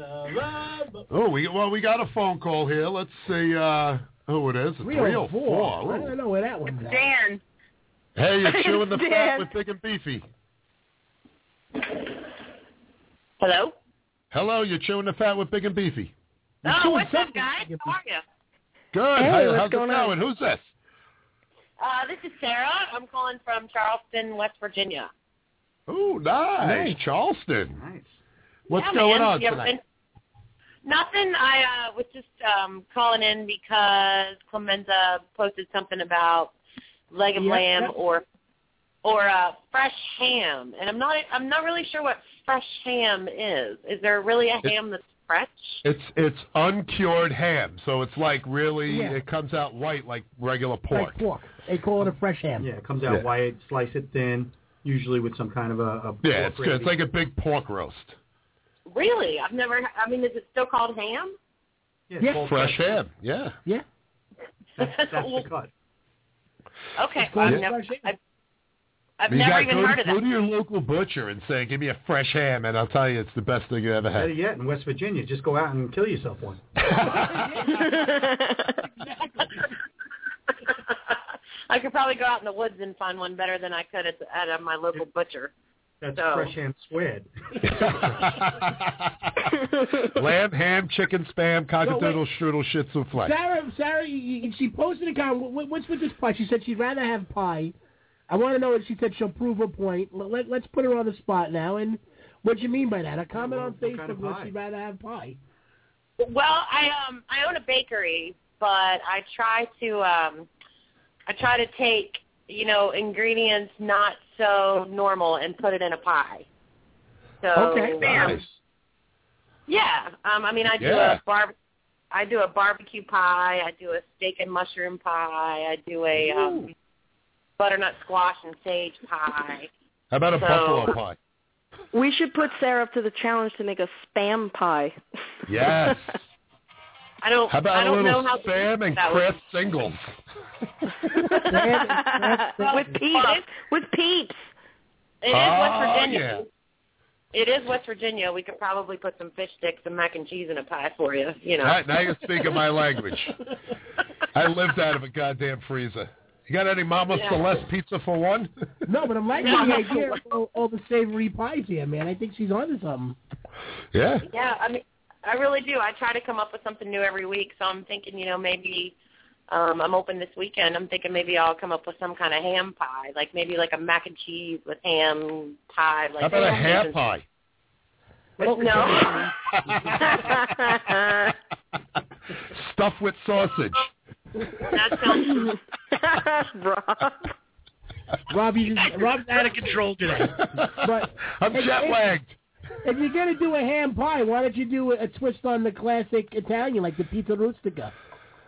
[SPEAKER 8] uh,
[SPEAKER 6] Oh, we well, we got a phone call here. Let's see uh, who it is. It's 304.
[SPEAKER 8] Real oh
[SPEAKER 9] oh
[SPEAKER 8] four. I don't know where that one's at.
[SPEAKER 12] Dan.
[SPEAKER 6] Hey, you're chewing the
[SPEAKER 12] Dan.
[SPEAKER 6] fat with Big and Beefy.
[SPEAKER 13] Hello?
[SPEAKER 6] Hello, you're chewing the fat with Big and Beefy.
[SPEAKER 13] Oh, what's up, guys? How are you?
[SPEAKER 6] Good.
[SPEAKER 13] Hey,
[SPEAKER 6] Hi,
[SPEAKER 13] what's
[SPEAKER 6] how's
[SPEAKER 13] going
[SPEAKER 6] it
[SPEAKER 13] on?
[SPEAKER 6] going? Who's this?
[SPEAKER 13] Uh, this is Sarah. I'm calling from Charleston, West Virginia.
[SPEAKER 6] Oh, nice.
[SPEAKER 13] Nice.
[SPEAKER 6] Charleston.
[SPEAKER 9] Nice.
[SPEAKER 6] What's
[SPEAKER 13] Yeah,
[SPEAKER 6] going
[SPEAKER 13] man.
[SPEAKER 6] on
[SPEAKER 13] You ever
[SPEAKER 6] tonight?
[SPEAKER 13] been- Nothing. I uh, was just um, calling in because Clemenza posted something about leg of
[SPEAKER 11] Yeah,
[SPEAKER 13] lamb
[SPEAKER 11] that-
[SPEAKER 13] or or uh, fresh ham, and I'm not I'm not really sure what fresh ham is. Is there really a
[SPEAKER 6] It-
[SPEAKER 13] ham that's fresh?
[SPEAKER 6] It's it's uncured ham, so it's like really
[SPEAKER 8] Yeah.
[SPEAKER 6] it comes out white like regular pork.
[SPEAKER 8] Like pork. They call it a fresh ham.
[SPEAKER 9] Yeah, it comes out
[SPEAKER 6] Yeah.
[SPEAKER 9] white, slice it thin, usually with some kind of a, a
[SPEAKER 6] Yeah, it's
[SPEAKER 9] pork
[SPEAKER 6] good. It's
[SPEAKER 9] gravy.
[SPEAKER 6] like a big pork roast.
[SPEAKER 13] Really? I've never. I mean, is it still called ham?
[SPEAKER 9] it's
[SPEAKER 8] Yeah.
[SPEAKER 9] called
[SPEAKER 6] Fresh ham. Yeah.
[SPEAKER 8] Yeah.
[SPEAKER 9] That's, that's the cut.
[SPEAKER 13] Okay,
[SPEAKER 8] It's
[SPEAKER 13] well,
[SPEAKER 6] called
[SPEAKER 13] I've never.
[SPEAKER 8] fresh ham.
[SPEAKER 13] I've, I've
[SPEAKER 6] you
[SPEAKER 13] never
[SPEAKER 6] got
[SPEAKER 13] even
[SPEAKER 6] go,
[SPEAKER 13] heard of
[SPEAKER 6] go
[SPEAKER 13] that.
[SPEAKER 6] to your local butcher and say, "Give me a fresh ham," and I'll tell you it's the best thing you ever
[SPEAKER 9] Better
[SPEAKER 6] had.
[SPEAKER 9] yet, in West Virginia, just go out and kill yourself one.
[SPEAKER 13] I could probably go out in the woods and find one better than I could at, the, at uh, my local butcher.
[SPEAKER 9] That's
[SPEAKER 13] So-
[SPEAKER 9] fresh ham squared.
[SPEAKER 6] Lamb, ham, chicken, spam, cockadoodle, strudel, shits and flesh.
[SPEAKER 8] Sarah, Sarah, you- you- she posted a comment. What, what's with this pie? She said she'd rather have pie. I want to know if she said she'll prove her point. Let, let, let's put her on the spot now. And what do you mean by that? A comment
[SPEAKER 9] well,
[SPEAKER 8] on
[SPEAKER 9] what kind
[SPEAKER 8] Facebook
[SPEAKER 9] of
[SPEAKER 8] where
[SPEAKER 9] pie?
[SPEAKER 8] she'd rather have pie.
[SPEAKER 13] Well, I um I own a bakery, but I try to um I try to take you know ingredients not so normal and put it in a pie. So um,
[SPEAKER 8] Okay.
[SPEAKER 6] Nice.
[SPEAKER 13] Yeah, um, I mean, I do
[SPEAKER 6] Yeah.
[SPEAKER 13] a barb, I do a barbecue pie. I do a steak and mushroom pie. I do a um, butternut squash and sage pie.
[SPEAKER 6] How about a
[SPEAKER 13] So-
[SPEAKER 6] buffalo pie?
[SPEAKER 11] We should put Sarah up to the challenge to make a spam pie.
[SPEAKER 6] Yes.
[SPEAKER 13] I don't.
[SPEAKER 6] How
[SPEAKER 13] I
[SPEAKER 6] about a
[SPEAKER 13] don't
[SPEAKER 6] little
[SPEAKER 13] know how
[SPEAKER 6] spam and
[SPEAKER 13] that
[SPEAKER 6] craft singles?
[SPEAKER 11] with peeps. With peeps.
[SPEAKER 13] It is
[SPEAKER 6] Oh,
[SPEAKER 13] West Virginia.
[SPEAKER 6] yeah.
[SPEAKER 13] It is West Virginia. We could probably put some fish sticks and mac and cheese in a pie for you. You know.
[SPEAKER 6] Now, now you're speaking my language. I lived out of a goddamn freezer. You got any Mama
[SPEAKER 13] Yeah.
[SPEAKER 6] Celeste pizza for one?
[SPEAKER 8] No, but I'm liking the idea of all, all the savory pies here, man. I think she's onto something.
[SPEAKER 6] yeah.
[SPEAKER 13] Yeah, I mean, I really do. I try to come up with something new every week. So I'm thinking, you know, maybe um I'm open this weekend. I'm thinking maybe I'll come up with some kind of ham pie, like maybe like a mac and cheese with ham pie. Like
[SPEAKER 6] How about a ham pie?
[SPEAKER 13] No.
[SPEAKER 11] that
[SPEAKER 6] Stuffed with sausage.
[SPEAKER 13] sounds.
[SPEAKER 11] Rob.
[SPEAKER 8] Robbie's, Rob's out of control today. But
[SPEAKER 6] I'm
[SPEAKER 8] Hey,
[SPEAKER 6] jet lagged.
[SPEAKER 8] if you're going to do a ham pie, why don't you do a, a twist on the classic Italian, like the pizza rustica,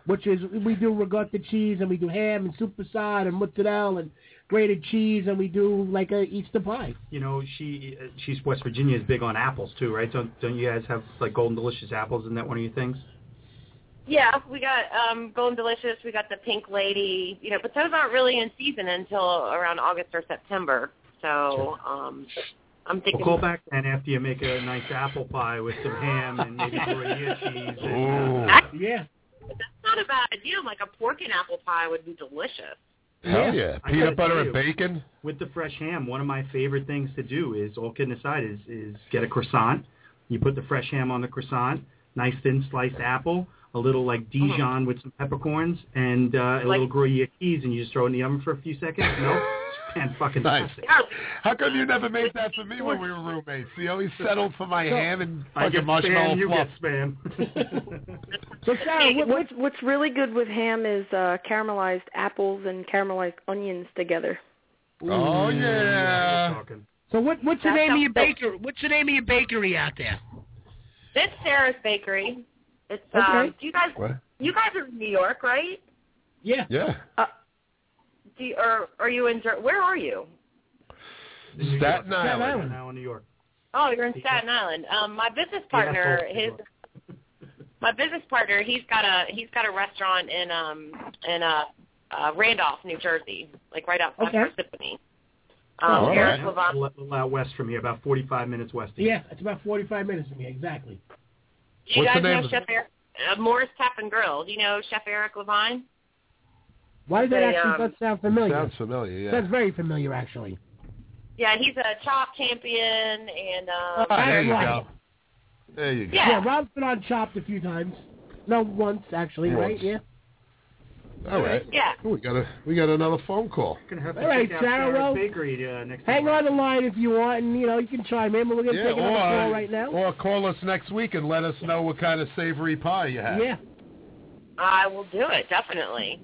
[SPEAKER 8] which is we do ricotta cheese and we do ham and supersad and mozzarella and grated cheese and we do like a Easter pie.
[SPEAKER 9] You know, she uh, she's West Virginia is big on apples too, right? Don't don't you guys have like golden delicious apples? Isn't that one of your things?
[SPEAKER 13] Yeah, we got um Golden Delicious. We got the Pink Lady. You know, but those aren't really in season until around August or September. So um I'm
[SPEAKER 9] Well,
[SPEAKER 13] thinking.
[SPEAKER 9] call back then after you make a nice apple pie with some ham and maybe gruyere cheese. And, uh,
[SPEAKER 6] Ooh.
[SPEAKER 8] Yeah.
[SPEAKER 13] That's not a bad idea. Like a pork and apple pie would be delicious.
[SPEAKER 6] Hell yeah.
[SPEAKER 9] I gotta
[SPEAKER 6] Peanut butter
[SPEAKER 9] tell
[SPEAKER 6] and
[SPEAKER 9] you.
[SPEAKER 6] bacon.
[SPEAKER 9] with the fresh ham, one of my favorite things to do is, all kidding aside, is is get a croissant. You put the fresh ham on the croissant, nice thin sliced apple, a little like Dijon with some peppercorns and uh, a little Gruyere cheese, and you just throw it in the oven for a few seconds. No, it's fan fucking
[SPEAKER 6] Nice.
[SPEAKER 9] fantastic.
[SPEAKER 6] How come you never made that for me when we were roommates? You always settled for my
[SPEAKER 9] No.
[SPEAKER 6] ham and
[SPEAKER 9] I
[SPEAKER 6] fucking
[SPEAKER 9] get
[SPEAKER 6] marshmallow
[SPEAKER 9] spam, you
[SPEAKER 6] fluff.
[SPEAKER 9] get spam.
[SPEAKER 8] So Sarah, what,
[SPEAKER 11] what's what's really good with ham is uh caramelized apples and caramelized onions together.
[SPEAKER 6] Oh
[SPEAKER 11] Mm.
[SPEAKER 6] yeah.
[SPEAKER 8] So what what's the
[SPEAKER 13] That's
[SPEAKER 8] name of
[SPEAKER 13] how-
[SPEAKER 8] your baker? What's the name of your bakery out there?
[SPEAKER 13] This Sarah's Bakery. It's
[SPEAKER 8] Okay.
[SPEAKER 13] um. Do you guys?
[SPEAKER 6] What?
[SPEAKER 13] You guys are in New York, right?
[SPEAKER 8] Yeah.
[SPEAKER 6] Yeah.
[SPEAKER 13] Do you, or are you in? Jer- Where are you?
[SPEAKER 6] Staten
[SPEAKER 9] Staten Island.
[SPEAKER 6] Island.
[SPEAKER 9] Now in New York.
[SPEAKER 13] Oh, you're in Staten Island. Um, my business partner,
[SPEAKER 9] asshole.
[SPEAKER 13] his my business partner, he's got a he's got a restaurant in um in uh, uh Randolph, New Jersey, like right outside
[SPEAKER 8] Okay.
[SPEAKER 13] Parsippany. Um,
[SPEAKER 9] Oh,
[SPEAKER 13] Eric
[SPEAKER 9] alright.
[SPEAKER 13] Levant.
[SPEAKER 9] A little out west from here, about 45 minutes west. Of here.
[SPEAKER 8] Yeah, it's about forty-five minutes from here, exactly.
[SPEAKER 13] Do you
[SPEAKER 9] What's the
[SPEAKER 13] guys
[SPEAKER 9] name
[SPEAKER 13] know
[SPEAKER 9] of
[SPEAKER 13] Chef Eric uh, Morris Tap and Grill? Do you know Chef Eric Levine?
[SPEAKER 8] Why does that
[SPEAKER 13] They,
[SPEAKER 8] actually
[SPEAKER 13] um,
[SPEAKER 8] that sound familiar?
[SPEAKER 6] Sounds familiar. Yeah.
[SPEAKER 8] Sounds very familiar, actually.
[SPEAKER 13] Yeah, he's a chop champion and um
[SPEAKER 6] Ah, there you
[SPEAKER 8] Right.
[SPEAKER 6] go. There you go.
[SPEAKER 13] Yeah.
[SPEAKER 8] Rob's been on Chopped a few times. No, once actually,
[SPEAKER 6] Once.
[SPEAKER 8] right? Yeah.
[SPEAKER 6] All right.
[SPEAKER 13] yeah.
[SPEAKER 6] We got a we got another phone call.
[SPEAKER 9] Gonna have to
[SPEAKER 8] All right,
[SPEAKER 9] check out
[SPEAKER 8] Sarah,
[SPEAKER 9] Sarah's
[SPEAKER 8] well,
[SPEAKER 9] Bakery uh, next
[SPEAKER 8] Hang
[SPEAKER 9] time.
[SPEAKER 8] on the line if you want, and you know you can chime in, but we're gonna
[SPEAKER 6] Yeah,
[SPEAKER 8] take another
[SPEAKER 6] or,
[SPEAKER 8] call right now.
[SPEAKER 6] or call us next week and let us know what kind of savory pie you have.
[SPEAKER 8] yeah.
[SPEAKER 13] I will do it, definitely.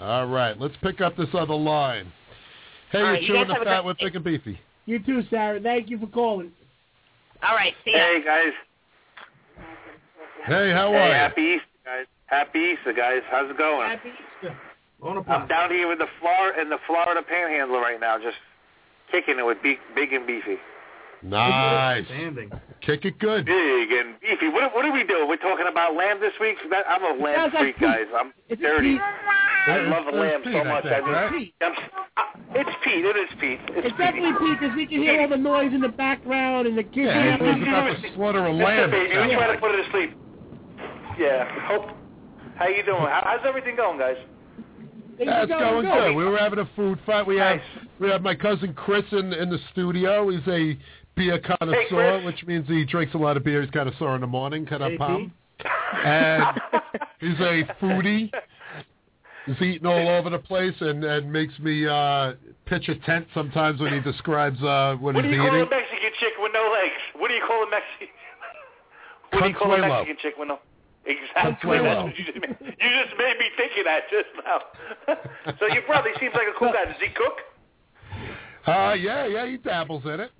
[SPEAKER 6] All right, let's pick up this other line. Hey,
[SPEAKER 13] All
[SPEAKER 6] you're
[SPEAKER 13] right, you
[SPEAKER 6] chewing
[SPEAKER 13] guys
[SPEAKER 6] the
[SPEAKER 13] have a
[SPEAKER 6] fat
[SPEAKER 13] good-
[SPEAKER 6] with thick and beefy.
[SPEAKER 8] You too, Sarah. Thank you for calling.
[SPEAKER 13] All right, see ya.
[SPEAKER 10] Hey guys.
[SPEAKER 6] Hey, how
[SPEAKER 10] hey,
[SPEAKER 6] are
[SPEAKER 10] happy Easter, guys. Happy Easter, guys. How's it going?
[SPEAKER 8] Happy Easter.
[SPEAKER 9] Bonaparte.
[SPEAKER 10] I'm down here with the Flor in the Florida Panhandle right now, just kicking it with big, big and beefy.
[SPEAKER 6] you? Nice.
[SPEAKER 9] Standing.
[SPEAKER 6] Kick it good.
[SPEAKER 10] Big and beefy. What, what are we doing? We're talking about lamb this week. That, I'm a lamb
[SPEAKER 8] sounds like
[SPEAKER 10] freak, guys. I'm
[SPEAKER 8] Is it
[SPEAKER 10] dirty.
[SPEAKER 8] Pete?
[SPEAKER 10] I
[SPEAKER 6] It's-
[SPEAKER 10] love
[SPEAKER 6] it's
[SPEAKER 10] lamb
[SPEAKER 6] Pete,
[SPEAKER 10] so
[SPEAKER 6] I
[SPEAKER 10] much.
[SPEAKER 6] think,
[SPEAKER 10] mean,
[SPEAKER 6] right?
[SPEAKER 8] Pete.
[SPEAKER 10] I'm, I, it's Pete. It is Pete. It's,
[SPEAKER 8] It's definitely
[SPEAKER 10] Petey.
[SPEAKER 8] Pete because we can hear all the noise in the background and the kids.
[SPEAKER 6] Yeah,
[SPEAKER 8] yelling.
[SPEAKER 6] it was about to slaughter a
[SPEAKER 10] Mr.
[SPEAKER 6] lamb. it
[SPEAKER 10] Baby,
[SPEAKER 6] sounds
[SPEAKER 10] we try to
[SPEAKER 6] like.
[SPEAKER 10] put her to sleep. Yeah. Hope. How you doing? How, how's everything going, guys?
[SPEAKER 8] Things
[SPEAKER 6] Yeah,
[SPEAKER 8] are
[SPEAKER 6] it's going
[SPEAKER 8] good.
[SPEAKER 6] good. We were having a food fight. We have we have my cousin Chris in in the studio. He's a beer connoisseur,
[SPEAKER 10] Chris.
[SPEAKER 6] which means he drinks a lot of beer. He's connoisseur in the morning, kind of
[SPEAKER 9] Hey,
[SPEAKER 6] palm. And he's a foodie. He's eating all over the place and and makes me uh pitch a tent sometimes when he describes uh what,
[SPEAKER 10] What do
[SPEAKER 6] he's
[SPEAKER 10] you call a
[SPEAKER 6] eating.
[SPEAKER 10] Mexican chick with no legs? What do you call a Mexican? What do you call a
[SPEAKER 6] Consuelo.
[SPEAKER 10] Mexican chick with no? Exactly.
[SPEAKER 6] Consuelo.
[SPEAKER 10] That's what you, just made, you just made me think of that just now. so your brother seems like a cool guy. Does he cook?
[SPEAKER 6] Uh yeah, yeah, he dabbles in it.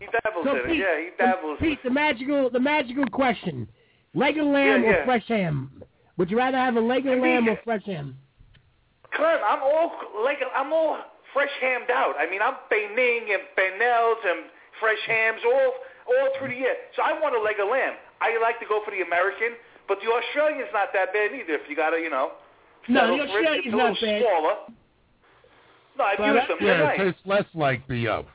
[SPEAKER 10] He dabbles
[SPEAKER 8] So
[SPEAKER 10] in it.
[SPEAKER 8] Pete,
[SPEAKER 10] Yeah, he dabbles.
[SPEAKER 8] Pete, the magical, the magical question: leg of lamb
[SPEAKER 10] Yeah,
[SPEAKER 8] or
[SPEAKER 10] yeah.
[SPEAKER 8] fresh ham? Would you rather have a leg of
[SPEAKER 10] mean,
[SPEAKER 8] lamb or
[SPEAKER 10] yeah.
[SPEAKER 8] fresh ham?
[SPEAKER 10] Clem, I'm all like I'm all fresh hammed out. I mean, I'm Bening and Benels and fresh hams all all through the year. So I want a leg of lamb. I like to go for the American, but the Australian's not that bad either. If you got to, you know,
[SPEAKER 8] No,
[SPEAKER 10] settle
[SPEAKER 8] the
[SPEAKER 10] for it.
[SPEAKER 8] Australian's
[SPEAKER 10] It's a little
[SPEAKER 8] not bad.
[SPEAKER 10] Smaller. No, I've
[SPEAKER 8] But,
[SPEAKER 10] used them. They're
[SPEAKER 6] Yeah,
[SPEAKER 10] nice.
[SPEAKER 6] it tastes less like uh, bo.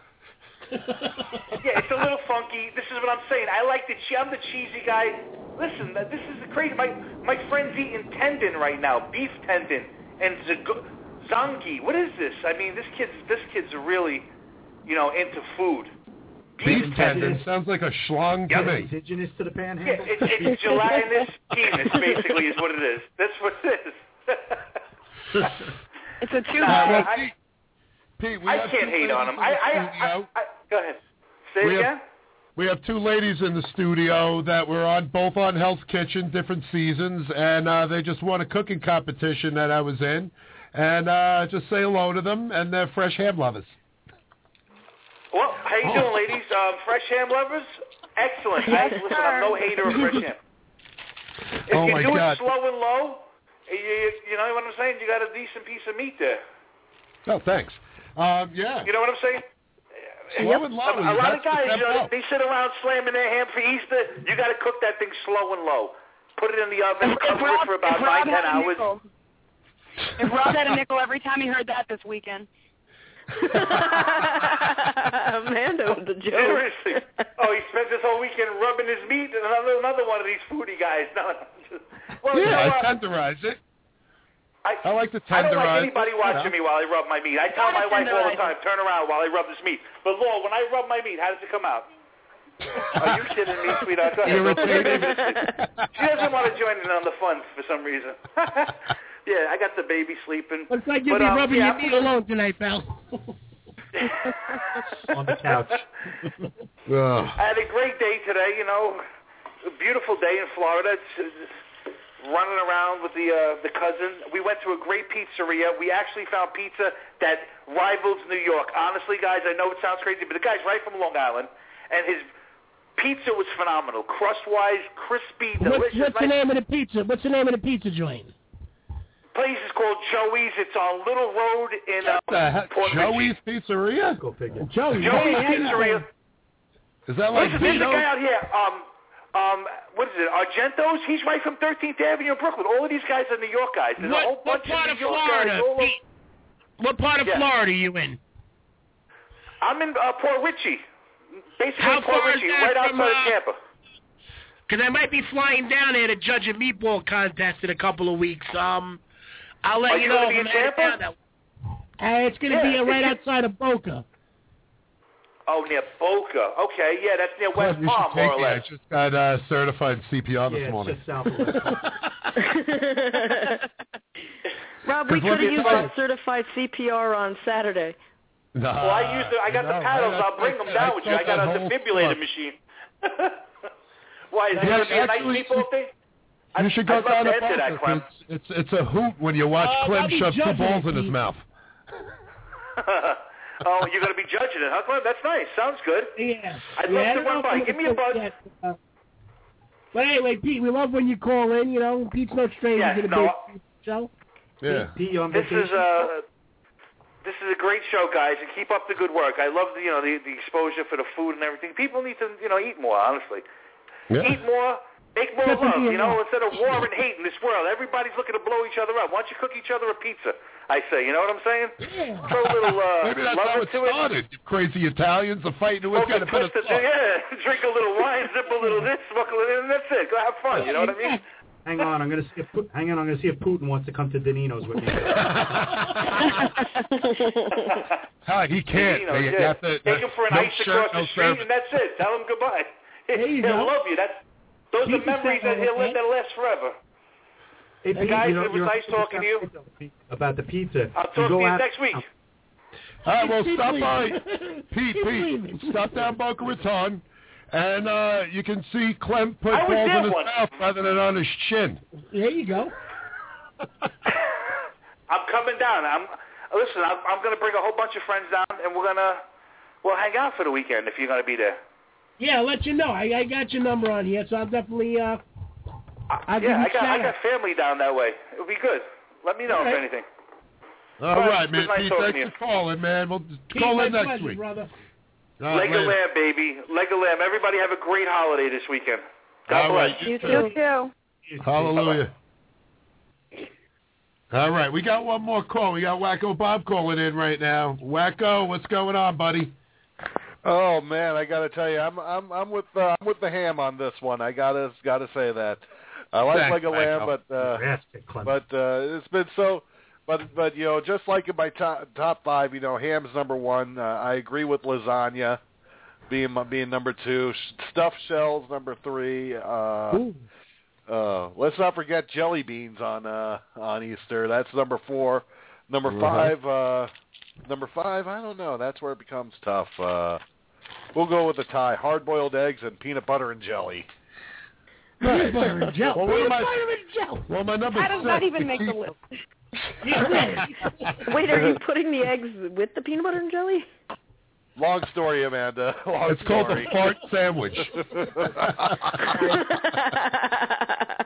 [SPEAKER 10] yeah, it's a little funky. This is what I'm saying. I like the che- I'm the cheesy guy. Listen, th- this is crazy. My my friend's eating tendon right now, beef tendon and zag- zangi. What is this? I mean, this kid's this kid's really, you know, into food.
[SPEAKER 6] Beef tendon sounds like a schlong to me.
[SPEAKER 9] Indigenous to the
[SPEAKER 10] Yeah,
[SPEAKER 9] Panhandle.
[SPEAKER 10] it, it's gelatinous penis basically is what it is. That's what it is.
[SPEAKER 13] It's a two
[SPEAKER 6] Uh, well,
[SPEAKER 10] I-
[SPEAKER 6] Pete, Pete, we
[SPEAKER 10] I
[SPEAKER 6] have
[SPEAKER 10] can't
[SPEAKER 6] two
[SPEAKER 10] hate on
[SPEAKER 6] ladies
[SPEAKER 10] him.
[SPEAKER 6] in
[SPEAKER 10] I
[SPEAKER 6] the
[SPEAKER 10] I,
[SPEAKER 6] studio.
[SPEAKER 10] I, I go ahead. Say
[SPEAKER 6] We
[SPEAKER 10] it
[SPEAKER 6] have-
[SPEAKER 10] again.
[SPEAKER 6] We have two ladies in the studio that were on both on Hell's Kitchen, different seasons, and uh, they just won a cooking competition that I was in. And uh, just say hello to them, and they're fresh ham lovers.
[SPEAKER 10] Well, how you
[SPEAKER 6] Oh.
[SPEAKER 10] doing, ladies? Um, fresh ham lovers? Excellent. I, listen, I'm no hater of fresh ham. If
[SPEAKER 6] Oh,
[SPEAKER 10] you
[SPEAKER 6] my
[SPEAKER 10] do
[SPEAKER 6] God.
[SPEAKER 10] it slow and low, you, you know what I'm saying? You got a decent piece of meat there.
[SPEAKER 6] Oh, thanks. Um, yeah.
[SPEAKER 10] You know what I'm saying?
[SPEAKER 6] Slow and low
[SPEAKER 10] A, a
[SPEAKER 6] is-
[SPEAKER 10] lot of
[SPEAKER 6] that's the
[SPEAKER 10] guys, you know,
[SPEAKER 6] tempo.
[SPEAKER 10] they sit around slamming their ham for Easter. You got to cook that thing slow and low. Put it in the oven, cover it for about
[SPEAKER 12] if
[SPEAKER 10] nine,
[SPEAKER 12] Rob
[SPEAKER 10] ten
[SPEAKER 12] had a
[SPEAKER 10] hours.
[SPEAKER 12] nickel, if Rob had a nickel every time he heard that this weekend.
[SPEAKER 11] Amanda with the joke.
[SPEAKER 10] Seriously. Oh, he spent this whole weekend rubbing his meat and another another one of these foodie guys. No, no. well, you know
[SPEAKER 6] yeah,
[SPEAKER 10] what?
[SPEAKER 6] I tenderize it.
[SPEAKER 10] I,
[SPEAKER 6] I like to tenderize.
[SPEAKER 10] I don't like anybody
[SPEAKER 6] it,
[SPEAKER 10] watching me while I rub my meat. I tell my wife all the time,
[SPEAKER 11] tenderize
[SPEAKER 10] turn around while I rub this meat. But Lord, when I rub my meat, how does it come out? Are you kidding me, sweetheart? Go ahead.
[SPEAKER 6] Irritating.
[SPEAKER 10] She doesn't want to join in on the fun for some reason. yeah, I got the baby sleeping.
[SPEAKER 8] Looks like you'll
[SPEAKER 10] But,
[SPEAKER 8] be
[SPEAKER 10] um,
[SPEAKER 8] rubbing
[SPEAKER 10] yeah,
[SPEAKER 8] your feet alone tonight, pal.
[SPEAKER 9] on the couch.
[SPEAKER 6] Ugh.
[SPEAKER 10] I had a great day today, you know. A beautiful day in Florida. It's, it's running around with the uh, the cousin. We went to a great pizzeria. We actually found pizza that rivals New York. Honestly, guys, I know it sounds crazy, but the guy's right from Long Island, and his pizza was phenomenal. Crust-wise, crispy,
[SPEAKER 8] What's,
[SPEAKER 10] delicious.
[SPEAKER 8] what's the
[SPEAKER 10] Like,
[SPEAKER 8] name of the pizza? What's the name of the pizza joint?
[SPEAKER 10] place is called Joey's. It's on Little Road in uh,
[SPEAKER 6] The heck?
[SPEAKER 10] Port
[SPEAKER 6] Joey's Pizzeria?
[SPEAKER 9] Go pick it.
[SPEAKER 8] Joey.
[SPEAKER 10] Joey's Pizzeria.
[SPEAKER 6] Is that like
[SPEAKER 10] Listen, there's a
[SPEAKER 6] Vito?
[SPEAKER 10] guy out here. Um, um, what is it? Argentos. He's right from 13th Avenue in Brooklyn. All of these guys are New York guys. There's a
[SPEAKER 8] What-
[SPEAKER 10] whole
[SPEAKER 8] what
[SPEAKER 10] bunch
[SPEAKER 8] part
[SPEAKER 10] of
[SPEAKER 8] of
[SPEAKER 10] New York
[SPEAKER 8] Florida,
[SPEAKER 10] guys. All over.
[SPEAKER 8] Pete? What part of
[SPEAKER 10] Yeah.
[SPEAKER 8] Florida are you in?
[SPEAKER 10] I'm in uh, Port Richey. Basically
[SPEAKER 8] How
[SPEAKER 10] Port
[SPEAKER 8] far is
[SPEAKER 10] Richey, right
[SPEAKER 8] that from,
[SPEAKER 10] outside of
[SPEAKER 8] uh,
[SPEAKER 10] Tampa.
[SPEAKER 8] Because I might be flying down there to judge a meatball contest in a couple of weeks. Um, I'll let
[SPEAKER 10] Are
[SPEAKER 8] you
[SPEAKER 10] you
[SPEAKER 8] know.
[SPEAKER 10] gonna be
[SPEAKER 8] if
[SPEAKER 10] in
[SPEAKER 8] I'm headed
[SPEAKER 10] Tampa?
[SPEAKER 8] down that way. Uh, it's going to
[SPEAKER 10] Yeah,
[SPEAKER 8] be uh, right
[SPEAKER 10] it's-
[SPEAKER 8] outside of Boca.
[SPEAKER 10] Oh, near Boca. Okay, yeah, that's near West
[SPEAKER 6] you
[SPEAKER 10] Palm,
[SPEAKER 6] should take
[SPEAKER 10] more or
[SPEAKER 6] me. I
[SPEAKER 10] less.
[SPEAKER 6] just got uh, certified CPR
[SPEAKER 9] Yeah,
[SPEAKER 6] this
[SPEAKER 9] it's
[SPEAKER 6] morning.
[SPEAKER 9] just south of West Palm.
[SPEAKER 11] Rob, we
[SPEAKER 6] Good luck
[SPEAKER 11] could have
[SPEAKER 6] with
[SPEAKER 11] used
[SPEAKER 6] that.
[SPEAKER 11] our certified CPR on Saturday.
[SPEAKER 6] Nah,
[SPEAKER 10] well, I used. The, I got
[SPEAKER 6] know,
[SPEAKER 10] the paddles.
[SPEAKER 6] right?
[SPEAKER 10] I'll bring them down with you. I
[SPEAKER 6] felt
[SPEAKER 10] got
[SPEAKER 6] that
[SPEAKER 10] a
[SPEAKER 6] whole
[SPEAKER 10] defibrillator
[SPEAKER 6] stuff.
[SPEAKER 10] machine. Why is
[SPEAKER 6] Yeah,
[SPEAKER 10] that going to be a nice
[SPEAKER 6] actually,
[SPEAKER 10] meatball thing?
[SPEAKER 6] You should go
[SPEAKER 10] I'd love
[SPEAKER 6] down
[SPEAKER 10] to
[SPEAKER 6] to
[SPEAKER 10] enter that, Clem.
[SPEAKER 6] Boca. It's, it's it's a hoot when you watch
[SPEAKER 8] Uh,
[SPEAKER 6] Clem
[SPEAKER 8] I'll be
[SPEAKER 6] shove two
[SPEAKER 8] judging
[SPEAKER 6] balls
[SPEAKER 8] it,
[SPEAKER 6] in his
[SPEAKER 8] Pete.
[SPEAKER 6] mouth.
[SPEAKER 10] oh, you're going to be judging it, huh, Clem? That's nice. Sounds good.
[SPEAKER 8] Yeah.
[SPEAKER 10] I'd
[SPEAKER 8] yeah,
[SPEAKER 10] love to
[SPEAKER 8] I don't know
[SPEAKER 10] run
[SPEAKER 8] if
[SPEAKER 10] by.
[SPEAKER 8] I'm
[SPEAKER 10] Give me
[SPEAKER 8] gonna
[SPEAKER 10] a buzz.
[SPEAKER 8] get, uh, But anyway, Pete, we love when you call in. You know, Pete's no stranger
[SPEAKER 10] Yes,
[SPEAKER 8] to the
[SPEAKER 10] no.
[SPEAKER 8] big show.
[SPEAKER 6] Yeah.
[SPEAKER 9] Pete, you on
[SPEAKER 10] This
[SPEAKER 9] vacation?
[SPEAKER 10] is uh this is a great show, guys, and keep up the good work. I love the you know the the exposure for the food and everything. People need to you know eat more, honestly.
[SPEAKER 6] Yeah.
[SPEAKER 10] Eat more, make more
[SPEAKER 8] Definitely,
[SPEAKER 10] love. You
[SPEAKER 8] yeah.
[SPEAKER 10] know, instead of war and hate in this world, everybody's looking to blow each other up. Why don't you cook each other a pizza? I say, you know what I'm saying?
[SPEAKER 8] Yeah.
[SPEAKER 10] Throw a little uh,
[SPEAKER 6] Maybe that's
[SPEAKER 10] love
[SPEAKER 6] how it
[SPEAKER 10] into it.
[SPEAKER 6] started. You crazy Italians are fighting who's
[SPEAKER 10] Smoke
[SPEAKER 6] got
[SPEAKER 10] a
[SPEAKER 6] a better
[SPEAKER 10] twist,
[SPEAKER 6] sauce.
[SPEAKER 10] yeah. Drink a little wine, sip a little this, smoke a little, and that's it. Go have fun. You know what I mean?
[SPEAKER 9] Hang on, I'm gonna see if Pu- hang on, I'm gonna see if Putin wants to come to Danino's with me.
[SPEAKER 6] Hi, he can't.
[SPEAKER 10] You know,
[SPEAKER 6] They
[SPEAKER 10] yeah.
[SPEAKER 6] have to-
[SPEAKER 10] Take him for an
[SPEAKER 6] no
[SPEAKER 10] ice
[SPEAKER 6] shirt,
[SPEAKER 10] across
[SPEAKER 6] no
[SPEAKER 10] the street,
[SPEAKER 6] service.
[SPEAKER 10] and that's it. Tell him goodbye.
[SPEAKER 8] you
[SPEAKER 10] he'll
[SPEAKER 8] go.
[SPEAKER 10] love you. That's those
[SPEAKER 8] Keep
[SPEAKER 10] are memories
[SPEAKER 8] yourself
[SPEAKER 10] that he'll
[SPEAKER 8] okay.
[SPEAKER 10] live that last forever.
[SPEAKER 9] Hey, Pete,
[SPEAKER 10] guys,
[SPEAKER 9] you know,
[SPEAKER 10] it was
[SPEAKER 9] you're
[SPEAKER 10] nice talking to you.
[SPEAKER 9] about the pizza.
[SPEAKER 10] I'll talk to
[SPEAKER 9] go
[SPEAKER 10] you
[SPEAKER 9] out-
[SPEAKER 10] next week.
[SPEAKER 6] All right, well,
[SPEAKER 8] Keep
[SPEAKER 6] stop by.
[SPEAKER 8] leaving.
[SPEAKER 6] Pete,
[SPEAKER 8] Keep
[SPEAKER 6] Pete,
[SPEAKER 8] leaving.
[SPEAKER 6] stop down Boca Raton, and uh, you can see Clem put
[SPEAKER 10] I was
[SPEAKER 6] balls
[SPEAKER 10] there
[SPEAKER 6] in his
[SPEAKER 10] once.
[SPEAKER 6] mouth rather than on his chin.
[SPEAKER 8] There you go.
[SPEAKER 10] I'm coming down. I'm listen. I'm, I'm going to bring a whole bunch of friends down, and we're gonna we'll hang out for the weekend if you're going to be there.
[SPEAKER 8] Yeah, I'll let you know. I, I got your number on here, so I'll definitely. Uh, I'll give
[SPEAKER 10] yeah,
[SPEAKER 8] you
[SPEAKER 10] I
[SPEAKER 8] a
[SPEAKER 10] got I
[SPEAKER 8] shout-out.
[SPEAKER 10] got family down that way. It'll be good. Let me know
[SPEAKER 8] All
[SPEAKER 10] if
[SPEAKER 8] right.
[SPEAKER 10] anything.
[SPEAKER 6] All
[SPEAKER 10] Well,
[SPEAKER 6] right,
[SPEAKER 10] it's been
[SPEAKER 6] man.
[SPEAKER 10] nice
[SPEAKER 6] Pete,
[SPEAKER 10] talking
[SPEAKER 6] thanks
[SPEAKER 10] to you.
[SPEAKER 6] for calling, man. We'll just
[SPEAKER 8] Pete,
[SPEAKER 6] call
[SPEAKER 8] my
[SPEAKER 6] in next
[SPEAKER 8] pleasure,
[SPEAKER 6] week.
[SPEAKER 8] brother.
[SPEAKER 6] All right,
[SPEAKER 10] Leg of
[SPEAKER 6] later.
[SPEAKER 10] lamb, baby. Leg of lamb. Everybody have a great holiday this weekend. God
[SPEAKER 6] All
[SPEAKER 10] bless.
[SPEAKER 6] right,
[SPEAKER 11] You
[SPEAKER 6] too.
[SPEAKER 11] too, too.
[SPEAKER 6] Hallelujah. All right, we got one more call. We got Wacko Bob calling in right now. Wacko, what's going on, buddy?
[SPEAKER 14] Oh man, I gotta tell you, I'm I'm I'm with uh, I'm with the ham on this one. I gotta gotta say that. I like
[SPEAKER 6] Thanks,
[SPEAKER 14] Leg of Lamb,
[SPEAKER 6] Michael.
[SPEAKER 14] but uh,
[SPEAKER 9] Fantastic, Clem.
[SPEAKER 14] but uh, it's been so. But but you know, just like in my top top five, you know, ham's number one. Uh, I agree with lasagna being my- being number two. Sh- Stuffed shells number three. Uh,
[SPEAKER 8] Ooh.
[SPEAKER 14] uh, let's not forget jelly beans on uh, on Easter. That's number four. Number
[SPEAKER 6] Mhm.
[SPEAKER 14] five. Uh, number five. I don't know. That's where it becomes tough. Uh, we'll go with the tie: hard-boiled eggs and peanut butter and jelly.
[SPEAKER 8] Peanut butter and jelly.
[SPEAKER 6] Well, what
[SPEAKER 8] Peanut
[SPEAKER 6] am I-
[SPEAKER 8] butter and jelly.
[SPEAKER 6] Well, my number
[SPEAKER 11] How
[SPEAKER 6] six.
[SPEAKER 11] does that even make the list? Wait, are you putting the eggs with the peanut butter and jelly?
[SPEAKER 14] Long story, Amanda. Long
[SPEAKER 6] It's called the
[SPEAKER 14] story.
[SPEAKER 6] fart sandwich.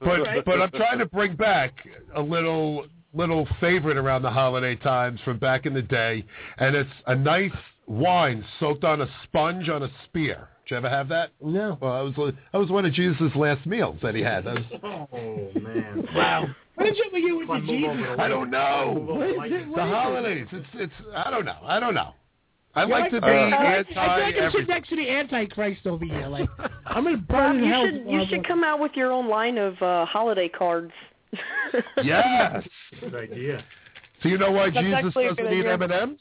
[SPEAKER 6] But
[SPEAKER 11] Right.
[SPEAKER 6] but I'm trying to bring back a little little favorite around the holiday times from back in the day, and it's a nice wine soaked on a sponge on a spear. Did you ever have that?
[SPEAKER 8] No.
[SPEAKER 6] Well, that was that was one of Jesus' last meals that he had. That was-
[SPEAKER 9] Oh man.
[SPEAKER 8] Wow. What did you when you
[SPEAKER 9] Clem,
[SPEAKER 8] went to
[SPEAKER 9] move over
[SPEAKER 8] Jesus?
[SPEAKER 9] to
[SPEAKER 6] I don't know.
[SPEAKER 9] Move over to
[SPEAKER 8] What is
[SPEAKER 9] Lincoln.
[SPEAKER 8] it? What
[SPEAKER 6] the
[SPEAKER 8] is it?
[SPEAKER 6] holidays. It's it's. I don't know. I don't know. I like to be
[SPEAKER 14] I
[SPEAKER 8] I feel
[SPEAKER 6] anti
[SPEAKER 8] like I'm sitting
[SPEAKER 6] everything.
[SPEAKER 8] next to the Antichrist over here. Like, I'm gonna
[SPEAKER 11] Rob,
[SPEAKER 8] burn in
[SPEAKER 11] you
[SPEAKER 8] hell.
[SPEAKER 11] should you should come out with your own line of uh, holiday cards.
[SPEAKER 6] Yes.
[SPEAKER 9] Good idea.
[SPEAKER 6] So you know why
[SPEAKER 11] That's
[SPEAKER 6] Jesus
[SPEAKER 11] actually a
[SPEAKER 6] doesn't
[SPEAKER 11] good
[SPEAKER 6] eat
[SPEAKER 11] idea.
[SPEAKER 6] M and M's?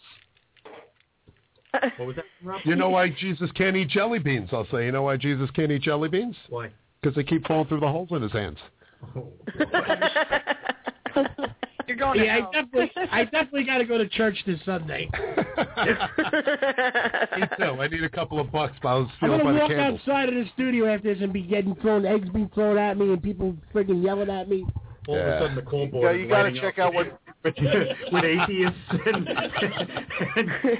[SPEAKER 9] What was that? Rob?
[SPEAKER 6] You know why Jesus can't eat jelly beans? I'll say. You know why Jesus can't eat jelly beans?
[SPEAKER 9] Why?
[SPEAKER 6] Because they keep falling through the holes in his hands.
[SPEAKER 12] You're going to
[SPEAKER 8] yeah,
[SPEAKER 12] hell.
[SPEAKER 8] I definitely, I definitely got to go to church this Sunday.
[SPEAKER 6] Me too. I need a couple of bucks, but I was
[SPEAKER 8] I'm
[SPEAKER 6] stealing by
[SPEAKER 8] gonna
[SPEAKER 6] the
[SPEAKER 8] walk
[SPEAKER 6] candles.
[SPEAKER 8] outside of the studio after this and be getting thrown eggs being thrown at me and people freaking yelling at me.
[SPEAKER 9] All of a sudden, the corn board. is
[SPEAKER 14] Yeah, you gotta
[SPEAKER 9] lighting
[SPEAKER 14] check
[SPEAKER 9] up
[SPEAKER 14] out
[SPEAKER 9] with, with, with atheists and, and,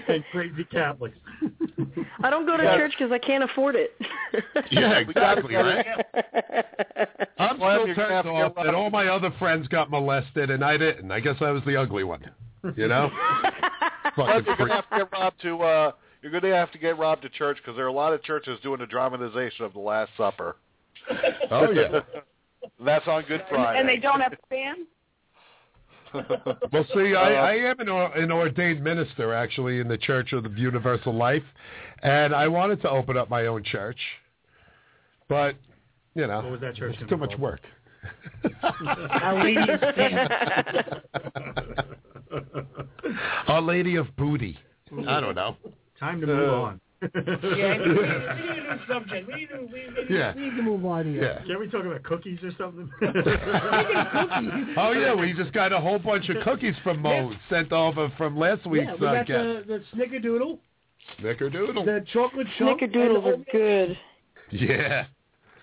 [SPEAKER 9] and crazy Catholics.
[SPEAKER 11] I don't go to
[SPEAKER 9] Yeah.
[SPEAKER 11] church because I can't afford it.
[SPEAKER 6] Yeah, exactly, right? I'm
[SPEAKER 14] Glad
[SPEAKER 6] still
[SPEAKER 14] you're
[SPEAKER 6] pissed
[SPEAKER 14] happy
[SPEAKER 6] off
[SPEAKER 14] you're
[SPEAKER 6] that
[SPEAKER 14] alive.
[SPEAKER 6] all my other friends got molested and I didn't. I guess I was the ugly one. You know?
[SPEAKER 14] Plus,
[SPEAKER 6] Fucking
[SPEAKER 14] you're
[SPEAKER 6] freak.
[SPEAKER 14] gonna have to get Rob to uh, you're gonna have to get Rob to church because there are a lot of churches doing a dramatization of the Last Supper.
[SPEAKER 6] Oh yeah.
[SPEAKER 14] That's on Good Friday.
[SPEAKER 12] And they don't have spam?
[SPEAKER 6] Well, see, I,
[SPEAKER 14] Uh,
[SPEAKER 6] I am an, or- an ordained minister actually in the Church of the Universal Life, and I wanted to open up my own church, but you know,
[SPEAKER 9] What was that church
[SPEAKER 6] it's too
[SPEAKER 9] gonna be
[SPEAKER 6] much
[SPEAKER 9] called?
[SPEAKER 6] work.
[SPEAKER 8] Our Lady of Spam.
[SPEAKER 6] Our Lady of Booty. I don't know. Uh,
[SPEAKER 9] Time to move on.
[SPEAKER 8] Yeah, we need, we need a new subject. We need to, we, we, need-
[SPEAKER 6] Yeah.
[SPEAKER 8] we need to move on here.
[SPEAKER 6] Yeah.
[SPEAKER 9] Can we talk about cookies or something?
[SPEAKER 6] oh yeah, we just got a whole bunch of cookies from Mo sent over from last week's
[SPEAKER 8] yeah, we got
[SPEAKER 6] uh, guest.
[SPEAKER 8] the, the snickerdoodle,
[SPEAKER 6] Snickerdoodle.
[SPEAKER 8] the chocolate chunk. and
[SPEAKER 11] Snickerdoodles are
[SPEAKER 8] oatmeal-
[SPEAKER 11] good.
[SPEAKER 6] Yeah.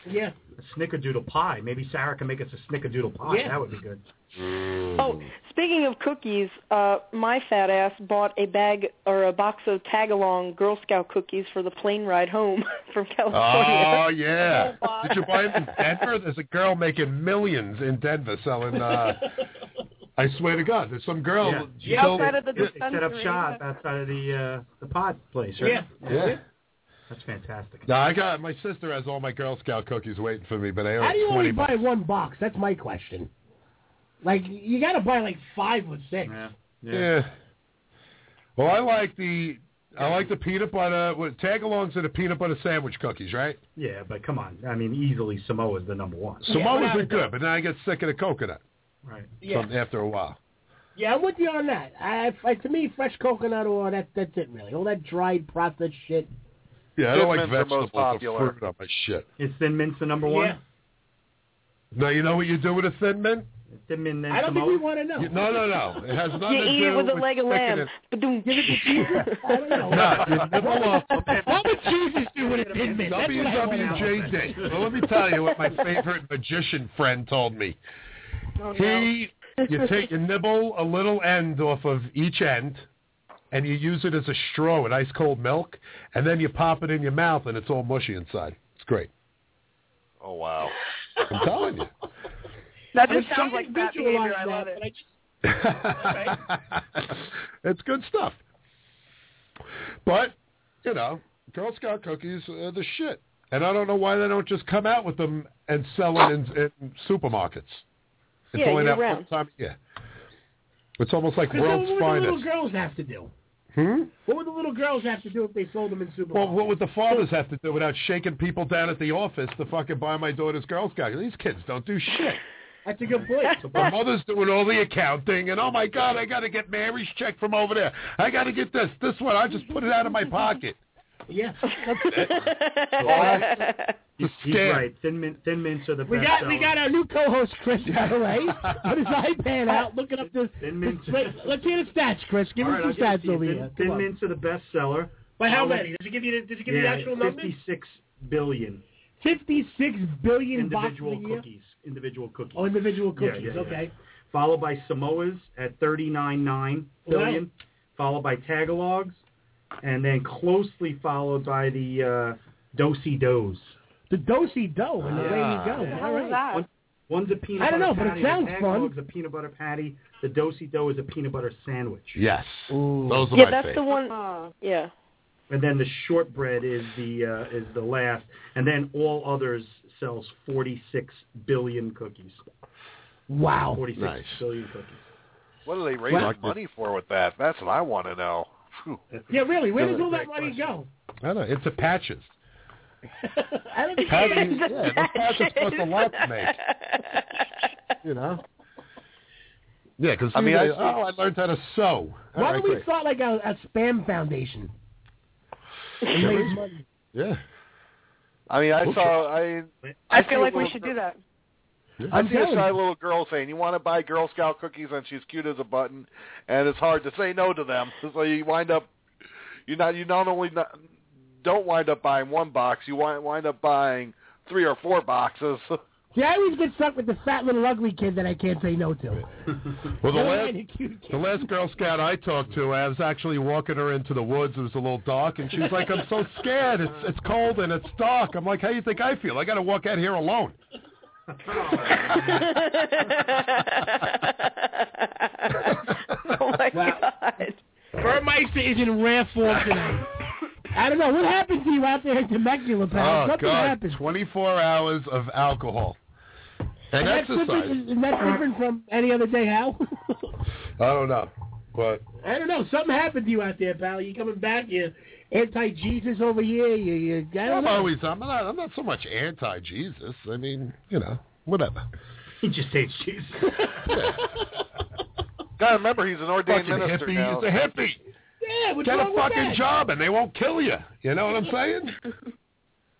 [SPEAKER 8] Yeah.
[SPEAKER 9] A snickerdoodle pie. Maybe Sarah can make us a snickerdoodle pie.
[SPEAKER 8] Yeah.
[SPEAKER 9] That would be good.
[SPEAKER 11] Oh,
[SPEAKER 6] Mm-hmm.
[SPEAKER 11] speaking of cookies, uh, my fat ass bought a bag or a box of Tagalong Girl Scout cookies for the plane ride home from California.
[SPEAKER 6] Oh yeah!
[SPEAKER 11] Wow.
[SPEAKER 6] Did you buy them in Denver? There's a girl making millions in Denver selling. Uh, I swear to God, there's some girl.
[SPEAKER 9] Yeah.
[SPEAKER 6] she
[SPEAKER 11] Yeah,
[SPEAKER 6] sold-
[SPEAKER 11] outside of the
[SPEAKER 9] They set up
[SPEAKER 11] dispensary.
[SPEAKER 9] shop outside of the uh, the pod place, right?
[SPEAKER 8] Yeah.
[SPEAKER 6] yeah.
[SPEAKER 9] That's fantastic.
[SPEAKER 6] No, I got my sister has all my Girl Scout cookies waiting for me, but I
[SPEAKER 8] How do you
[SPEAKER 6] owe twenty
[SPEAKER 8] only
[SPEAKER 6] bucks.
[SPEAKER 8] buy one box? That's my question. Like, you got to buy like five or six.
[SPEAKER 9] Yeah.
[SPEAKER 6] Yeah. Well, I like the I like the peanut butter. What tagalongs are the peanut butter sandwich cookies, right?
[SPEAKER 9] Yeah, but come on. Uh, I mean, easily Samoa is the number one.
[SPEAKER 8] Yeah,
[SPEAKER 6] Samoa's are
[SPEAKER 8] without a
[SPEAKER 6] good, but then I get sick of the coconut
[SPEAKER 9] Right.
[SPEAKER 8] Yeah,
[SPEAKER 6] from after a while.
[SPEAKER 8] yeah, I'm with you on that. I, I, to me, fresh coconut oil, that, that's it really. All that dried processed shit.
[SPEAKER 6] Yeah, I don't like
[SPEAKER 14] Thin mints are
[SPEAKER 6] vegetables
[SPEAKER 14] most
[SPEAKER 6] or
[SPEAKER 14] popular.
[SPEAKER 6] fruit on my shit.
[SPEAKER 9] Is Thin Mint's the number one?
[SPEAKER 8] Yeah.
[SPEAKER 6] Now you know what you do with a thin mint?
[SPEAKER 9] Thin Mint and
[SPEAKER 8] I don't think we
[SPEAKER 9] Samoa?
[SPEAKER 8] want to know.
[SPEAKER 6] You- No, no, no. It has nothing
[SPEAKER 11] You
[SPEAKER 6] to
[SPEAKER 11] eat
[SPEAKER 6] do
[SPEAKER 11] it with a leg of
[SPEAKER 6] sticking
[SPEAKER 11] lamb.
[SPEAKER 6] it-
[SPEAKER 11] Ba-doom.
[SPEAKER 8] Give it to Jesus. I don't know.
[SPEAKER 6] No, you nibble off a
[SPEAKER 8] What would Jesus do with a Thin Mint? That's what I want to know.
[SPEAKER 6] WWJD. Well, let me tell you what my favorite magician friend told me.
[SPEAKER 11] Oh, no.
[SPEAKER 6] He, you take, you nibble a little end off of each end, and you use it as a straw in ice cold milk, and then you pop it in your mouth, and it's all mushy inside. It's great.
[SPEAKER 14] Oh wow.
[SPEAKER 6] I'm telling you.
[SPEAKER 12] That
[SPEAKER 8] I
[SPEAKER 12] just
[SPEAKER 8] can
[SPEAKER 12] sounds like bad
[SPEAKER 8] visualize
[SPEAKER 12] behavior. I love
[SPEAKER 8] that,
[SPEAKER 12] it.
[SPEAKER 8] but I just-
[SPEAKER 6] it's good stuff. But, you know, Girl Scout cookies
[SPEAKER 14] uh,
[SPEAKER 6] are the shit. And I don't know why they don't just come out with them and sell it in, in supermarkets. It's
[SPEAKER 11] Yeah,
[SPEAKER 6] only that
[SPEAKER 11] year-round.
[SPEAKER 6] one time a year. It's almost like
[SPEAKER 8] So
[SPEAKER 6] world's
[SPEAKER 8] what would the little
[SPEAKER 6] finest.
[SPEAKER 8] girls have to do?
[SPEAKER 6] Hmm?
[SPEAKER 8] What would the little girls have to do if they sold them in Super
[SPEAKER 6] Well, what would the fathers have to do without shaking people down at the office to fucking buy my daughter's Girl Scout? These kids don't do shit.
[SPEAKER 8] That's a good point.
[SPEAKER 6] The mother's doing all the accounting, and oh my god, I got to get Mary's check from over there. I got to get this, this one. I just put it out of my pocket.
[SPEAKER 8] yeah.
[SPEAKER 9] He's, he's
[SPEAKER 6] Scam.
[SPEAKER 9] right. Thin, mint, thin Mints are the
[SPEAKER 8] We
[SPEAKER 9] best
[SPEAKER 8] got we got
[SPEAKER 9] sellers.
[SPEAKER 8] our new co-host Chris by the way, with his iPad out looking up this.
[SPEAKER 9] Thin Mints.
[SPEAKER 8] Wait, let's hear the stats, Chris. Give
[SPEAKER 9] All
[SPEAKER 8] us
[SPEAKER 9] right,
[SPEAKER 8] some
[SPEAKER 9] I'll
[SPEAKER 8] stats
[SPEAKER 9] give it to you.
[SPEAKER 8] over
[SPEAKER 9] Thin-
[SPEAKER 8] here. Come
[SPEAKER 9] Thin
[SPEAKER 8] on.
[SPEAKER 9] Mints are the best seller.
[SPEAKER 8] By how
[SPEAKER 9] I'll-
[SPEAKER 8] many? Does it give you the, does it give you the
[SPEAKER 9] yeah,
[SPEAKER 8] actual numbers?
[SPEAKER 9] 56 billion
[SPEAKER 8] 56 billion boxes
[SPEAKER 9] individual
[SPEAKER 8] a year.
[SPEAKER 9] cookies. Individual cookies.
[SPEAKER 8] Oh, individual
[SPEAKER 9] Yeah,
[SPEAKER 8] cookies.
[SPEAKER 9] yeah, yeah.
[SPEAKER 8] Okay.
[SPEAKER 9] Followed by Samoa's at 39.9 billion. Followed by Tagalogs. And then closely followed by the uh, Dosey Does.
[SPEAKER 8] The dosey dough and away
[SPEAKER 6] Yeah.
[SPEAKER 8] we go.
[SPEAKER 6] Yeah.
[SPEAKER 8] All
[SPEAKER 11] How was
[SPEAKER 8] right.
[SPEAKER 11] that?
[SPEAKER 9] One's a peanut
[SPEAKER 8] I don't know,
[SPEAKER 9] butter
[SPEAKER 8] but it
[SPEAKER 9] patty.
[SPEAKER 8] sounds
[SPEAKER 9] the
[SPEAKER 8] fun.
[SPEAKER 9] Tagalog's a peanut butter patty. The Dosey Dough is a peanut butter sandwich.
[SPEAKER 6] Yes, those are
[SPEAKER 11] Yeah,
[SPEAKER 6] my
[SPEAKER 11] that's the
[SPEAKER 6] favorite.
[SPEAKER 11] one.
[SPEAKER 8] Uh-huh.
[SPEAKER 11] Yeah.
[SPEAKER 9] And then the shortbread is the uh, is the last, and then all others sells 46 billion cookies.
[SPEAKER 8] Wow.
[SPEAKER 9] 46
[SPEAKER 6] Nice.
[SPEAKER 9] billion cookies.
[SPEAKER 14] What are they raising
[SPEAKER 6] Well-
[SPEAKER 14] money for with that? That's what I want to know. Phew.
[SPEAKER 8] Yeah, really. Where
[SPEAKER 9] That's
[SPEAKER 8] does all
[SPEAKER 9] a
[SPEAKER 8] that
[SPEAKER 9] great
[SPEAKER 8] money go?
[SPEAKER 6] I don't know. It's a patches.
[SPEAKER 8] I don't think
[SPEAKER 6] How do you, yeah, those patches cost a lot to make. You know. Yeah, because
[SPEAKER 14] I mean, I-
[SPEAKER 6] oh, I learned how to sew. All
[SPEAKER 8] Why
[SPEAKER 6] right,
[SPEAKER 8] don't we
[SPEAKER 6] great.
[SPEAKER 8] start like a, a spam foundation? Make money.
[SPEAKER 6] Yeah.
[SPEAKER 14] I mean, I
[SPEAKER 6] Oops.
[SPEAKER 14] saw. I
[SPEAKER 12] I,
[SPEAKER 14] see a
[SPEAKER 12] feel like we
[SPEAKER 14] little
[SPEAKER 12] should
[SPEAKER 14] girl-
[SPEAKER 12] do that.
[SPEAKER 14] I
[SPEAKER 12] I'm
[SPEAKER 14] see a
[SPEAKER 12] telling
[SPEAKER 14] shy
[SPEAKER 12] you.
[SPEAKER 14] little girl saying, "You want to buy Girl Scout cookies, and she's cute as a button, and it's hard to say no to them." So you wind up, you not you not only not, don't wind up buying one box, you wind wind up buying three or four boxes.
[SPEAKER 8] See, I always get stuck with the fat little ugly kid that I can't say no to.
[SPEAKER 6] Well, the
[SPEAKER 8] Never
[SPEAKER 6] last,
[SPEAKER 8] mind, you cute kid.
[SPEAKER 6] the last Girl Scout I talked to, I was actually walking her into the woods. It was a little dark, and she's like, "I'm so scared. It's it's cold and it's dark." I'm like, "How you think I feel? I got to walk out here alone."
[SPEAKER 8] oh my god. Burmeister is in rare form tonight. I don't know what happened to you out there in Temecula, pal.
[SPEAKER 6] Oh
[SPEAKER 8] Something
[SPEAKER 6] God!
[SPEAKER 8] happened.
[SPEAKER 6] 24 hours of alcohol and,
[SPEAKER 8] that's
[SPEAKER 6] exercise.
[SPEAKER 8] different. Is, is that different from any other day, Hal?
[SPEAKER 6] I don't know, but
[SPEAKER 8] I don't know. Something happened to you out there, pal. You coming back? You anti Jesus over here? You, you I don't
[SPEAKER 6] I'm
[SPEAKER 8] know.
[SPEAKER 6] always I'm not I'm not so much anti-Jesus. I mean, you know, whatever.
[SPEAKER 9] He just hates Jesus.
[SPEAKER 14] Gotta remember, he's an ordained
[SPEAKER 6] Fucking
[SPEAKER 14] minister
[SPEAKER 6] hippie.
[SPEAKER 14] now.
[SPEAKER 6] He's a hippie.
[SPEAKER 8] Yeah, what's
[SPEAKER 6] Get
[SPEAKER 8] wrong
[SPEAKER 6] a
[SPEAKER 8] with
[SPEAKER 6] fucking
[SPEAKER 8] that?
[SPEAKER 6] job and they won't kill you. You know what I'm saying?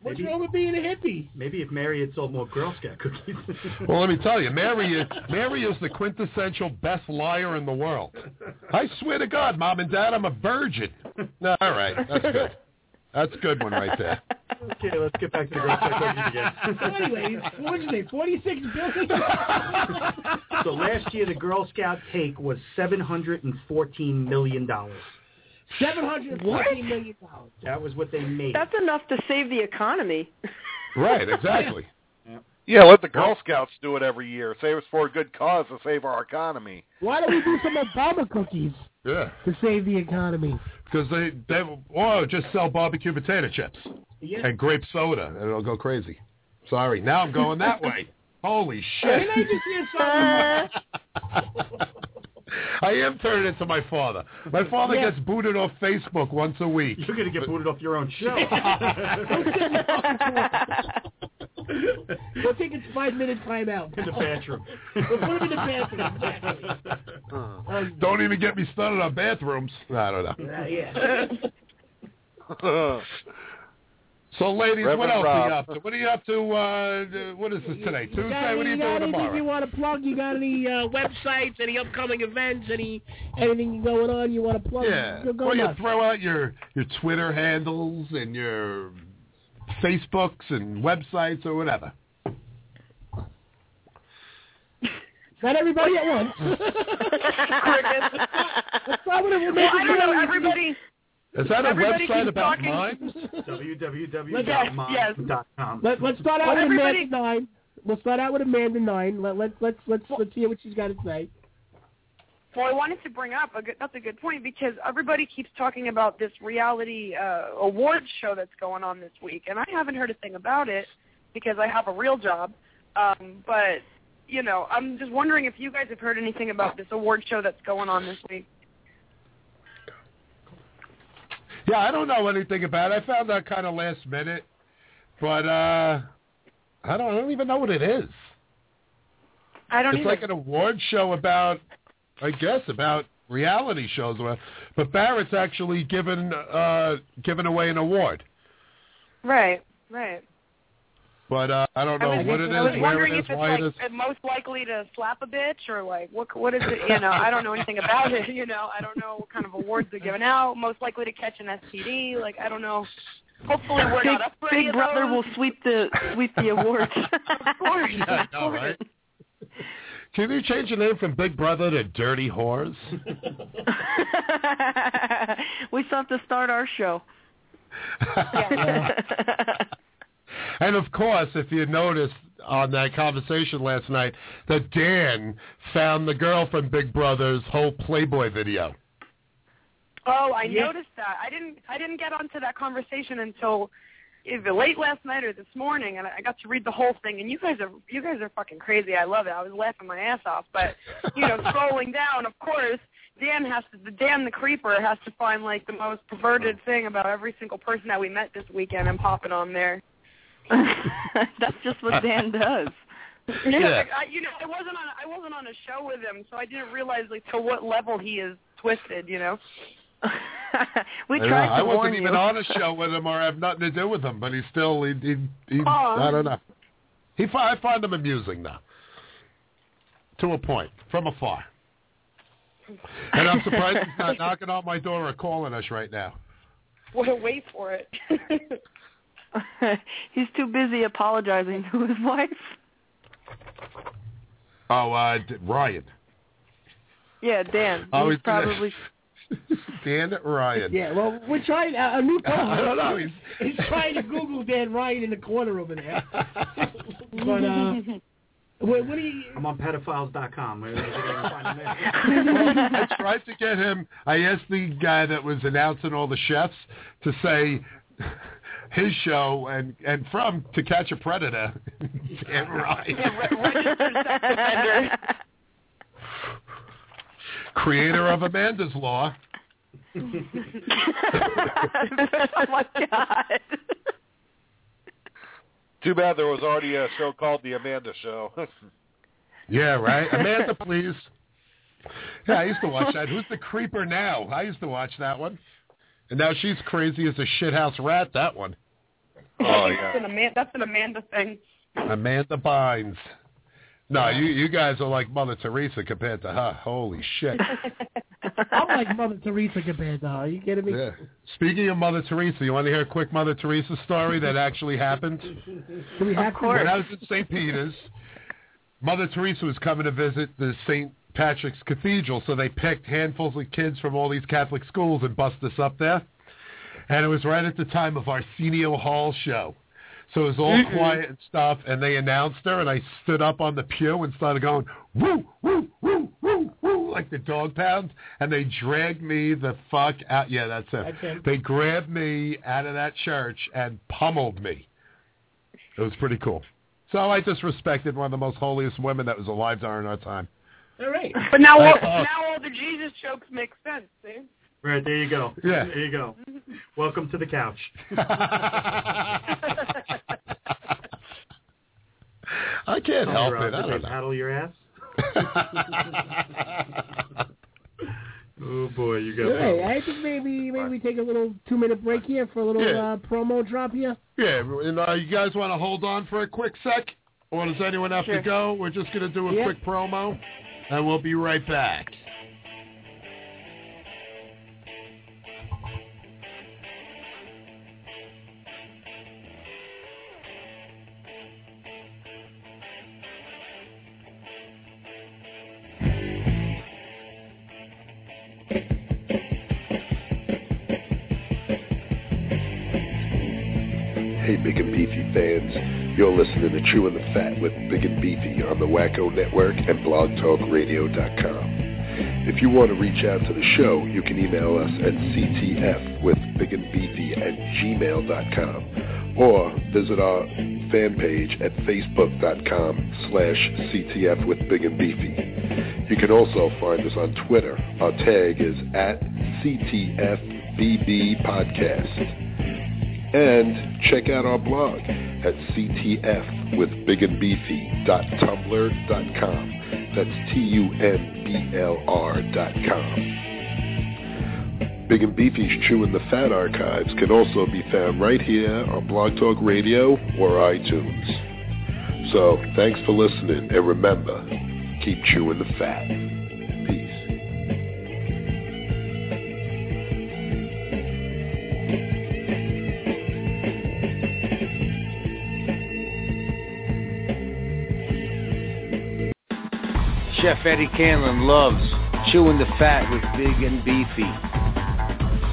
[SPEAKER 8] What's wrong with being a hippie?
[SPEAKER 9] Maybe if Mary had sold more Girl Scout cookies.
[SPEAKER 6] Well, let me tell you, Mary is Mary is the quintessential best liar in the world. I swear to God, Mom and Dad, I'm a virgin. No, all right, that's good. That's a good one right there.
[SPEAKER 9] okay, let's get back to Girl Scout cookies again.
[SPEAKER 8] So anyway, what did you say? Forty-six billion.
[SPEAKER 9] So last year the Girl Scout take was seven hundred and fourteen million dollars.
[SPEAKER 8] Seven hundred fourteen million dollars.
[SPEAKER 9] That was what they made.
[SPEAKER 11] That's enough to save the economy.
[SPEAKER 6] Right, exactly.
[SPEAKER 14] Yeah, let the Girl Scouts do it every year. Save us for a good cause to save our economy.
[SPEAKER 8] Why don't we do some Obama cookies
[SPEAKER 6] Yeah,
[SPEAKER 8] to save the economy?
[SPEAKER 6] because they they or just sell barbecue potato chips
[SPEAKER 8] Yeah.
[SPEAKER 6] and grape soda, and it'll go crazy. Sorry, now I'm going that way. Holy shit!
[SPEAKER 8] Didn't I just hear something?
[SPEAKER 6] I am turning into my father. My father
[SPEAKER 8] Yeah.
[SPEAKER 6] gets booted off Facebook once a week.
[SPEAKER 9] You're gonna get booted off your own show.
[SPEAKER 8] We'll take a five-minute timeout.
[SPEAKER 9] In the bathroom.
[SPEAKER 8] We'll put him in the bathroom. Exactly. Um,
[SPEAKER 6] Don't even get me started on bathrooms. I don't know.
[SPEAKER 8] uh, yeah.
[SPEAKER 6] So, ladies, what
[SPEAKER 14] Reverend
[SPEAKER 6] else are
[SPEAKER 14] Rob.
[SPEAKER 6] you up to? What are you up to? Uh, what is this today?
[SPEAKER 8] You got
[SPEAKER 6] Tuesday? What are
[SPEAKER 8] any-
[SPEAKER 6] you
[SPEAKER 8] got
[SPEAKER 6] doing
[SPEAKER 8] anything you
[SPEAKER 6] tomorrow?
[SPEAKER 8] want to plug? You got any uh, websites? Any upcoming events? Any anything going on you want to plug?
[SPEAKER 6] Yeah.
[SPEAKER 8] You'll go
[SPEAKER 6] Well, you
[SPEAKER 8] nuts.
[SPEAKER 6] throw out your your Twitter handles and your Facebooks and websites or whatever.
[SPEAKER 8] Not everybody at once. Let's start with a-
[SPEAKER 11] well, I don't know. Everybody,
[SPEAKER 6] Is that a
[SPEAKER 11] Everybody
[SPEAKER 6] website
[SPEAKER 11] keeps
[SPEAKER 6] about
[SPEAKER 11] talking.
[SPEAKER 6] mine?
[SPEAKER 11] Yes.
[SPEAKER 9] www.mom.com.
[SPEAKER 8] Let, let's start out
[SPEAKER 11] Well,
[SPEAKER 8] with
[SPEAKER 11] everybody-
[SPEAKER 8] Amanda Nine. We'll start out with Amanda Nine. Let let let's let's let's hear what she's got to say.
[SPEAKER 12] Well, I wanted to bring up a good, that's a good point because everybody keeps talking about this reality uh, awards show that's going on this week, and I haven't heard a thing about it because I have a real job. Um, but you know, I'm just wondering if you guys have heard anything about this award show that's going on this week.
[SPEAKER 6] Yeah, I don't know anything about it. I found out kind of last minute, but uh, I don't. I don't even know what it is.
[SPEAKER 12] I don't
[SPEAKER 6] it's
[SPEAKER 12] even.
[SPEAKER 6] like an award show about, I guess, about reality shows. But Barrett's actually given uh, given away an award.
[SPEAKER 12] right, right.
[SPEAKER 6] But uh, I don't know
[SPEAKER 12] I was,
[SPEAKER 6] what it
[SPEAKER 12] I was
[SPEAKER 6] is, where
[SPEAKER 12] wondering
[SPEAKER 6] it is,
[SPEAKER 12] if it's
[SPEAKER 6] why
[SPEAKER 12] like
[SPEAKER 6] it is.
[SPEAKER 12] uh, most likely to slap a bitch or like what what is it? You know, I don't know anything about it. You know, I don't know what kind of awards they're giving out. Most likely to catch an STD. Like I don't know. Hopefully we're
[SPEAKER 11] Big,
[SPEAKER 12] not up for any
[SPEAKER 11] Big
[SPEAKER 12] of
[SPEAKER 11] Brother
[SPEAKER 12] those.
[SPEAKER 11] will sweep the sweep the awards.
[SPEAKER 12] Of course.
[SPEAKER 6] Yeah, I know, right? Can you change the name from Big Brother to Dirty Whores?
[SPEAKER 11] we still have to start our show.
[SPEAKER 6] and of course, if you noticed on that conversation last night, that Dan found the girl from Big Brother's whole Playboy video.
[SPEAKER 12] Oh, I
[SPEAKER 8] Yeah.
[SPEAKER 12] noticed that. I didn't. I didn't get onto that conversation until either late last night or this morning, and I got to read the whole thing. And you guys are you guys are fucking crazy. I love it. I was laughing my ass off. But you know, scrolling down, of course, Dan has to. The Dan the creeper has to find like the most perverted thing about every single person that we met this weekend and pop it on there.
[SPEAKER 11] That's just what Dan does.
[SPEAKER 12] Yeah.
[SPEAKER 6] Yeah.
[SPEAKER 12] Like, I, you know, I wasn't on. I wasn't on a show with him, so I didn't realize like to what level he is twisted. You know.
[SPEAKER 11] we
[SPEAKER 6] I, don't know.
[SPEAKER 11] tried to
[SPEAKER 6] I wasn't
[SPEAKER 11] warn
[SPEAKER 6] even
[SPEAKER 11] you.
[SPEAKER 6] on a show with him or have nothing to do with him, but he still he he, he
[SPEAKER 11] Aw.
[SPEAKER 6] I don't know. He fi- I find him amusing now, to a point from afar. And I'm surprised he's not knocking on my door or calling us right now.
[SPEAKER 12] What a wait for it.
[SPEAKER 6] Oh,
[SPEAKER 11] He's too busy apologizing to his wife.
[SPEAKER 6] Oh, uh, D- Ryan.
[SPEAKER 11] Yeah, Dan.
[SPEAKER 6] I
[SPEAKER 11] He's
[SPEAKER 6] was-
[SPEAKER 11] probably
[SPEAKER 6] Dan Ryan.
[SPEAKER 8] Yeah, well, we're trying a, a new phone.
[SPEAKER 6] I don't know. He's,
[SPEAKER 8] He's trying to Google Dan Ryan in the corner over there. but uh, what, what do you?
[SPEAKER 9] I'm on pedophiles.com. Where- where they can find them there.
[SPEAKER 6] I tried to get him. I asked the guy that was announcing all the chefs to say his show and and from To Catch a Predator. Dan Ryan. creator of Amanda's Law.
[SPEAKER 11] oh my god.
[SPEAKER 14] Too bad there was already a show called The Amanda Show.
[SPEAKER 6] Yeah, right. Amanda, please. Yeah, I used to watch that. Who's the creeper now? I used to watch that one. And now she's crazy as a shithouse rat, that one. Oh,
[SPEAKER 12] that's, an Amanda, that's an Amanda thing.
[SPEAKER 6] Amanda Bynes. No, you you guys are like Mother Teresa compared to her. Holy shit.
[SPEAKER 8] I'm like Mother Teresa compared to her. You kidding me?
[SPEAKER 6] Yeah. Speaking of Mother Teresa, you want to hear a quick Mother Teresa story that actually happened?
[SPEAKER 8] Do we have
[SPEAKER 6] When I was in
[SPEAKER 8] to?
[SPEAKER 6] St. Peter's, Mother Teresa was coming to visit the St. Patrick's Cathedral, so they picked handfuls of kids from all these Catholic schools and bussed us up there. And it was right at the time of Arsenio Hall show. So it was all
[SPEAKER 7] Mhm.
[SPEAKER 6] quiet and stuff, and they announced her, and I stood up on the pew and started going, woo, woo, woo, woo, woo, like the dog pound, and they dragged me the fuck out. Yeah, that's it.
[SPEAKER 7] That's him.
[SPEAKER 6] They grabbed me out of that church and pummeled me. It was pretty cool. So I disrespected one of the most holiest women that was alive during our time.
[SPEAKER 8] All right.
[SPEAKER 12] But now, all,
[SPEAKER 6] That's awesome.
[SPEAKER 12] now all the Jesus jokes make sense, see?
[SPEAKER 9] Right, there you go.
[SPEAKER 6] Yeah.
[SPEAKER 9] There you go. Welcome to the couch.
[SPEAKER 6] I can't
[SPEAKER 9] Oh,
[SPEAKER 6] help it.
[SPEAKER 9] Rob,
[SPEAKER 6] I
[SPEAKER 9] Did
[SPEAKER 6] don't
[SPEAKER 9] they
[SPEAKER 6] know.
[SPEAKER 9] paddle your ass? oh, boy, you got
[SPEAKER 8] Hey, I think maybe maybe we take a little two minute break here for a little
[SPEAKER 6] Yeah.
[SPEAKER 8] uh, promo drop here.
[SPEAKER 6] Yeah, and, uh, you guys want to hold on for a quick sec? Or does anyone have
[SPEAKER 8] Sure.
[SPEAKER 6] to go? We're just going to do a
[SPEAKER 8] Yeah.
[SPEAKER 6] quick promo, and we'll be right back.
[SPEAKER 5] Hey, Big and Beefy fans. You're listening to Chewing the Fat with Big and Beefy on the Wacko Network and blogtalkradio.com. If you want to reach out to the show, you can email us at ctf with Big and Beefy at gmail.com or visit our fan page at facebook.com slash ctf with Big and Beefy. You can also find us on Twitter. Our tag is at ctfbb podcast and check out our blog at ctfwithbigandbeefy.tumblr.com. That's T-U-M-B-L-R dot com. Big and Beefy's Chewing the Fat archives can also be found right here on Blog Talk Radio or iTunes. So thanks for listening, and remember, keep chewing the fat.
[SPEAKER 15] Chef Eddie Canlon loves chewing the fat with Big and Beefy.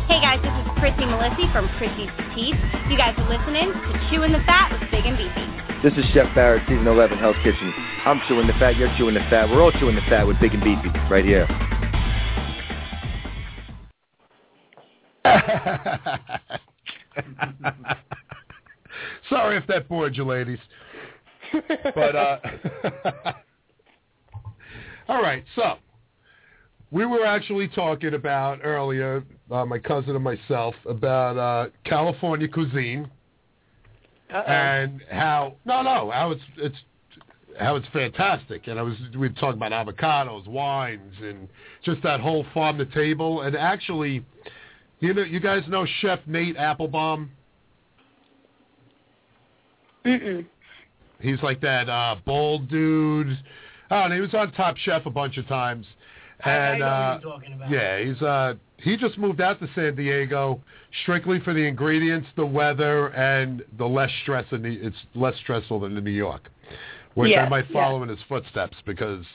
[SPEAKER 16] Hey guys, this is Prissy Melissy from Prissy's Teeth. You guys are listening to Chewing the Fat with Big and Beefy.
[SPEAKER 17] This is Chef Barrett, Season 11, Hell's Kitchen. I'm chewing the fat, you're chewing the fat, we're all chewing the fat with Big and Beefy right here.
[SPEAKER 6] Sorry if that bored you, ladies. But uh, all right, so we were actually talking about earlier, uh, my cousin and myself, about uh, California cuisine and how no, no, how it's it's how it's fantastic. And I was we talked about avocados, wines, and just that whole farm to table. And actually, you know, you guys know Chef Nate Applebaum.
[SPEAKER 12] Mm-mm.
[SPEAKER 6] He's like that uh, bold dude. Oh, and he was on Top Chef a bunch of times.
[SPEAKER 8] I- I
[SPEAKER 6] And
[SPEAKER 8] know who
[SPEAKER 6] uh,
[SPEAKER 8] you're talking about.
[SPEAKER 6] yeah, he's uh, he just moved out to San Diego strictly for the ingredients, the weather, and the less stress. In the, it's less stressful than in New York, which I
[SPEAKER 14] Yeah,
[SPEAKER 6] might
[SPEAKER 14] yeah.
[SPEAKER 6] follow in his footsteps because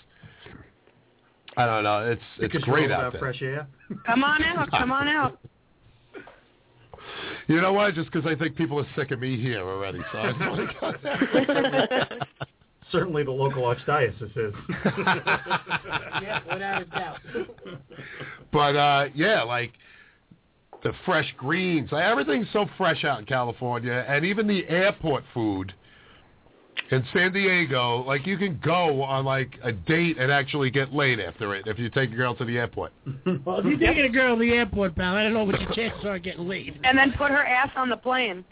[SPEAKER 6] I don't know. It's it's
[SPEAKER 9] Because
[SPEAKER 6] great
[SPEAKER 9] you're all
[SPEAKER 6] out
[SPEAKER 9] about
[SPEAKER 6] there.
[SPEAKER 9] Fresh air.
[SPEAKER 12] Come on out. Come on out.
[SPEAKER 6] You know why? Just because I think people are sick of me here already. So I just want to go there.
[SPEAKER 9] Certainly, the local archdiocese is.
[SPEAKER 8] yeah, without a doubt.
[SPEAKER 6] But uh, yeah, like the fresh greens, like, everything's so fresh out in California, and even the airport food in San Diego. Like you can go on like a date and actually get laid after it if you take a girl to the airport.
[SPEAKER 8] Well, if you're taking a girl to the airport, pal, I don't know what your chances are getting laid.
[SPEAKER 12] And then put her ass on the plane.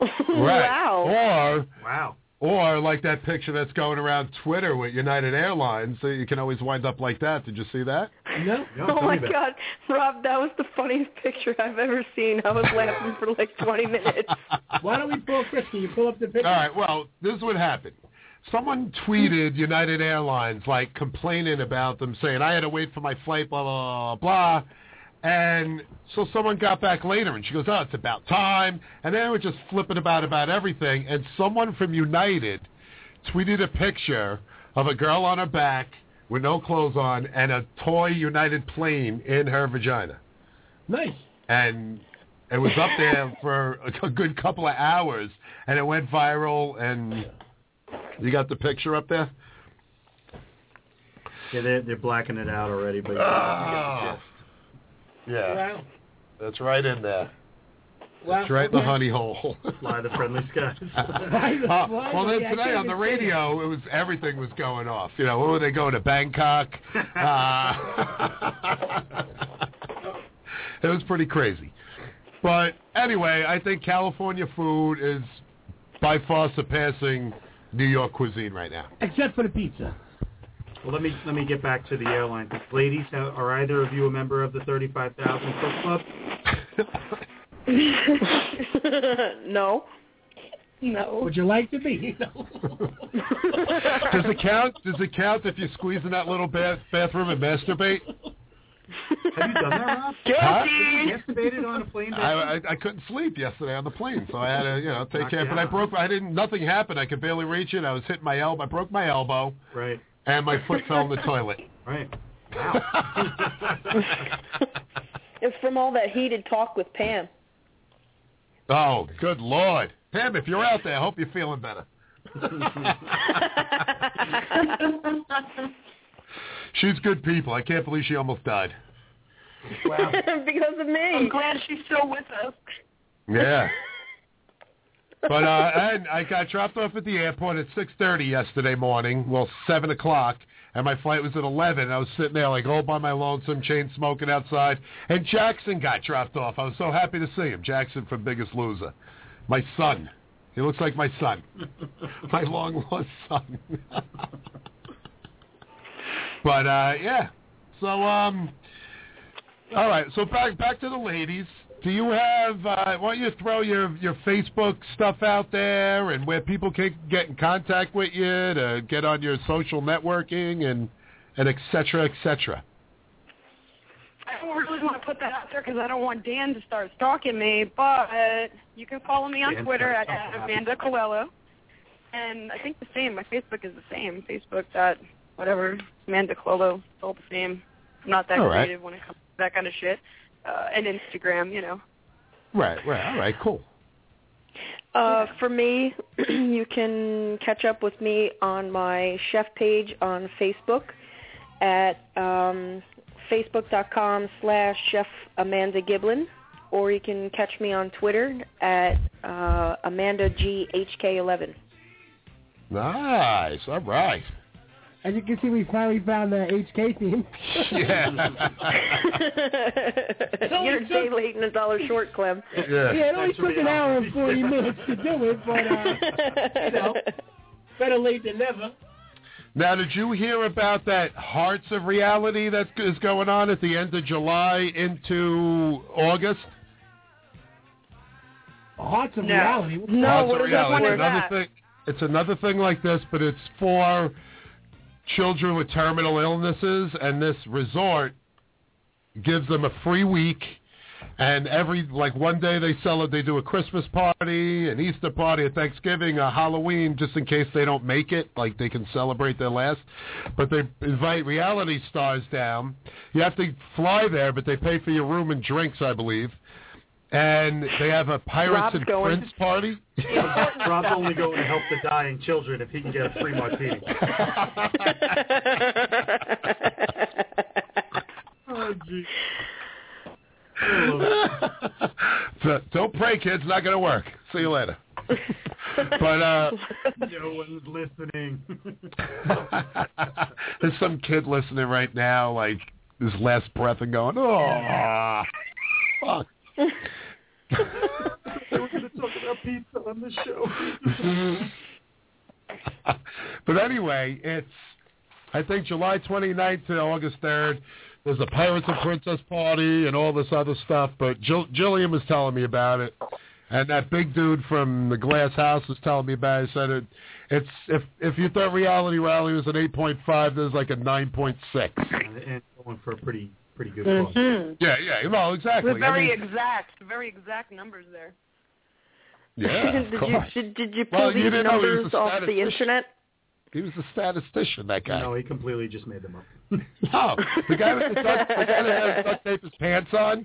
[SPEAKER 6] Right.
[SPEAKER 12] Wow.
[SPEAKER 6] Or
[SPEAKER 9] wow.
[SPEAKER 6] Or like that picture that's going around Twitter with United Airlines. So you can always wind up like that. Did you see that?
[SPEAKER 9] No.
[SPEAKER 12] oh my god, Rob, that was the funniest picture I've ever seen. I was laughing for like 20 minutes.
[SPEAKER 8] Why don't we pull Christy? You pull up the picture.
[SPEAKER 6] All right. Well, this is what happened. Someone tweeted United Airlines like complaining about them, saying I had to wait for my flight, blah blah blah. blah. And so someone got back later, and she goes, "Oh, it's about time." And they were just flipping about about everything. And someone from United tweeted a picture of a girl on her back with no clothes on and a toy United plane in her vagina.
[SPEAKER 8] Nice.
[SPEAKER 6] And it was up there for a good couple of hours, and it went viral. And you got the picture up there.
[SPEAKER 9] Yeah, they're, they're blacking it out already, but
[SPEAKER 6] Oh. Yeah,
[SPEAKER 8] Wow.
[SPEAKER 6] that's right in there.
[SPEAKER 8] Wow.
[SPEAKER 6] It's right in the honey hole.
[SPEAKER 9] Fly the friendly skies.
[SPEAKER 6] Uh, well, then
[SPEAKER 8] Yeah, I
[SPEAKER 6] today
[SPEAKER 8] can't
[SPEAKER 6] on the
[SPEAKER 8] even say
[SPEAKER 6] radio, it was everything was going off. You know, when were they going to Bangkok? Uh, it was pretty crazy. But anyway, I think California food is by far surpassing New York cuisine right now.
[SPEAKER 8] Except for the pizza.
[SPEAKER 9] Well, let me let me get back to the airline. thing. Ladies, ha- are either of you a member of the thirty-five thousand foot club?
[SPEAKER 12] no. No.
[SPEAKER 8] Would you like to be?
[SPEAKER 6] Does it count? Does it count if you squeeze in that little bath, bathroom and masturbate?
[SPEAKER 9] Have you done that, Rob?
[SPEAKER 6] Guilty.
[SPEAKER 9] Have you Masturbated on a plane.
[SPEAKER 6] I, I, I couldn't sleep yesterday on the plane, so I had to, you know, take
[SPEAKER 9] Knocked
[SPEAKER 6] care. But I
[SPEAKER 9] out.
[SPEAKER 6] broke. I didn't. Nothing happened. I could barely reach it. I was hitting my elbow. I broke my elbow,
[SPEAKER 9] Right.
[SPEAKER 6] and my foot fell in the toilet.
[SPEAKER 9] Right.
[SPEAKER 12] It's from all that heated talk with Pam.
[SPEAKER 6] Oh, good lord, Pam! If you're out there, I hope you're feeling better. She's good people. I can't believe she almost died.
[SPEAKER 12] because of me. I'm glad she's still with us.
[SPEAKER 6] Yeah. But uh, and I got dropped off at the airport at 6:30 yesterday morning. Well, seven o'clock, and my flight was at 11. I was sitting there like all by my lonesome, chain smoking outside. And Jackson got dropped off. I was so happy to see him. Jackson from Biggest Loser, my son. He looks like my son, my long lost son. but uh, yeah, so um, all right. So back back to the ladies. Do you have? Uh, why don't you throw your your Facebook stuff out there and where people can get in contact with you to get on your social networking and and et cetera, et cetera.
[SPEAKER 12] I don't really want to put that out there because I don't want Dan to start stalking me, but you can follow me on
[SPEAKER 9] Dan
[SPEAKER 12] Twitter at,
[SPEAKER 9] starts stalking
[SPEAKER 12] at
[SPEAKER 9] us.
[SPEAKER 12] Amanda Coelho. And I think the same. My Facebook is the same. Facebook dot whatever, Amanda Coelho. It's all the same. I'm not that
[SPEAKER 6] All right.
[SPEAKER 12] creative when it comes to that kind of shit. Uh, and Instagram, you know.
[SPEAKER 6] Right, right, all right, cool.
[SPEAKER 11] Uh,
[SPEAKER 12] for me, you can catch up with me on my chef page on Facebook at um, facebook.com slash chef Amanda Giblin, or you can catch me on Twitter at uh, Amanda GHK11.
[SPEAKER 6] Nice, all right.
[SPEAKER 8] As you can see, we finally found the HK theme.
[SPEAKER 6] Yeah.
[SPEAKER 12] You're a day late and a dollar short, Clem.
[SPEAKER 8] Yeah, it only took an hour and 40 minutes to do it, but, uh, you know, better late than never.
[SPEAKER 6] Now, did you hear about that Hearts of Reality that is going on at the end of July into August?
[SPEAKER 8] Hearts of
[SPEAKER 6] No.
[SPEAKER 8] Reality.
[SPEAKER 6] Hearts of Reality. another thing. It's another thing like this, but it's for children with terminal illnesses, and this resort gives them a free week. And every like one day they sell it. They do a Christmas party, an Easter party, a Thanksgiving, a Halloween, just in case they don't make it. Like they can celebrate their last. But they invite reality stars down. You have to fly there, but they pay for your room and drinks, I believe. And they have a Pirates
[SPEAKER 9] Rob's
[SPEAKER 6] and
[SPEAKER 9] going.
[SPEAKER 6] Prince party.
[SPEAKER 9] Rob's only going to help the dying children if he can get a free martini.
[SPEAKER 8] Oh, gee.
[SPEAKER 6] So, don't pray, kids. Not going to work. See you later. but uh,
[SPEAKER 9] no one's listening.
[SPEAKER 6] there's some kid listening right now, like his last breath and going, oh, fuck.
[SPEAKER 9] They were going to talk about pizza on the show.
[SPEAKER 6] but anyway, it's I think July 29th to August 3rd. There's a Pirates and Princess party and all this other stuff. But Jill, Jillian was telling me about it, and that big dude from the Glass House was telling me about it. Said it, it's if if you thought Reality Rally was an 8.5, there's like a 9.6.
[SPEAKER 9] and, and going for a pretty pretty good cause.
[SPEAKER 12] Mhm.
[SPEAKER 6] Yeah, yeah, well, exactly.
[SPEAKER 12] We're very
[SPEAKER 6] I mean,
[SPEAKER 12] exact, very exact numbers there.
[SPEAKER 6] yeah, of
[SPEAKER 12] did you
[SPEAKER 6] course.
[SPEAKER 12] did, did you pull
[SPEAKER 6] Well, you
[SPEAKER 12] these
[SPEAKER 6] didn't know he was
[SPEAKER 12] numbers
[SPEAKER 6] a
[SPEAKER 12] off the
[SPEAKER 6] statistician.
[SPEAKER 12] internet?
[SPEAKER 6] He was a statistician, that guy.
[SPEAKER 9] No, he completely just made them up.
[SPEAKER 6] No, the guy with the duct, the guy that has duct tape his pants on,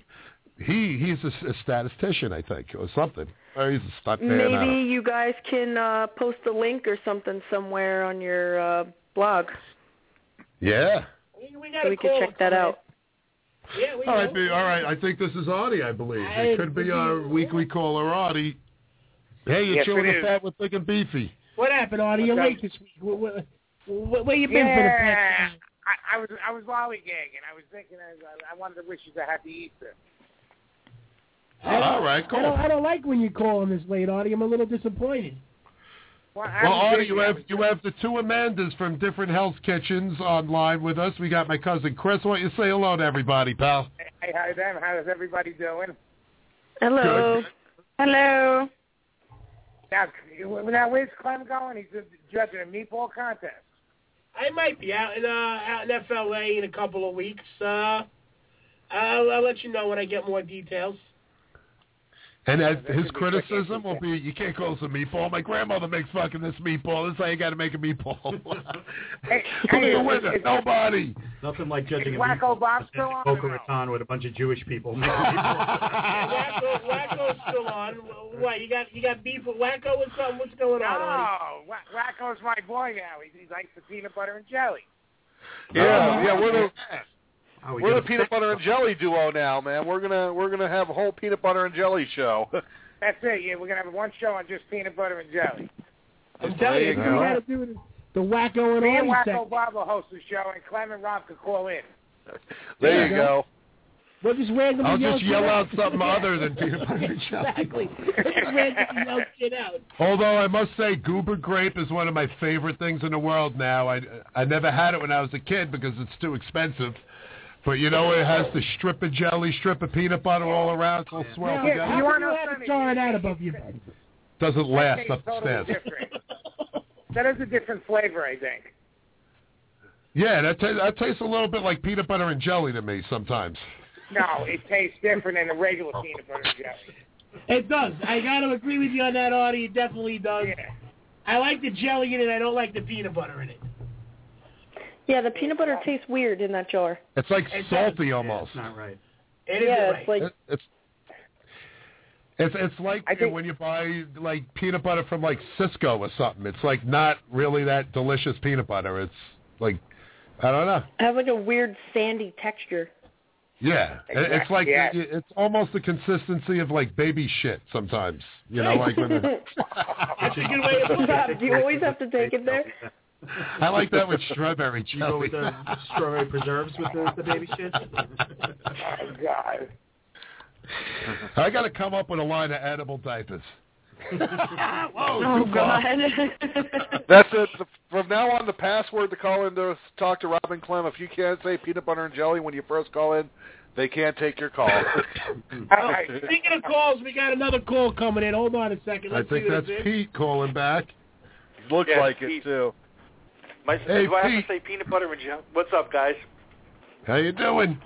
[SPEAKER 6] he he's a, s- a statistician, I think, or something. Or he's a stuntman. I don't know.
[SPEAKER 12] Maybe you guys can uh, post a link or something somewhere on your uh, blog
[SPEAKER 6] Yeah.
[SPEAKER 8] We
[SPEAKER 12] so we can check that out.
[SPEAKER 8] Yeah, we
[SPEAKER 6] All right,
[SPEAKER 8] know.
[SPEAKER 6] B- all right. I think this is Audie, I believe. It could be our weekly caller, Audie. Hey, you're
[SPEAKER 8] Yes,
[SPEAKER 6] chewing
[SPEAKER 8] it
[SPEAKER 6] the
[SPEAKER 8] is.
[SPEAKER 6] fat with big and beefy.
[SPEAKER 8] What happened, Artie? You're
[SPEAKER 6] Okay.
[SPEAKER 8] late this week. Where, where, where, where you been for the past?
[SPEAKER 18] Yeah. I, I was I was lollygagging. I was thinking I, I wanted to wish you a happy Easter.
[SPEAKER 6] All right,
[SPEAKER 8] I
[SPEAKER 6] cool.
[SPEAKER 8] don't, I don't like when you call him this late, Artie. I'm a little disappointed.
[SPEAKER 18] Well,
[SPEAKER 6] Well, Audie, you have you have the two Amandas from different health kitchens online with us. We got my cousin Chris. Why don't you say hello to everybody, pal?
[SPEAKER 18] Hey, hi Dan. How is everybody doing?
[SPEAKER 12] Hello. Hello.
[SPEAKER 18] Now, now where's Clem going? He's a judging a meatball contest.
[SPEAKER 8] I might be out in uh, out in FLA in a couple of weeks. Uh, I'll, I'll let you know when I get more details.
[SPEAKER 6] And as his criticism will be, you can't call this a meatball. My grandmother makes fucking this meatball. This is how you got to make a meatball.
[SPEAKER 18] Hey,
[SPEAKER 6] Who's
[SPEAKER 18] hey,
[SPEAKER 6] the winner?
[SPEAKER 18] it's-
[SPEAKER 6] Nobody.
[SPEAKER 9] Nothing like judging a
[SPEAKER 18] Wacko Bob's still on.
[SPEAKER 9] Boca Raton with a bunch of Jewish people.
[SPEAKER 8] Wacko, Wacko's still on. What you got? You got beef with Wacko or something? What's going on? Artie?
[SPEAKER 18] No, Oh, Wa- Wacko's my boy now. He, he likes the peanut butter and jelly.
[SPEAKER 14] Yeah, yeah, we're the
[SPEAKER 9] Oh,
[SPEAKER 14] we are the peanut butter and jelly duo now, man. We're gonna we're gonna have a whole peanut butter and jelly show.
[SPEAKER 18] That's it. Yeah, we're gonna have one show on just peanut butter and jelly.
[SPEAKER 8] I'm telling you,
[SPEAKER 14] There
[SPEAKER 8] we
[SPEAKER 14] you go.
[SPEAKER 8] got to do the- the Wacko and
[SPEAKER 18] Me and
[SPEAKER 8] Artie
[SPEAKER 18] Wacko
[SPEAKER 8] segment.
[SPEAKER 18] Bob will host the show, and Clem and Rob could call in.
[SPEAKER 14] There you go.
[SPEAKER 8] We'll just randomly
[SPEAKER 6] I'll
[SPEAKER 8] yell
[SPEAKER 6] just
[SPEAKER 8] shit
[SPEAKER 6] yell out
[SPEAKER 8] out
[SPEAKER 6] something other than peanut butter and jelly.
[SPEAKER 8] exactly. Just randomly yell shit out.
[SPEAKER 6] Although I must say, goober grape is one of my favorite things in the world now. I I never had it when I was a kid because it's too expensive. But you know, it has the strip of jelly, strip of peanut butter all around. It's all swelled
[SPEAKER 8] Yeah,
[SPEAKER 6] together.
[SPEAKER 8] how
[SPEAKER 18] want
[SPEAKER 8] come you
[SPEAKER 18] no
[SPEAKER 8] had
[SPEAKER 18] sunny
[SPEAKER 8] a jar of that above your bed?
[SPEAKER 6] Doesn't
[SPEAKER 18] Tastes
[SPEAKER 6] last
[SPEAKER 18] totally
[SPEAKER 6] upstairs.
[SPEAKER 18] different. that is a different flavor, I think.
[SPEAKER 6] Yeah, that, ta that tastes a little bit like peanut butter and jelly to me sometimes.
[SPEAKER 18] No, it tastes different than a regular peanut butter and jelly.
[SPEAKER 8] It does. I got to agree with you on that, Artie. It definitely does. I like the jelly in it. I don't like the peanut butter in it.
[SPEAKER 12] Yeah, the peanut butter tastes weird in that jar.
[SPEAKER 6] It's like
[SPEAKER 8] It
[SPEAKER 6] salty almost. not
[SPEAKER 9] right.
[SPEAKER 8] It is
[SPEAKER 12] yeah,
[SPEAKER 8] right.
[SPEAKER 12] it's like
[SPEAKER 6] It- it's it's it's like when you buy like peanut butter from like Cisco or something. It's like not really that delicious peanut butter. It's like I don't know.
[SPEAKER 12] it has like a weird sandy texture.
[SPEAKER 6] Yeah, It- it's
[SPEAKER 12] Exactly,
[SPEAKER 6] like
[SPEAKER 12] yeah.
[SPEAKER 6] it's almost the consistency of like baby shit sometimes. You know, like when the-
[SPEAKER 8] That's a good way to put
[SPEAKER 12] Bob,
[SPEAKER 8] it.
[SPEAKER 12] do you always have to take it there?
[SPEAKER 6] I like that with strawberry jelly.
[SPEAKER 9] You go Oh, with the strawberry preserves with the, the baby shit.
[SPEAKER 18] Oh God.
[SPEAKER 6] I got to come up with a line of edible diapers. Whoa,
[SPEAKER 13] Oh,
[SPEAKER 6] too far.
[SPEAKER 13] God.
[SPEAKER 14] That's it. The- From now on, the password to call in to talk to Robin Clem. If you can't say peanut butter and jelly when you first call in, they can't take your call.
[SPEAKER 6] Oh.
[SPEAKER 8] Speaking of calls, we got another call coming in. Hold on a second.
[SPEAKER 6] I
[SPEAKER 8] Let's
[SPEAKER 6] think
[SPEAKER 8] see what
[SPEAKER 6] that's
[SPEAKER 8] it is.
[SPEAKER 6] Pete calling back.
[SPEAKER 14] Looks
[SPEAKER 10] Yeah,
[SPEAKER 14] like it
[SPEAKER 10] Pete.
[SPEAKER 14] too.
[SPEAKER 10] My,
[SPEAKER 6] Hey,
[SPEAKER 10] do I have
[SPEAKER 6] Pete.
[SPEAKER 10] to say peanut butter and jelly? What's up, guys?
[SPEAKER 6] How you doing?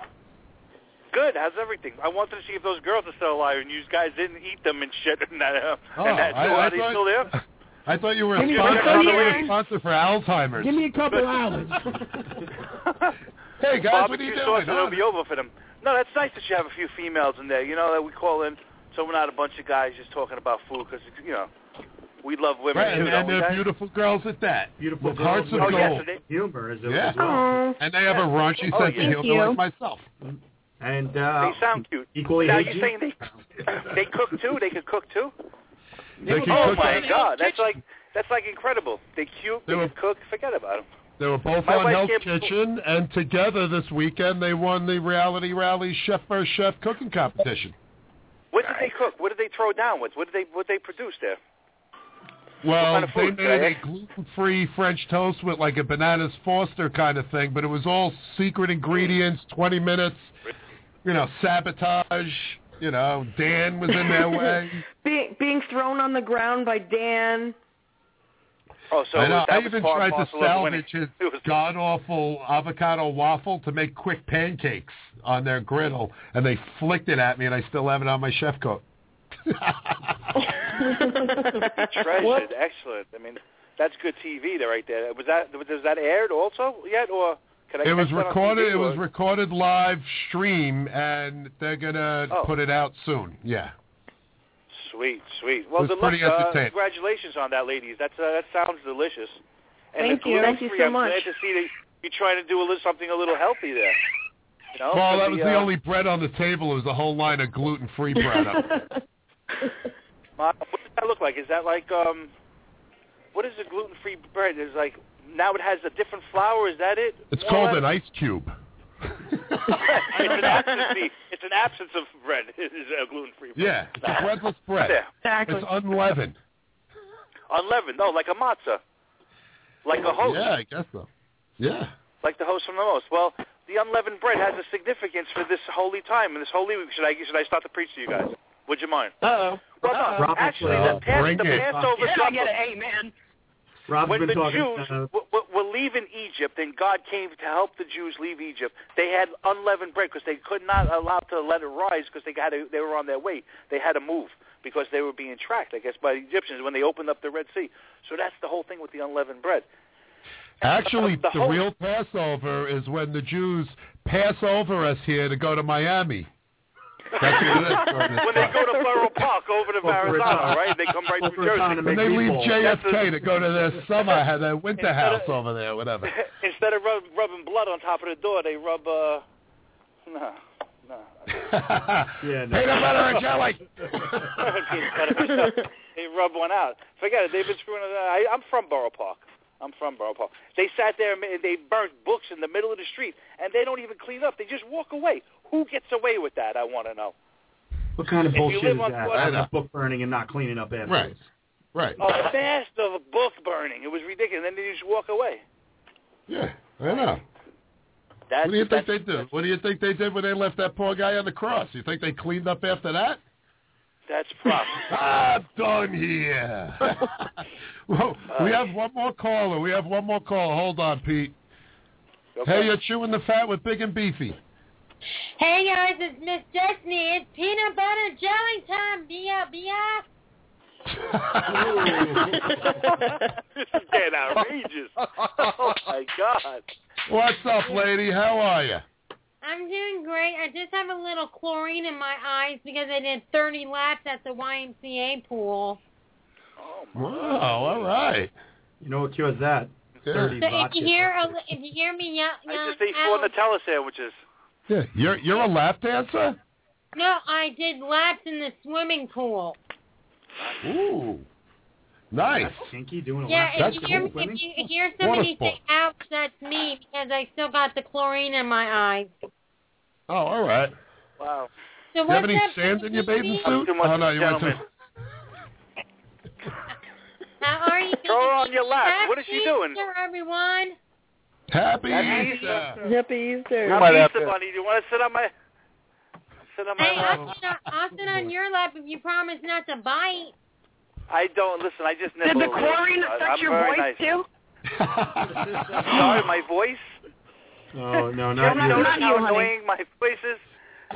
[SPEAKER 10] Good. How's everything? I wanted to see if those girls are still alive, and you guys didn't eat them and shit. And that, uh,
[SPEAKER 6] Oh,
[SPEAKER 10] and that
[SPEAKER 6] I-
[SPEAKER 10] so
[SPEAKER 6] I
[SPEAKER 10] are they
[SPEAKER 6] thought-
[SPEAKER 10] still there?
[SPEAKER 6] I thought you were
[SPEAKER 10] Give
[SPEAKER 6] a
[SPEAKER 10] me a
[SPEAKER 6] sponsor,
[SPEAKER 10] couple
[SPEAKER 6] I thought you were a
[SPEAKER 10] hours.
[SPEAKER 6] sponsor for Alzheimer's.
[SPEAKER 8] Give me a couple hours.
[SPEAKER 6] hey, guys,
[SPEAKER 10] Barbecue
[SPEAKER 6] what are you
[SPEAKER 10] sauce,
[SPEAKER 6] doing?
[SPEAKER 10] It'll be over for them. No, that's nice that you have a few females in there. You know that we call in, so we're not a bunch of guys just talking about food because you know we love women.
[SPEAKER 6] Right,
[SPEAKER 10] you
[SPEAKER 6] and,
[SPEAKER 10] know,
[SPEAKER 6] and
[SPEAKER 10] we
[SPEAKER 6] they're
[SPEAKER 10] guys-
[SPEAKER 6] beautiful girls at that.
[SPEAKER 9] Beautiful
[SPEAKER 6] with hearts of
[SPEAKER 10] oh,
[SPEAKER 6] gold.
[SPEAKER 10] yes, and they-
[SPEAKER 9] humor is
[SPEAKER 6] Yeah.
[SPEAKER 9] as well.
[SPEAKER 6] And they have a raunchy
[SPEAKER 10] Oh,
[SPEAKER 6] sense
[SPEAKER 10] yeah.
[SPEAKER 6] of
[SPEAKER 10] Thank
[SPEAKER 6] humor
[SPEAKER 10] you.
[SPEAKER 6] like myself.
[SPEAKER 9] And uh,
[SPEAKER 10] they sound cute.
[SPEAKER 9] equally
[SPEAKER 10] now
[SPEAKER 9] hate
[SPEAKER 10] you're
[SPEAKER 9] you.
[SPEAKER 10] saying they they cook too? They can cook too?
[SPEAKER 6] They can
[SPEAKER 10] oh
[SPEAKER 6] cook
[SPEAKER 10] my
[SPEAKER 6] on-
[SPEAKER 10] god, that's like that's like incredible. They cute, they can cook. Forget about them.
[SPEAKER 6] They were both
[SPEAKER 10] My
[SPEAKER 6] on
[SPEAKER 10] wife
[SPEAKER 6] Hell's
[SPEAKER 10] can't-
[SPEAKER 6] Kitchen, and together this weekend they won the Reality Rally Chef vs. Chef cooking competition.
[SPEAKER 10] What did they cook? What did they throw down with? What did they what they produce there?
[SPEAKER 6] Well,
[SPEAKER 10] kind of
[SPEAKER 6] they
[SPEAKER 10] food,
[SPEAKER 6] made a
[SPEAKER 10] right?
[SPEAKER 6] gluten-free French toast with like a bananas Foster kind of thing, but it was all secret ingredients, 20 minutes, you know, sabotage, you know, Dan was in their way.
[SPEAKER 13] being being thrown on the ground by Dan.
[SPEAKER 10] Oh, so
[SPEAKER 6] I, know,
[SPEAKER 10] that
[SPEAKER 6] I
[SPEAKER 10] was
[SPEAKER 6] even
[SPEAKER 10] part and
[SPEAKER 6] tried to
[SPEAKER 10] parcel of winning.
[SPEAKER 6] salvage his god-awful avocado waffle to make quick pancakes on their griddle, and they flicked it at me, and I still have it on my chef coat.
[SPEAKER 10] Treasured, excellent. I mean, that's good TV there, right there. Was that was that aired also yet, or can I?
[SPEAKER 6] It was
[SPEAKER 10] catch that on
[SPEAKER 6] recorded.
[SPEAKER 10] TV
[SPEAKER 6] It was
[SPEAKER 10] or-
[SPEAKER 6] recorded live stream, and they're gonna
[SPEAKER 10] Oh.
[SPEAKER 6] put it out soon. Yeah.
[SPEAKER 10] Sweet, sweet. Well,
[SPEAKER 6] It was
[SPEAKER 10] good luck.
[SPEAKER 6] pretty
[SPEAKER 10] Uh,
[SPEAKER 6] entertaining.
[SPEAKER 10] congratulations on that, ladies. That's uh, that sounds delicious. And
[SPEAKER 13] Thank
[SPEAKER 10] the
[SPEAKER 13] you. Thank you
[SPEAKER 10] gluten-free,
[SPEAKER 13] so
[SPEAKER 10] I'm
[SPEAKER 13] much.
[SPEAKER 10] glad to see that you're trying to do a little something a little healthy there. You
[SPEAKER 9] Oh,
[SPEAKER 10] know,
[SPEAKER 6] well,
[SPEAKER 10] for
[SPEAKER 6] that was the
[SPEAKER 10] uh,
[SPEAKER 6] only bread on the table. It was a whole line of gluten-free bread. up.
[SPEAKER 10] Uh, what does that look like? Is that like um, what is the gluten-free bread? Is like now it has a different flour. Is that it?
[SPEAKER 6] It's
[SPEAKER 10] More or
[SPEAKER 6] called an
[SPEAKER 10] less?
[SPEAKER 6] ice cube.
[SPEAKER 10] it's an absence. see, It's an absence of bread. Is a gluten-free bread?
[SPEAKER 6] Yeah, it's a breadless bread.
[SPEAKER 10] Yeah.
[SPEAKER 13] Exactly.
[SPEAKER 6] It's unleavened.
[SPEAKER 10] Unleavened. No, like a matzah. Like a host.
[SPEAKER 6] Yeah, I guess so. Yeah.
[SPEAKER 10] Like the host from the most. Well, the unleavened bread has a significance for this holy time and this holy week. Should I should I start to preach to you guys? Would you mind?
[SPEAKER 13] Uh-oh.
[SPEAKER 10] Well, no,
[SPEAKER 9] Robin's
[SPEAKER 10] actually,
[SPEAKER 9] like,
[SPEAKER 6] Oh,
[SPEAKER 10] the, Pas-
[SPEAKER 9] bring
[SPEAKER 10] the
[SPEAKER 9] it.
[SPEAKER 10] Passover
[SPEAKER 13] Did I
[SPEAKER 10] supper.
[SPEAKER 13] get an amen?
[SPEAKER 9] Rob's
[SPEAKER 10] when
[SPEAKER 9] been
[SPEAKER 10] the
[SPEAKER 9] talking.
[SPEAKER 10] Jews
[SPEAKER 9] uh,
[SPEAKER 10] w- w- were leaving Egypt and God came to help the Jews leave Egypt, they had unleavened bread because they could not allow to let it rise because they got to, they were on their way. They had to move because they were being tracked, I guess, by the Egyptians when they opened up the Red Sea. So that's the whole thing with the unleavened bread.
[SPEAKER 6] Actually,
[SPEAKER 10] The
[SPEAKER 6] the,
[SPEAKER 10] whole-
[SPEAKER 6] real Passover is when the Jews pass over us here to go to Miami. That's what it is.
[SPEAKER 10] when they go to Borough Park over to
[SPEAKER 9] Well, for a
[SPEAKER 10] Verrazano,
[SPEAKER 9] time.
[SPEAKER 10] right? They come right
[SPEAKER 9] Well,
[SPEAKER 10] through
[SPEAKER 9] for a time to
[SPEAKER 10] Jersey.
[SPEAKER 9] make-
[SPEAKER 6] When they leave
[SPEAKER 9] meatballs.
[SPEAKER 6] JFK to go to their summer, had their winter
[SPEAKER 10] Instead of-
[SPEAKER 6] house over there, whatever.
[SPEAKER 10] Instead of rub- rubbing blood on top of the door, they rub, uh, no, no.
[SPEAKER 9] yeah, no.
[SPEAKER 6] Peanut butter and jelly.
[SPEAKER 10] Peanut butter and jelly. they rub one out. Forget it. They've been screwing it. out. I, I'm from Borough Park. I'm from Borough Park. They sat there and ma- they burnt books in the middle of the street, and they don't even clean up. They just walk away. Who gets away with that? I want to know.
[SPEAKER 9] What kind of
[SPEAKER 10] If you
[SPEAKER 9] bullshit
[SPEAKER 10] live
[SPEAKER 9] is
[SPEAKER 10] on
[SPEAKER 9] that?
[SPEAKER 10] Florida-
[SPEAKER 9] Having a book burning and not cleaning up after.
[SPEAKER 6] Right. Right.
[SPEAKER 10] A fast of book burning. It was ridiculous. Then they just walk away.
[SPEAKER 6] Yeah, I know.
[SPEAKER 10] That's,
[SPEAKER 6] What do you think
[SPEAKER 10] that's,
[SPEAKER 6] they did?
[SPEAKER 10] That's,
[SPEAKER 6] What do you think they did when they left that poor guy on the cross? You think they cleaned up after that?
[SPEAKER 10] that's props.
[SPEAKER 6] I'm done here. Whoa, we
[SPEAKER 10] Uh,
[SPEAKER 6] have one more caller. We have one more caller. Hold on, Pete. Hey, you're chewing the fat with Big and Beefy.
[SPEAKER 19] Hey guys, it's Miss Destiny. It's peanut butter jelly time. B.I.B.I.
[SPEAKER 10] this is dead outrageous. Oh my god.
[SPEAKER 6] What's up, lady? How are you?
[SPEAKER 19] I'm doing great. I just have a little chlorine in my eyes because I did 30 laps at the YMCA pool.
[SPEAKER 6] Oh, Wow, all right.
[SPEAKER 9] You know what cures that?
[SPEAKER 6] Yeah.
[SPEAKER 9] Dirty
[SPEAKER 19] So if
[SPEAKER 9] vodka.
[SPEAKER 19] you hear a, if you hear me yell,
[SPEAKER 10] I
[SPEAKER 19] yell
[SPEAKER 10] just ate four Nutella sandwiches.
[SPEAKER 6] Yeah, you're you're a lap dancer.
[SPEAKER 19] no, I did laps in the swimming pool.
[SPEAKER 6] Ooh, nice.
[SPEAKER 9] That's kinky doing a
[SPEAKER 19] Yeah,
[SPEAKER 9] lot.
[SPEAKER 19] if
[SPEAKER 6] That's
[SPEAKER 19] you hear me,
[SPEAKER 9] cool.
[SPEAKER 19] if you if you hear
[SPEAKER 6] Water
[SPEAKER 19] somebody say "ouch," that's me because I still got the chlorine in my eyes.
[SPEAKER 6] Oh, all right.
[SPEAKER 10] Wow.
[SPEAKER 19] So
[SPEAKER 6] You have
[SPEAKER 19] what's
[SPEAKER 6] any
[SPEAKER 19] up,
[SPEAKER 6] sand in your bathing
[SPEAKER 19] baby?
[SPEAKER 6] suit?
[SPEAKER 10] Too much
[SPEAKER 6] Oh no, you went
[SPEAKER 10] gentleman.
[SPEAKER 6] to.
[SPEAKER 19] How are you?
[SPEAKER 10] Throw her on your lap.
[SPEAKER 19] Happy
[SPEAKER 10] What is she doing?
[SPEAKER 19] Easter, everyone.
[SPEAKER 6] Happy
[SPEAKER 10] Happy
[SPEAKER 6] Easter.
[SPEAKER 10] Happy Easter.
[SPEAKER 6] You might have to-
[SPEAKER 10] Bunny. Do you want to sit on my sit on my
[SPEAKER 19] Hey,
[SPEAKER 10] lap?
[SPEAKER 19] I'll sit, on, I'll sit on your lap if you promise not to bite.
[SPEAKER 10] I don't listen. I just
[SPEAKER 19] Did
[SPEAKER 10] nibble.
[SPEAKER 19] the chlorine
[SPEAKER 10] I-
[SPEAKER 19] affect
[SPEAKER 10] I'm
[SPEAKER 19] your
[SPEAKER 10] very
[SPEAKER 19] voice,
[SPEAKER 10] nice.
[SPEAKER 19] too?
[SPEAKER 10] Sorry, my voice.
[SPEAKER 9] Oh no,
[SPEAKER 10] You
[SPEAKER 9] not
[SPEAKER 10] ever
[SPEAKER 9] you.
[SPEAKER 10] notice how annoying my voice is.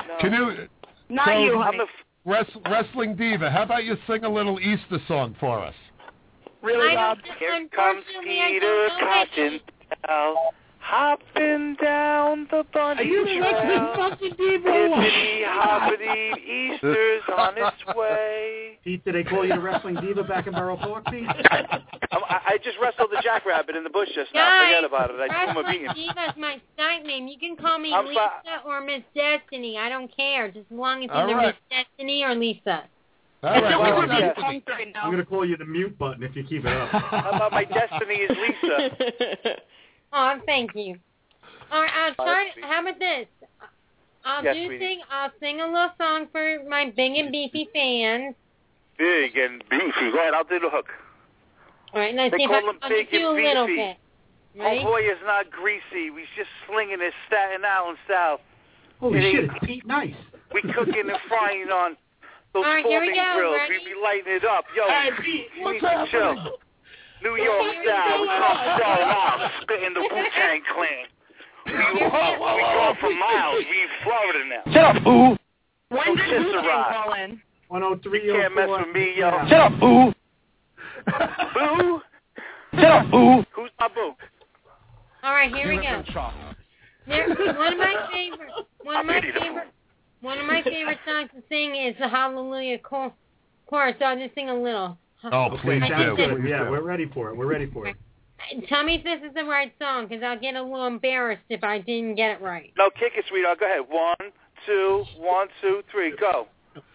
[SPEAKER 10] No.
[SPEAKER 6] Can you?
[SPEAKER 10] Not
[SPEAKER 6] so,
[SPEAKER 10] you, honey.
[SPEAKER 6] Wrest- wrestling diva, how about you sing a little Easter song for us?
[SPEAKER 10] Really,
[SPEAKER 19] I
[SPEAKER 10] Bob?
[SPEAKER 19] don't-
[SPEAKER 10] Here comes
[SPEAKER 19] unfortunately, I don't
[SPEAKER 10] Peter
[SPEAKER 19] know my-
[SPEAKER 10] Cotton. Hopping down the bunny
[SPEAKER 3] Are you
[SPEAKER 10] trail.
[SPEAKER 8] fucking
[SPEAKER 10] Hippity hoppity, Easter's on its way.
[SPEAKER 9] Pete, did they call you the wrestling diva back in Borough Park, Pete?
[SPEAKER 10] I'm- Um, I, I just wrestled the jackrabbit in the bush just now.
[SPEAKER 19] Guys,
[SPEAKER 10] Forget about it. I just am a
[SPEAKER 19] Wrestling
[SPEAKER 10] beating.
[SPEAKER 19] Diva's my site name. You can call me
[SPEAKER 10] I'm so-
[SPEAKER 19] Lisa or Miss Destiny. I don't care. Just as long as
[SPEAKER 9] All
[SPEAKER 19] either
[SPEAKER 9] right.
[SPEAKER 19] Miss Destiny or Lisa.
[SPEAKER 9] All right, well,
[SPEAKER 10] well, yeah.
[SPEAKER 9] I'm gonna call you the mute button if you keep it up.
[SPEAKER 10] How about my destiny is Lisa?
[SPEAKER 19] Oh, thank you. All right, I'll
[SPEAKER 10] Oh,
[SPEAKER 19] start.
[SPEAKER 10] sweet.
[SPEAKER 19] How about this? I'll
[SPEAKER 10] Yes,
[SPEAKER 19] do
[SPEAKER 10] sweetie.
[SPEAKER 19] sing. I'll sing a little song for my big and beefy fans.
[SPEAKER 10] Big and beefy. Go ahead, I'll do the hook.
[SPEAKER 19] All right, let's
[SPEAKER 10] They
[SPEAKER 19] see if
[SPEAKER 10] call
[SPEAKER 19] I
[SPEAKER 10] them
[SPEAKER 19] I'll
[SPEAKER 10] big
[SPEAKER 19] just do a
[SPEAKER 10] and
[SPEAKER 19] little
[SPEAKER 10] beefy.
[SPEAKER 19] bit.
[SPEAKER 10] Oh
[SPEAKER 19] Ready?
[SPEAKER 10] boy, is not greasy. We's just slinging it Staten Island style.
[SPEAKER 9] Holy
[SPEAKER 10] It
[SPEAKER 9] shit,
[SPEAKER 10] ain't-
[SPEAKER 9] it's Pete Nice.
[SPEAKER 10] We cooking and frying on
[SPEAKER 19] All
[SPEAKER 10] those
[SPEAKER 19] right, here we
[SPEAKER 10] forming
[SPEAKER 19] go.
[SPEAKER 10] grills.
[SPEAKER 19] Ready?
[SPEAKER 10] We be lighting it up. Yo,
[SPEAKER 3] Hey,
[SPEAKER 10] you
[SPEAKER 3] what's
[SPEAKER 10] need to chill.
[SPEAKER 3] happening?
[SPEAKER 10] New York
[SPEAKER 3] What's
[SPEAKER 10] style. We
[SPEAKER 3] going
[SPEAKER 10] come
[SPEAKER 3] on?
[SPEAKER 10] down loud, spitting the Wu-Tang Clan. We, we gone for miles. We in Florida now.
[SPEAKER 9] Shut up, boo.
[SPEAKER 10] When did call in?
[SPEAKER 9] 103
[SPEAKER 10] You can't mess with me, yo.
[SPEAKER 9] boo.
[SPEAKER 10] Boo?
[SPEAKER 9] Shut up, boo.
[SPEAKER 10] Who's my boo?
[SPEAKER 19] All right, here we go.
[SPEAKER 10] Unicorn Chalk.
[SPEAKER 19] There, one of my favorite, one of my favorite, one of my favorite songs to sing is the Hallelujah Chor- chorus. So I'll just sing a little.
[SPEAKER 6] Oh, please do.
[SPEAKER 9] okay, sounds good. Yeah, we're ready for it. We're ready for it.
[SPEAKER 19] Tell me if this is the right song, because I'll get a little embarrassed if I didn't get it right.
[SPEAKER 10] No, kick it, sweetheart. Go ahead. One, two, one, two, three, go.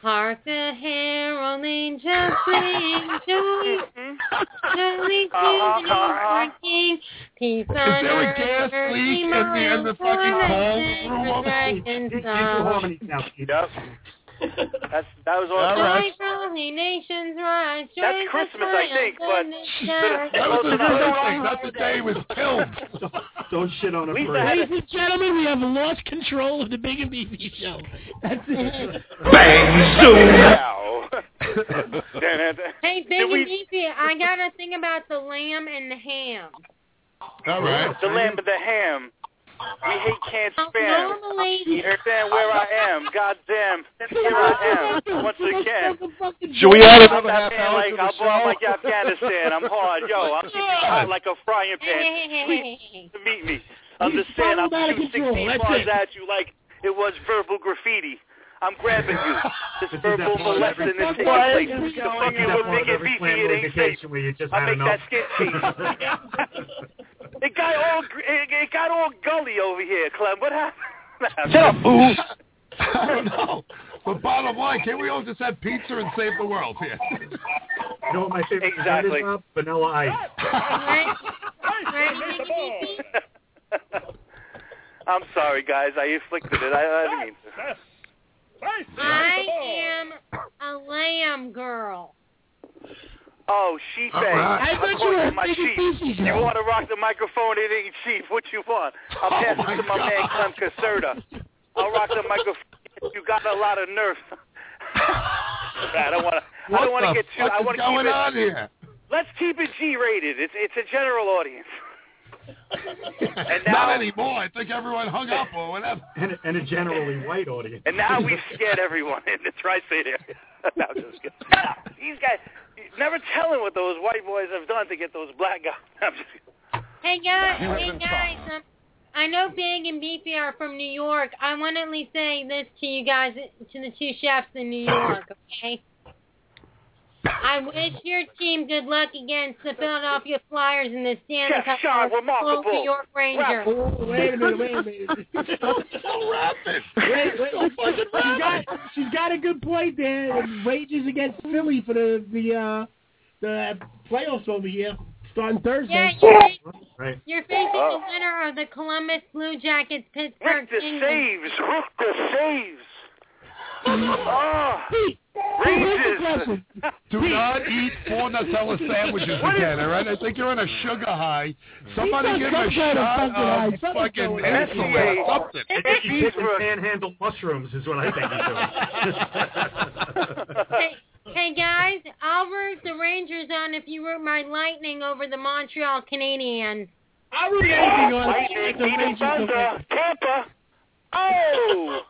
[SPEAKER 19] Hark the herald angels sing, joy, joy,
[SPEAKER 10] Uh-huh,
[SPEAKER 19] kingdom
[SPEAKER 10] uh-huh.
[SPEAKER 19] for King, peace on earth.
[SPEAKER 10] there a gas
[SPEAKER 19] earth,
[SPEAKER 10] leak in
[SPEAKER 19] among
[SPEAKER 10] the- in the
[SPEAKER 19] all
[SPEAKER 10] fucking
[SPEAKER 19] men,
[SPEAKER 10] cold room over there?
[SPEAKER 19] resurrection's
[SPEAKER 10] Get- get your
[SPEAKER 19] song.
[SPEAKER 10] harmonies
[SPEAKER 9] now, Pete.
[SPEAKER 10] Yep. That's that was all.
[SPEAKER 19] Joy for all ye nations rise. Joy
[SPEAKER 10] That's Christmas, I think, but
[SPEAKER 6] That was the first thing. That's the day he was killed.
[SPEAKER 9] Don't shit on
[SPEAKER 6] Lisa
[SPEAKER 9] parade.
[SPEAKER 6] had
[SPEAKER 8] Ladies and gentlemen, we have lost control of the Big and Beefy show. That's it.
[SPEAKER 3] Bang,
[SPEAKER 10] zoom.
[SPEAKER 19] Hey, Big
[SPEAKER 10] Did
[SPEAKER 19] and
[SPEAKER 10] we-
[SPEAKER 19] Beefy, I got to thing about the lamb and the ham.
[SPEAKER 6] All right.
[SPEAKER 10] The lamb of the ham. We hate can't spam.
[SPEAKER 19] Normally,
[SPEAKER 10] You understand where I am? Goddamn, here I am once again.
[SPEAKER 14] Should we add
[SPEAKER 10] I'm
[SPEAKER 14] another half
[SPEAKER 10] Batman
[SPEAKER 14] hour to
[SPEAKER 10] like
[SPEAKER 14] the
[SPEAKER 10] I'm born like
[SPEAKER 14] show?
[SPEAKER 10] Afghanistan. I'm hard, yo. I'm keeping it hot like a frying pan. Please to meet me. Understand? I'm
[SPEAKER 3] spiraled out of
[SPEAKER 10] shooting
[SPEAKER 3] control.
[SPEAKER 10] 16
[SPEAKER 3] That's
[SPEAKER 10] bars
[SPEAKER 3] it.
[SPEAKER 10] at you like it was verbal graffiti. I'm grabbing you. This verbal
[SPEAKER 9] part of
[SPEAKER 10] molesting is
[SPEAKER 9] every-
[SPEAKER 10] taking
[SPEAKER 9] Why
[SPEAKER 10] place.
[SPEAKER 9] is this
[SPEAKER 10] The
[SPEAKER 9] going
[SPEAKER 10] fuck you
[SPEAKER 9] on?
[SPEAKER 10] with Big and Beefy,
[SPEAKER 9] Plan
[SPEAKER 10] it ain't safe.
[SPEAKER 9] vacation where you just
[SPEAKER 10] I
[SPEAKER 9] had
[SPEAKER 10] make
[SPEAKER 9] enough.
[SPEAKER 10] that skin cheese. it got all gr- it, it got all gully over here, Clem. What happened?
[SPEAKER 6] Shut up, boo. I don't know. But bottom line, can't we all just have pizza and save the world here?
[SPEAKER 9] You know what my favorite
[SPEAKER 10] Exactly.
[SPEAKER 9] dessert is, Bob? Vanilla ice.
[SPEAKER 19] Right? Right, Big and Beefy?
[SPEAKER 10] I'm sorry, guys. I inflicted it. I, I didn't mean to.
[SPEAKER 19] I am a lamb girl.
[SPEAKER 10] Oh, sheep
[SPEAKER 3] All
[SPEAKER 10] egg.
[SPEAKER 3] right. I thought you
[SPEAKER 10] call
[SPEAKER 3] were a
[SPEAKER 10] my
[SPEAKER 3] big
[SPEAKER 10] sheep.
[SPEAKER 3] species,
[SPEAKER 10] You
[SPEAKER 3] though.
[SPEAKER 10] want to rock the microphone? It ain't cheap. What you want? I'll
[SPEAKER 3] Oh,
[SPEAKER 10] pass
[SPEAKER 3] my
[SPEAKER 10] it to my man Clem Caserta. I'll rock the microphone. You got a lot of nerve. I don't want to. I
[SPEAKER 6] What
[SPEAKER 10] don't want to
[SPEAKER 6] the
[SPEAKER 10] get too.
[SPEAKER 6] fuck
[SPEAKER 10] I
[SPEAKER 6] is
[SPEAKER 10] want to keep
[SPEAKER 6] going
[SPEAKER 10] it.
[SPEAKER 6] on here?
[SPEAKER 10] Let's keep it G-rated. It's it's a general audience. and now,
[SPEAKER 6] Not anymore. I think everyone hung up or whatever.
[SPEAKER 9] And, and a generally white audience.
[SPEAKER 10] And now we've scared everyone in the tri-state area. no, I'm just kidding. These guys, never telling what those white boys have done to get those black guys. I'm just kidding.
[SPEAKER 19] Hey guys,
[SPEAKER 10] You have
[SPEAKER 19] hey
[SPEAKER 10] been
[SPEAKER 19] guys, um, I know Big and Beefy are from New York. I want to at least say this to you guys, to the two chefs in New York, okay? I wish your team good luck against the Philadelphia Flyers in the Stanley
[SPEAKER 10] Chef
[SPEAKER 19] Cup.
[SPEAKER 10] Sean,
[SPEAKER 19] over
[SPEAKER 10] remarkable.
[SPEAKER 19] New York Rangers.
[SPEAKER 8] Oh, wait a minute, wait a minute. Oh,
[SPEAKER 6] so rapid.
[SPEAKER 8] Wait, wait,
[SPEAKER 6] so fucking
[SPEAKER 8] she's got,
[SPEAKER 6] rapid.
[SPEAKER 8] she's got a good point there. And wages against Philly for the the uh, the playoffs over here starting
[SPEAKER 19] Yeah,
[SPEAKER 8] Thursday.
[SPEAKER 19] you're,
[SPEAKER 9] Right.
[SPEAKER 19] you're facing the
[SPEAKER 10] Oh.
[SPEAKER 19] winner of the Columbus Blue Jackets Pittsburgh
[SPEAKER 10] Rick the
[SPEAKER 19] Penguins.
[SPEAKER 10] saves. Rick the saves. Oh, Reese's.
[SPEAKER 6] Do not eat four Nutella sandwiches
[SPEAKER 10] What is-
[SPEAKER 6] again, all right? I think you're on a sugar high. Somebody
[SPEAKER 10] He's
[SPEAKER 6] give
[SPEAKER 10] on
[SPEAKER 6] him a
[SPEAKER 10] some kind of
[SPEAKER 6] shot
[SPEAKER 10] fucking high.
[SPEAKER 6] of
[SPEAKER 10] Something's
[SPEAKER 6] fucking
[SPEAKER 10] going on.
[SPEAKER 6] insulin
[SPEAKER 10] That's
[SPEAKER 6] or
[SPEAKER 10] the-
[SPEAKER 6] something.
[SPEAKER 9] I think he's different panhandle mushrooms is what I think he's doing.
[SPEAKER 19] hey, hey guys, I'll root the Rangers on if you root my Lightning over the Montreal Canadiens.
[SPEAKER 8] I'll root
[SPEAKER 10] anything on if you root the Lightning, Rangers Thunder, over- Tampa. Oh.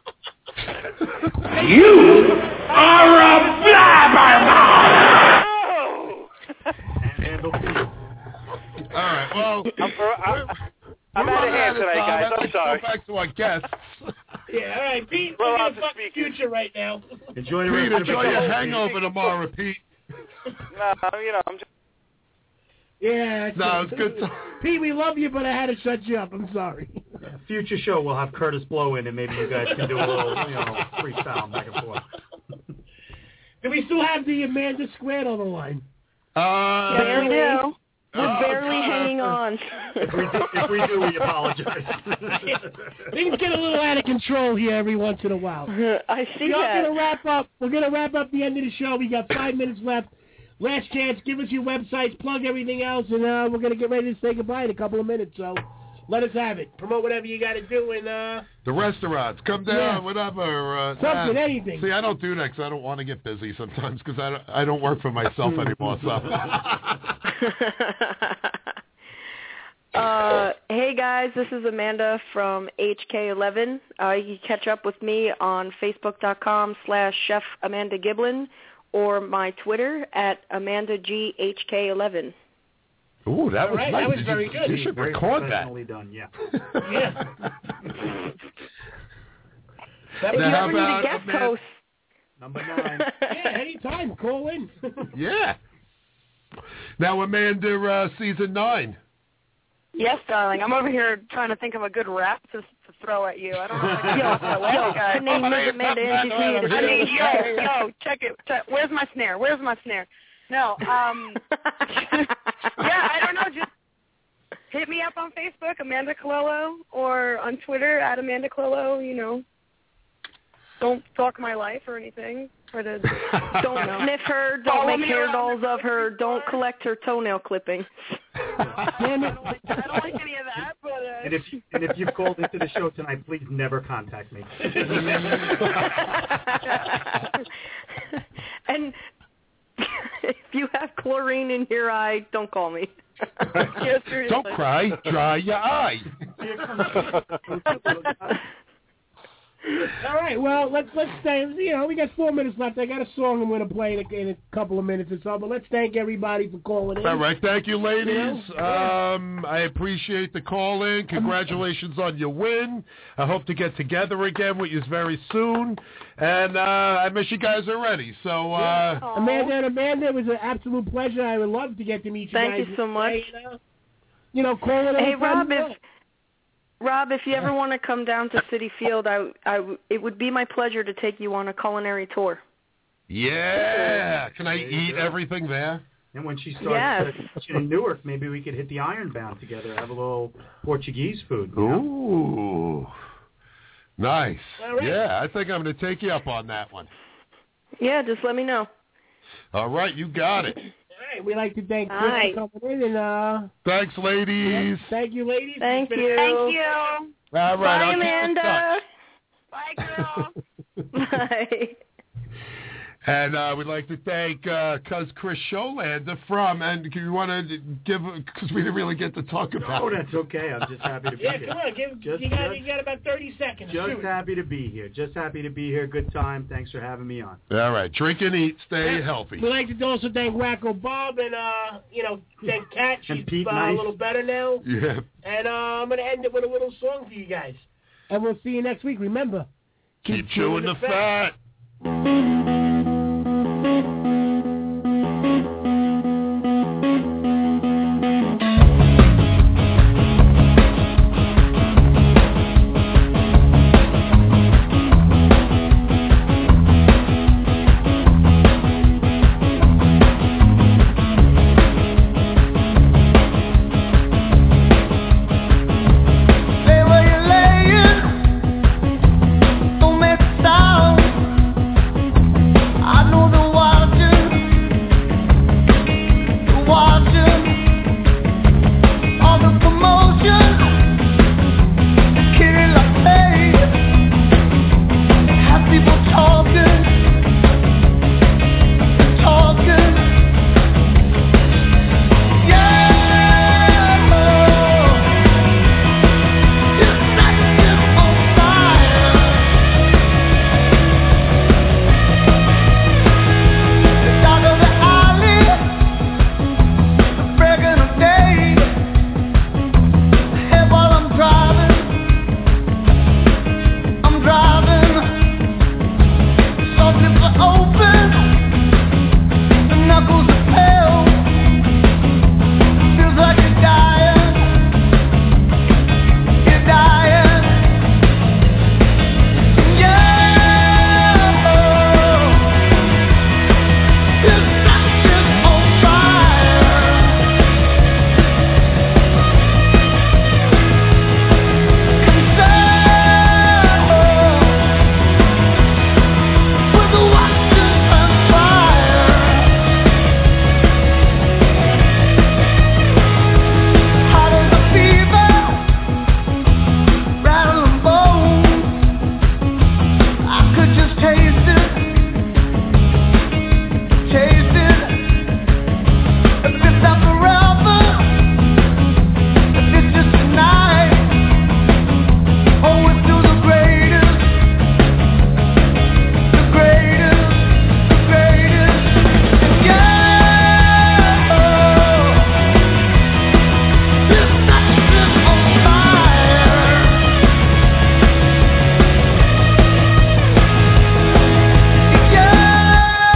[SPEAKER 3] You are a blabbermouth!
[SPEAKER 6] All right, well,
[SPEAKER 10] I'm, I'm, I'm
[SPEAKER 6] we're
[SPEAKER 10] out of
[SPEAKER 6] running
[SPEAKER 10] hand
[SPEAKER 6] out of
[SPEAKER 10] tonight,
[SPEAKER 6] time.
[SPEAKER 10] guys.
[SPEAKER 6] I'd
[SPEAKER 10] I'm
[SPEAKER 6] like to go
[SPEAKER 10] sorry.
[SPEAKER 6] back to our guests.
[SPEAKER 8] Yeah, all right, Pete.
[SPEAKER 10] Blow
[SPEAKER 8] We're
[SPEAKER 10] out
[SPEAKER 8] gonna
[SPEAKER 10] the
[SPEAKER 8] fuck the
[SPEAKER 10] speakers.
[SPEAKER 8] future right now.
[SPEAKER 9] Enjoy the
[SPEAKER 6] Pete,
[SPEAKER 9] rest of
[SPEAKER 6] enjoy
[SPEAKER 9] the
[SPEAKER 6] your
[SPEAKER 9] show.
[SPEAKER 6] hangover tomorrow, Pete.
[SPEAKER 10] No, you know, I'm just.
[SPEAKER 8] Yeah. that's
[SPEAKER 6] No,
[SPEAKER 8] it.
[SPEAKER 6] it's good.
[SPEAKER 8] Pete, we love you, but I had to shut you up. I'm sorry.
[SPEAKER 9] Future show, we'll have Curtis Blow in, and maybe you guys can do a little, you know, freestyle back and forth.
[SPEAKER 8] Do we still have the Amanda Squared on the line?
[SPEAKER 6] Uh,
[SPEAKER 8] Barely.
[SPEAKER 11] do. We're
[SPEAKER 6] Oh,
[SPEAKER 11] barely
[SPEAKER 6] God.
[SPEAKER 11] hanging on.
[SPEAKER 9] If we, if we do, we apologize.
[SPEAKER 8] Things get a little out of control here every once in a while.
[SPEAKER 11] I see
[SPEAKER 8] we are
[SPEAKER 11] that.
[SPEAKER 8] gonna wrap up. We're gonna wrap up the end of the show. We got five minutes left. Last chance. Give us your websites. Plug everything else, and uh, we're gonna get ready to say goodbye in a couple of minutes. So let us have it. Promote whatever you got to do, and uh,
[SPEAKER 6] The restaurants, come down,
[SPEAKER 8] Yeah.
[SPEAKER 6] whatever. Uh,
[SPEAKER 8] Something,
[SPEAKER 6] uh,
[SPEAKER 8] anything.
[SPEAKER 6] See, I don't do that 'cause I don't want to get busy sometimes 'cause I don't, I don't work for myself anymore. So
[SPEAKER 11] Uh, hey guys, this is Amanda from HK11. Uh, you can catch up with me on Facebook.com slash Chef Amanda Giblin or my Twitter at Amanda G HK11.
[SPEAKER 6] Ooh, that was
[SPEAKER 8] All right,
[SPEAKER 6] nice.
[SPEAKER 8] that was
[SPEAKER 6] You
[SPEAKER 8] very
[SPEAKER 6] should-
[SPEAKER 8] good.
[SPEAKER 6] You should
[SPEAKER 9] Very
[SPEAKER 6] record that.
[SPEAKER 9] professionally done, yeah.
[SPEAKER 8] yeah.
[SPEAKER 11] If
[SPEAKER 8] That
[SPEAKER 11] you
[SPEAKER 8] was-
[SPEAKER 6] Now, how
[SPEAKER 11] ever need a
[SPEAKER 6] about
[SPEAKER 11] guest
[SPEAKER 6] Amanda-
[SPEAKER 11] host,
[SPEAKER 9] Number nine.
[SPEAKER 8] yeah, anytime. Call in.
[SPEAKER 6] Yeah. Now, Amanda, uh, season nine.
[SPEAKER 12] Yes, darling. I'm over here trying to think of a good rap to, to throw at you. I don't know. If I
[SPEAKER 11] Yo,
[SPEAKER 12] can come up with
[SPEAKER 11] yo,
[SPEAKER 12] that.
[SPEAKER 11] her name is Amanda and she's me.
[SPEAKER 12] I mean, yo, yo, check it. Check, where's my snare? Where's my snare? No. Um. yeah, I don't know. Just hit me up on Facebook, Amanda Colillo, or on Twitter at Amanda Colillo. You know, don't talk my life or anything. Or the don't know.
[SPEAKER 11] Sniff her,
[SPEAKER 12] Follow
[SPEAKER 11] don't make
[SPEAKER 12] me
[SPEAKER 11] hair
[SPEAKER 12] around
[SPEAKER 11] dolls of her, don't collect her toenail clippings.
[SPEAKER 8] Damn it.
[SPEAKER 12] I don't like any of that, but uh,
[SPEAKER 9] And if and if you've called into the show tonight, please never contact me.
[SPEAKER 11] and if you have chlorine in your eye, don't call me.
[SPEAKER 12] yeah, seriously.
[SPEAKER 6] Don't cry, dry your eye.
[SPEAKER 8] All right, well let's let's stay. You know, we got four minutes left. I got a song I'm gonna play in a, in a couple of minutes or so. But let's thank everybody for calling in.
[SPEAKER 6] All right, thank you, ladies. Um, I appreciate the call in. Congratulations on your win. I hope to get together again with you very soon. And uh, I miss you guys already. So uh,
[SPEAKER 8] Amanda and Amanda, it was an absolute pleasure. I would love to get to meet you
[SPEAKER 11] Thank
[SPEAKER 8] guys.
[SPEAKER 11] you so much.
[SPEAKER 8] You know, calling in.
[SPEAKER 11] Hey
[SPEAKER 8] and finding
[SPEAKER 11] Rob, if
[SPEAKER 8] out.
[SPEAKER 11] Rob, if you ever want to come down to City Field, I, I w- it would be my pleasure to take you on a culinary tour.
[SPEAKER 6] yeah, can I eat everything there?
[SPEAKER 9] and when she starts
[SPEAKER 11] Yes.
[SPEAKER 9] uh, in Newark, maybe we could hit the Ironbound together, have a little Portuguese food. you know?
[SPEAKER 6] Ooh, nice.
[SPEAKER 8] All right.
[SPEAKER 6] Yeah, I think I'm going to take you up on that one.
[SPEAKER 11] Yeah, just let me know.
[SPEAKER 6] All right, you got it.
[SPEAKER 8] All right, we'd like to thank Chris
[SPEAKER 11] Hi.
[SPEAKER 8] for coming in, and uh,
[SPEAKER 6] Thanks, ladies.
[SPEAKER 8] thank you, ladies.
[SPEAKER 11] Thank
[SPEAKER 8] It's been a-
[SPEAKER 11] you.
[SPEAKER 12] Thank you.
[SPEAKER 6] All right,
[SPEAKER 11] Bye,
[SPEAKER 6] I'll keep in
[SPEAKER 11] Amanda.
[SPEAKER 12] Bye, girl.
[SPEAKER 11] Bye.
[SPEAKER 6] And uh, we'd like to thank uh, Cuz Chris Scholander from, and you want to give, because we didn't really get to talk about
[SPEAKER 9] Oh,
[SPEAKER 6] it.
[SPEAKER 9] that's okay. I'm just happy to be
[SPEAKER 8] Yeah,
[SPEAKER 9] here.
[SPEAKER 8] come on, give,
[SPEAKER 9] Just-
[SPEAKER 8] you got
[SPEAKER 9] just-
[SPEAKER 8] you got about thirty seconds.
[SPEAKER 9] Just
[SPEAKER 8] Shoot.
[SPEAKER 9] happy to be here. Just happy to be here. Good time. Thanks for having me on.
[SPEAKER 6] All right, drink and eat, stay
[SPEAKER 8] Yeah.
[SPEAKER 6] healthy.
[SPEAKER 8] We'd like to also thank Wacko Bob and uh, you know, thank Kat. She's
[SPEAKER 9] And Pete
[SPEAKER 8] uh,
[SPEAKER 9] Nice.
[SPEAKER 8] a little better now.
[SPEAKER 6] Yeah.
[SPEAKER 8] And uh, I'm gonna end it with a little song for you guys. And we'll see you next week. Remember,
[SPEAKER 6] Keep chewing the fat.
[SPEAKER 20] Lay where you're laying. Don't make a sound.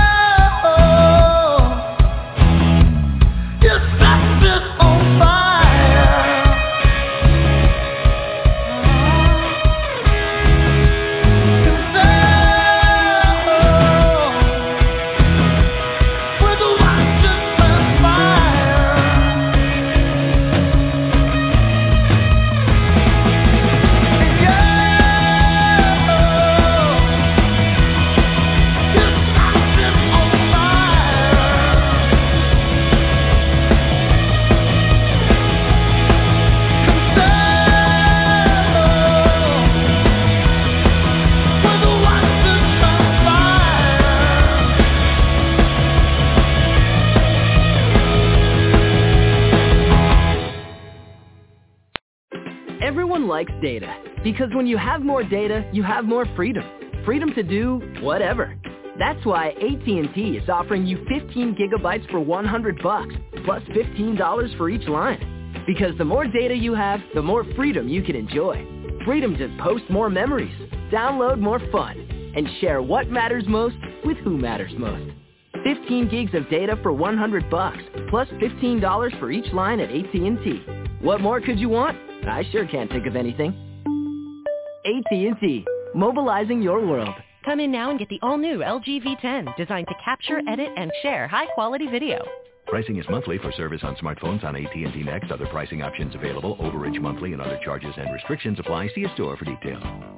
[SPEAKER 12] Oh,
[SPEAKER 20] likes data. Because when you have more data, you have more freedom. Freedom to do whatever. That's why AT&T is offering you 15 gigabytes for 100 bucks, plus $15 for each line. Because the more data you have, the more freedom you can enjoy. Freedom to post more memories, download more fun, and share what matters most with who matters most. 15 gigs of data for 100 bucks, plus $15 for each line at AT&T. What more could you want? I sure can't think of anything. AT&T, mobilizing your world.
[SPEAKER 13] Come in now and get the all-new LG V10, designed to capture, edit, and share high-quality video.
[SPEAKER 1] Pricing is monthly for service on smartphones on AT&T Next. Other pricing options available. Overage monthly and other charges and restrictions apply. See a store for details.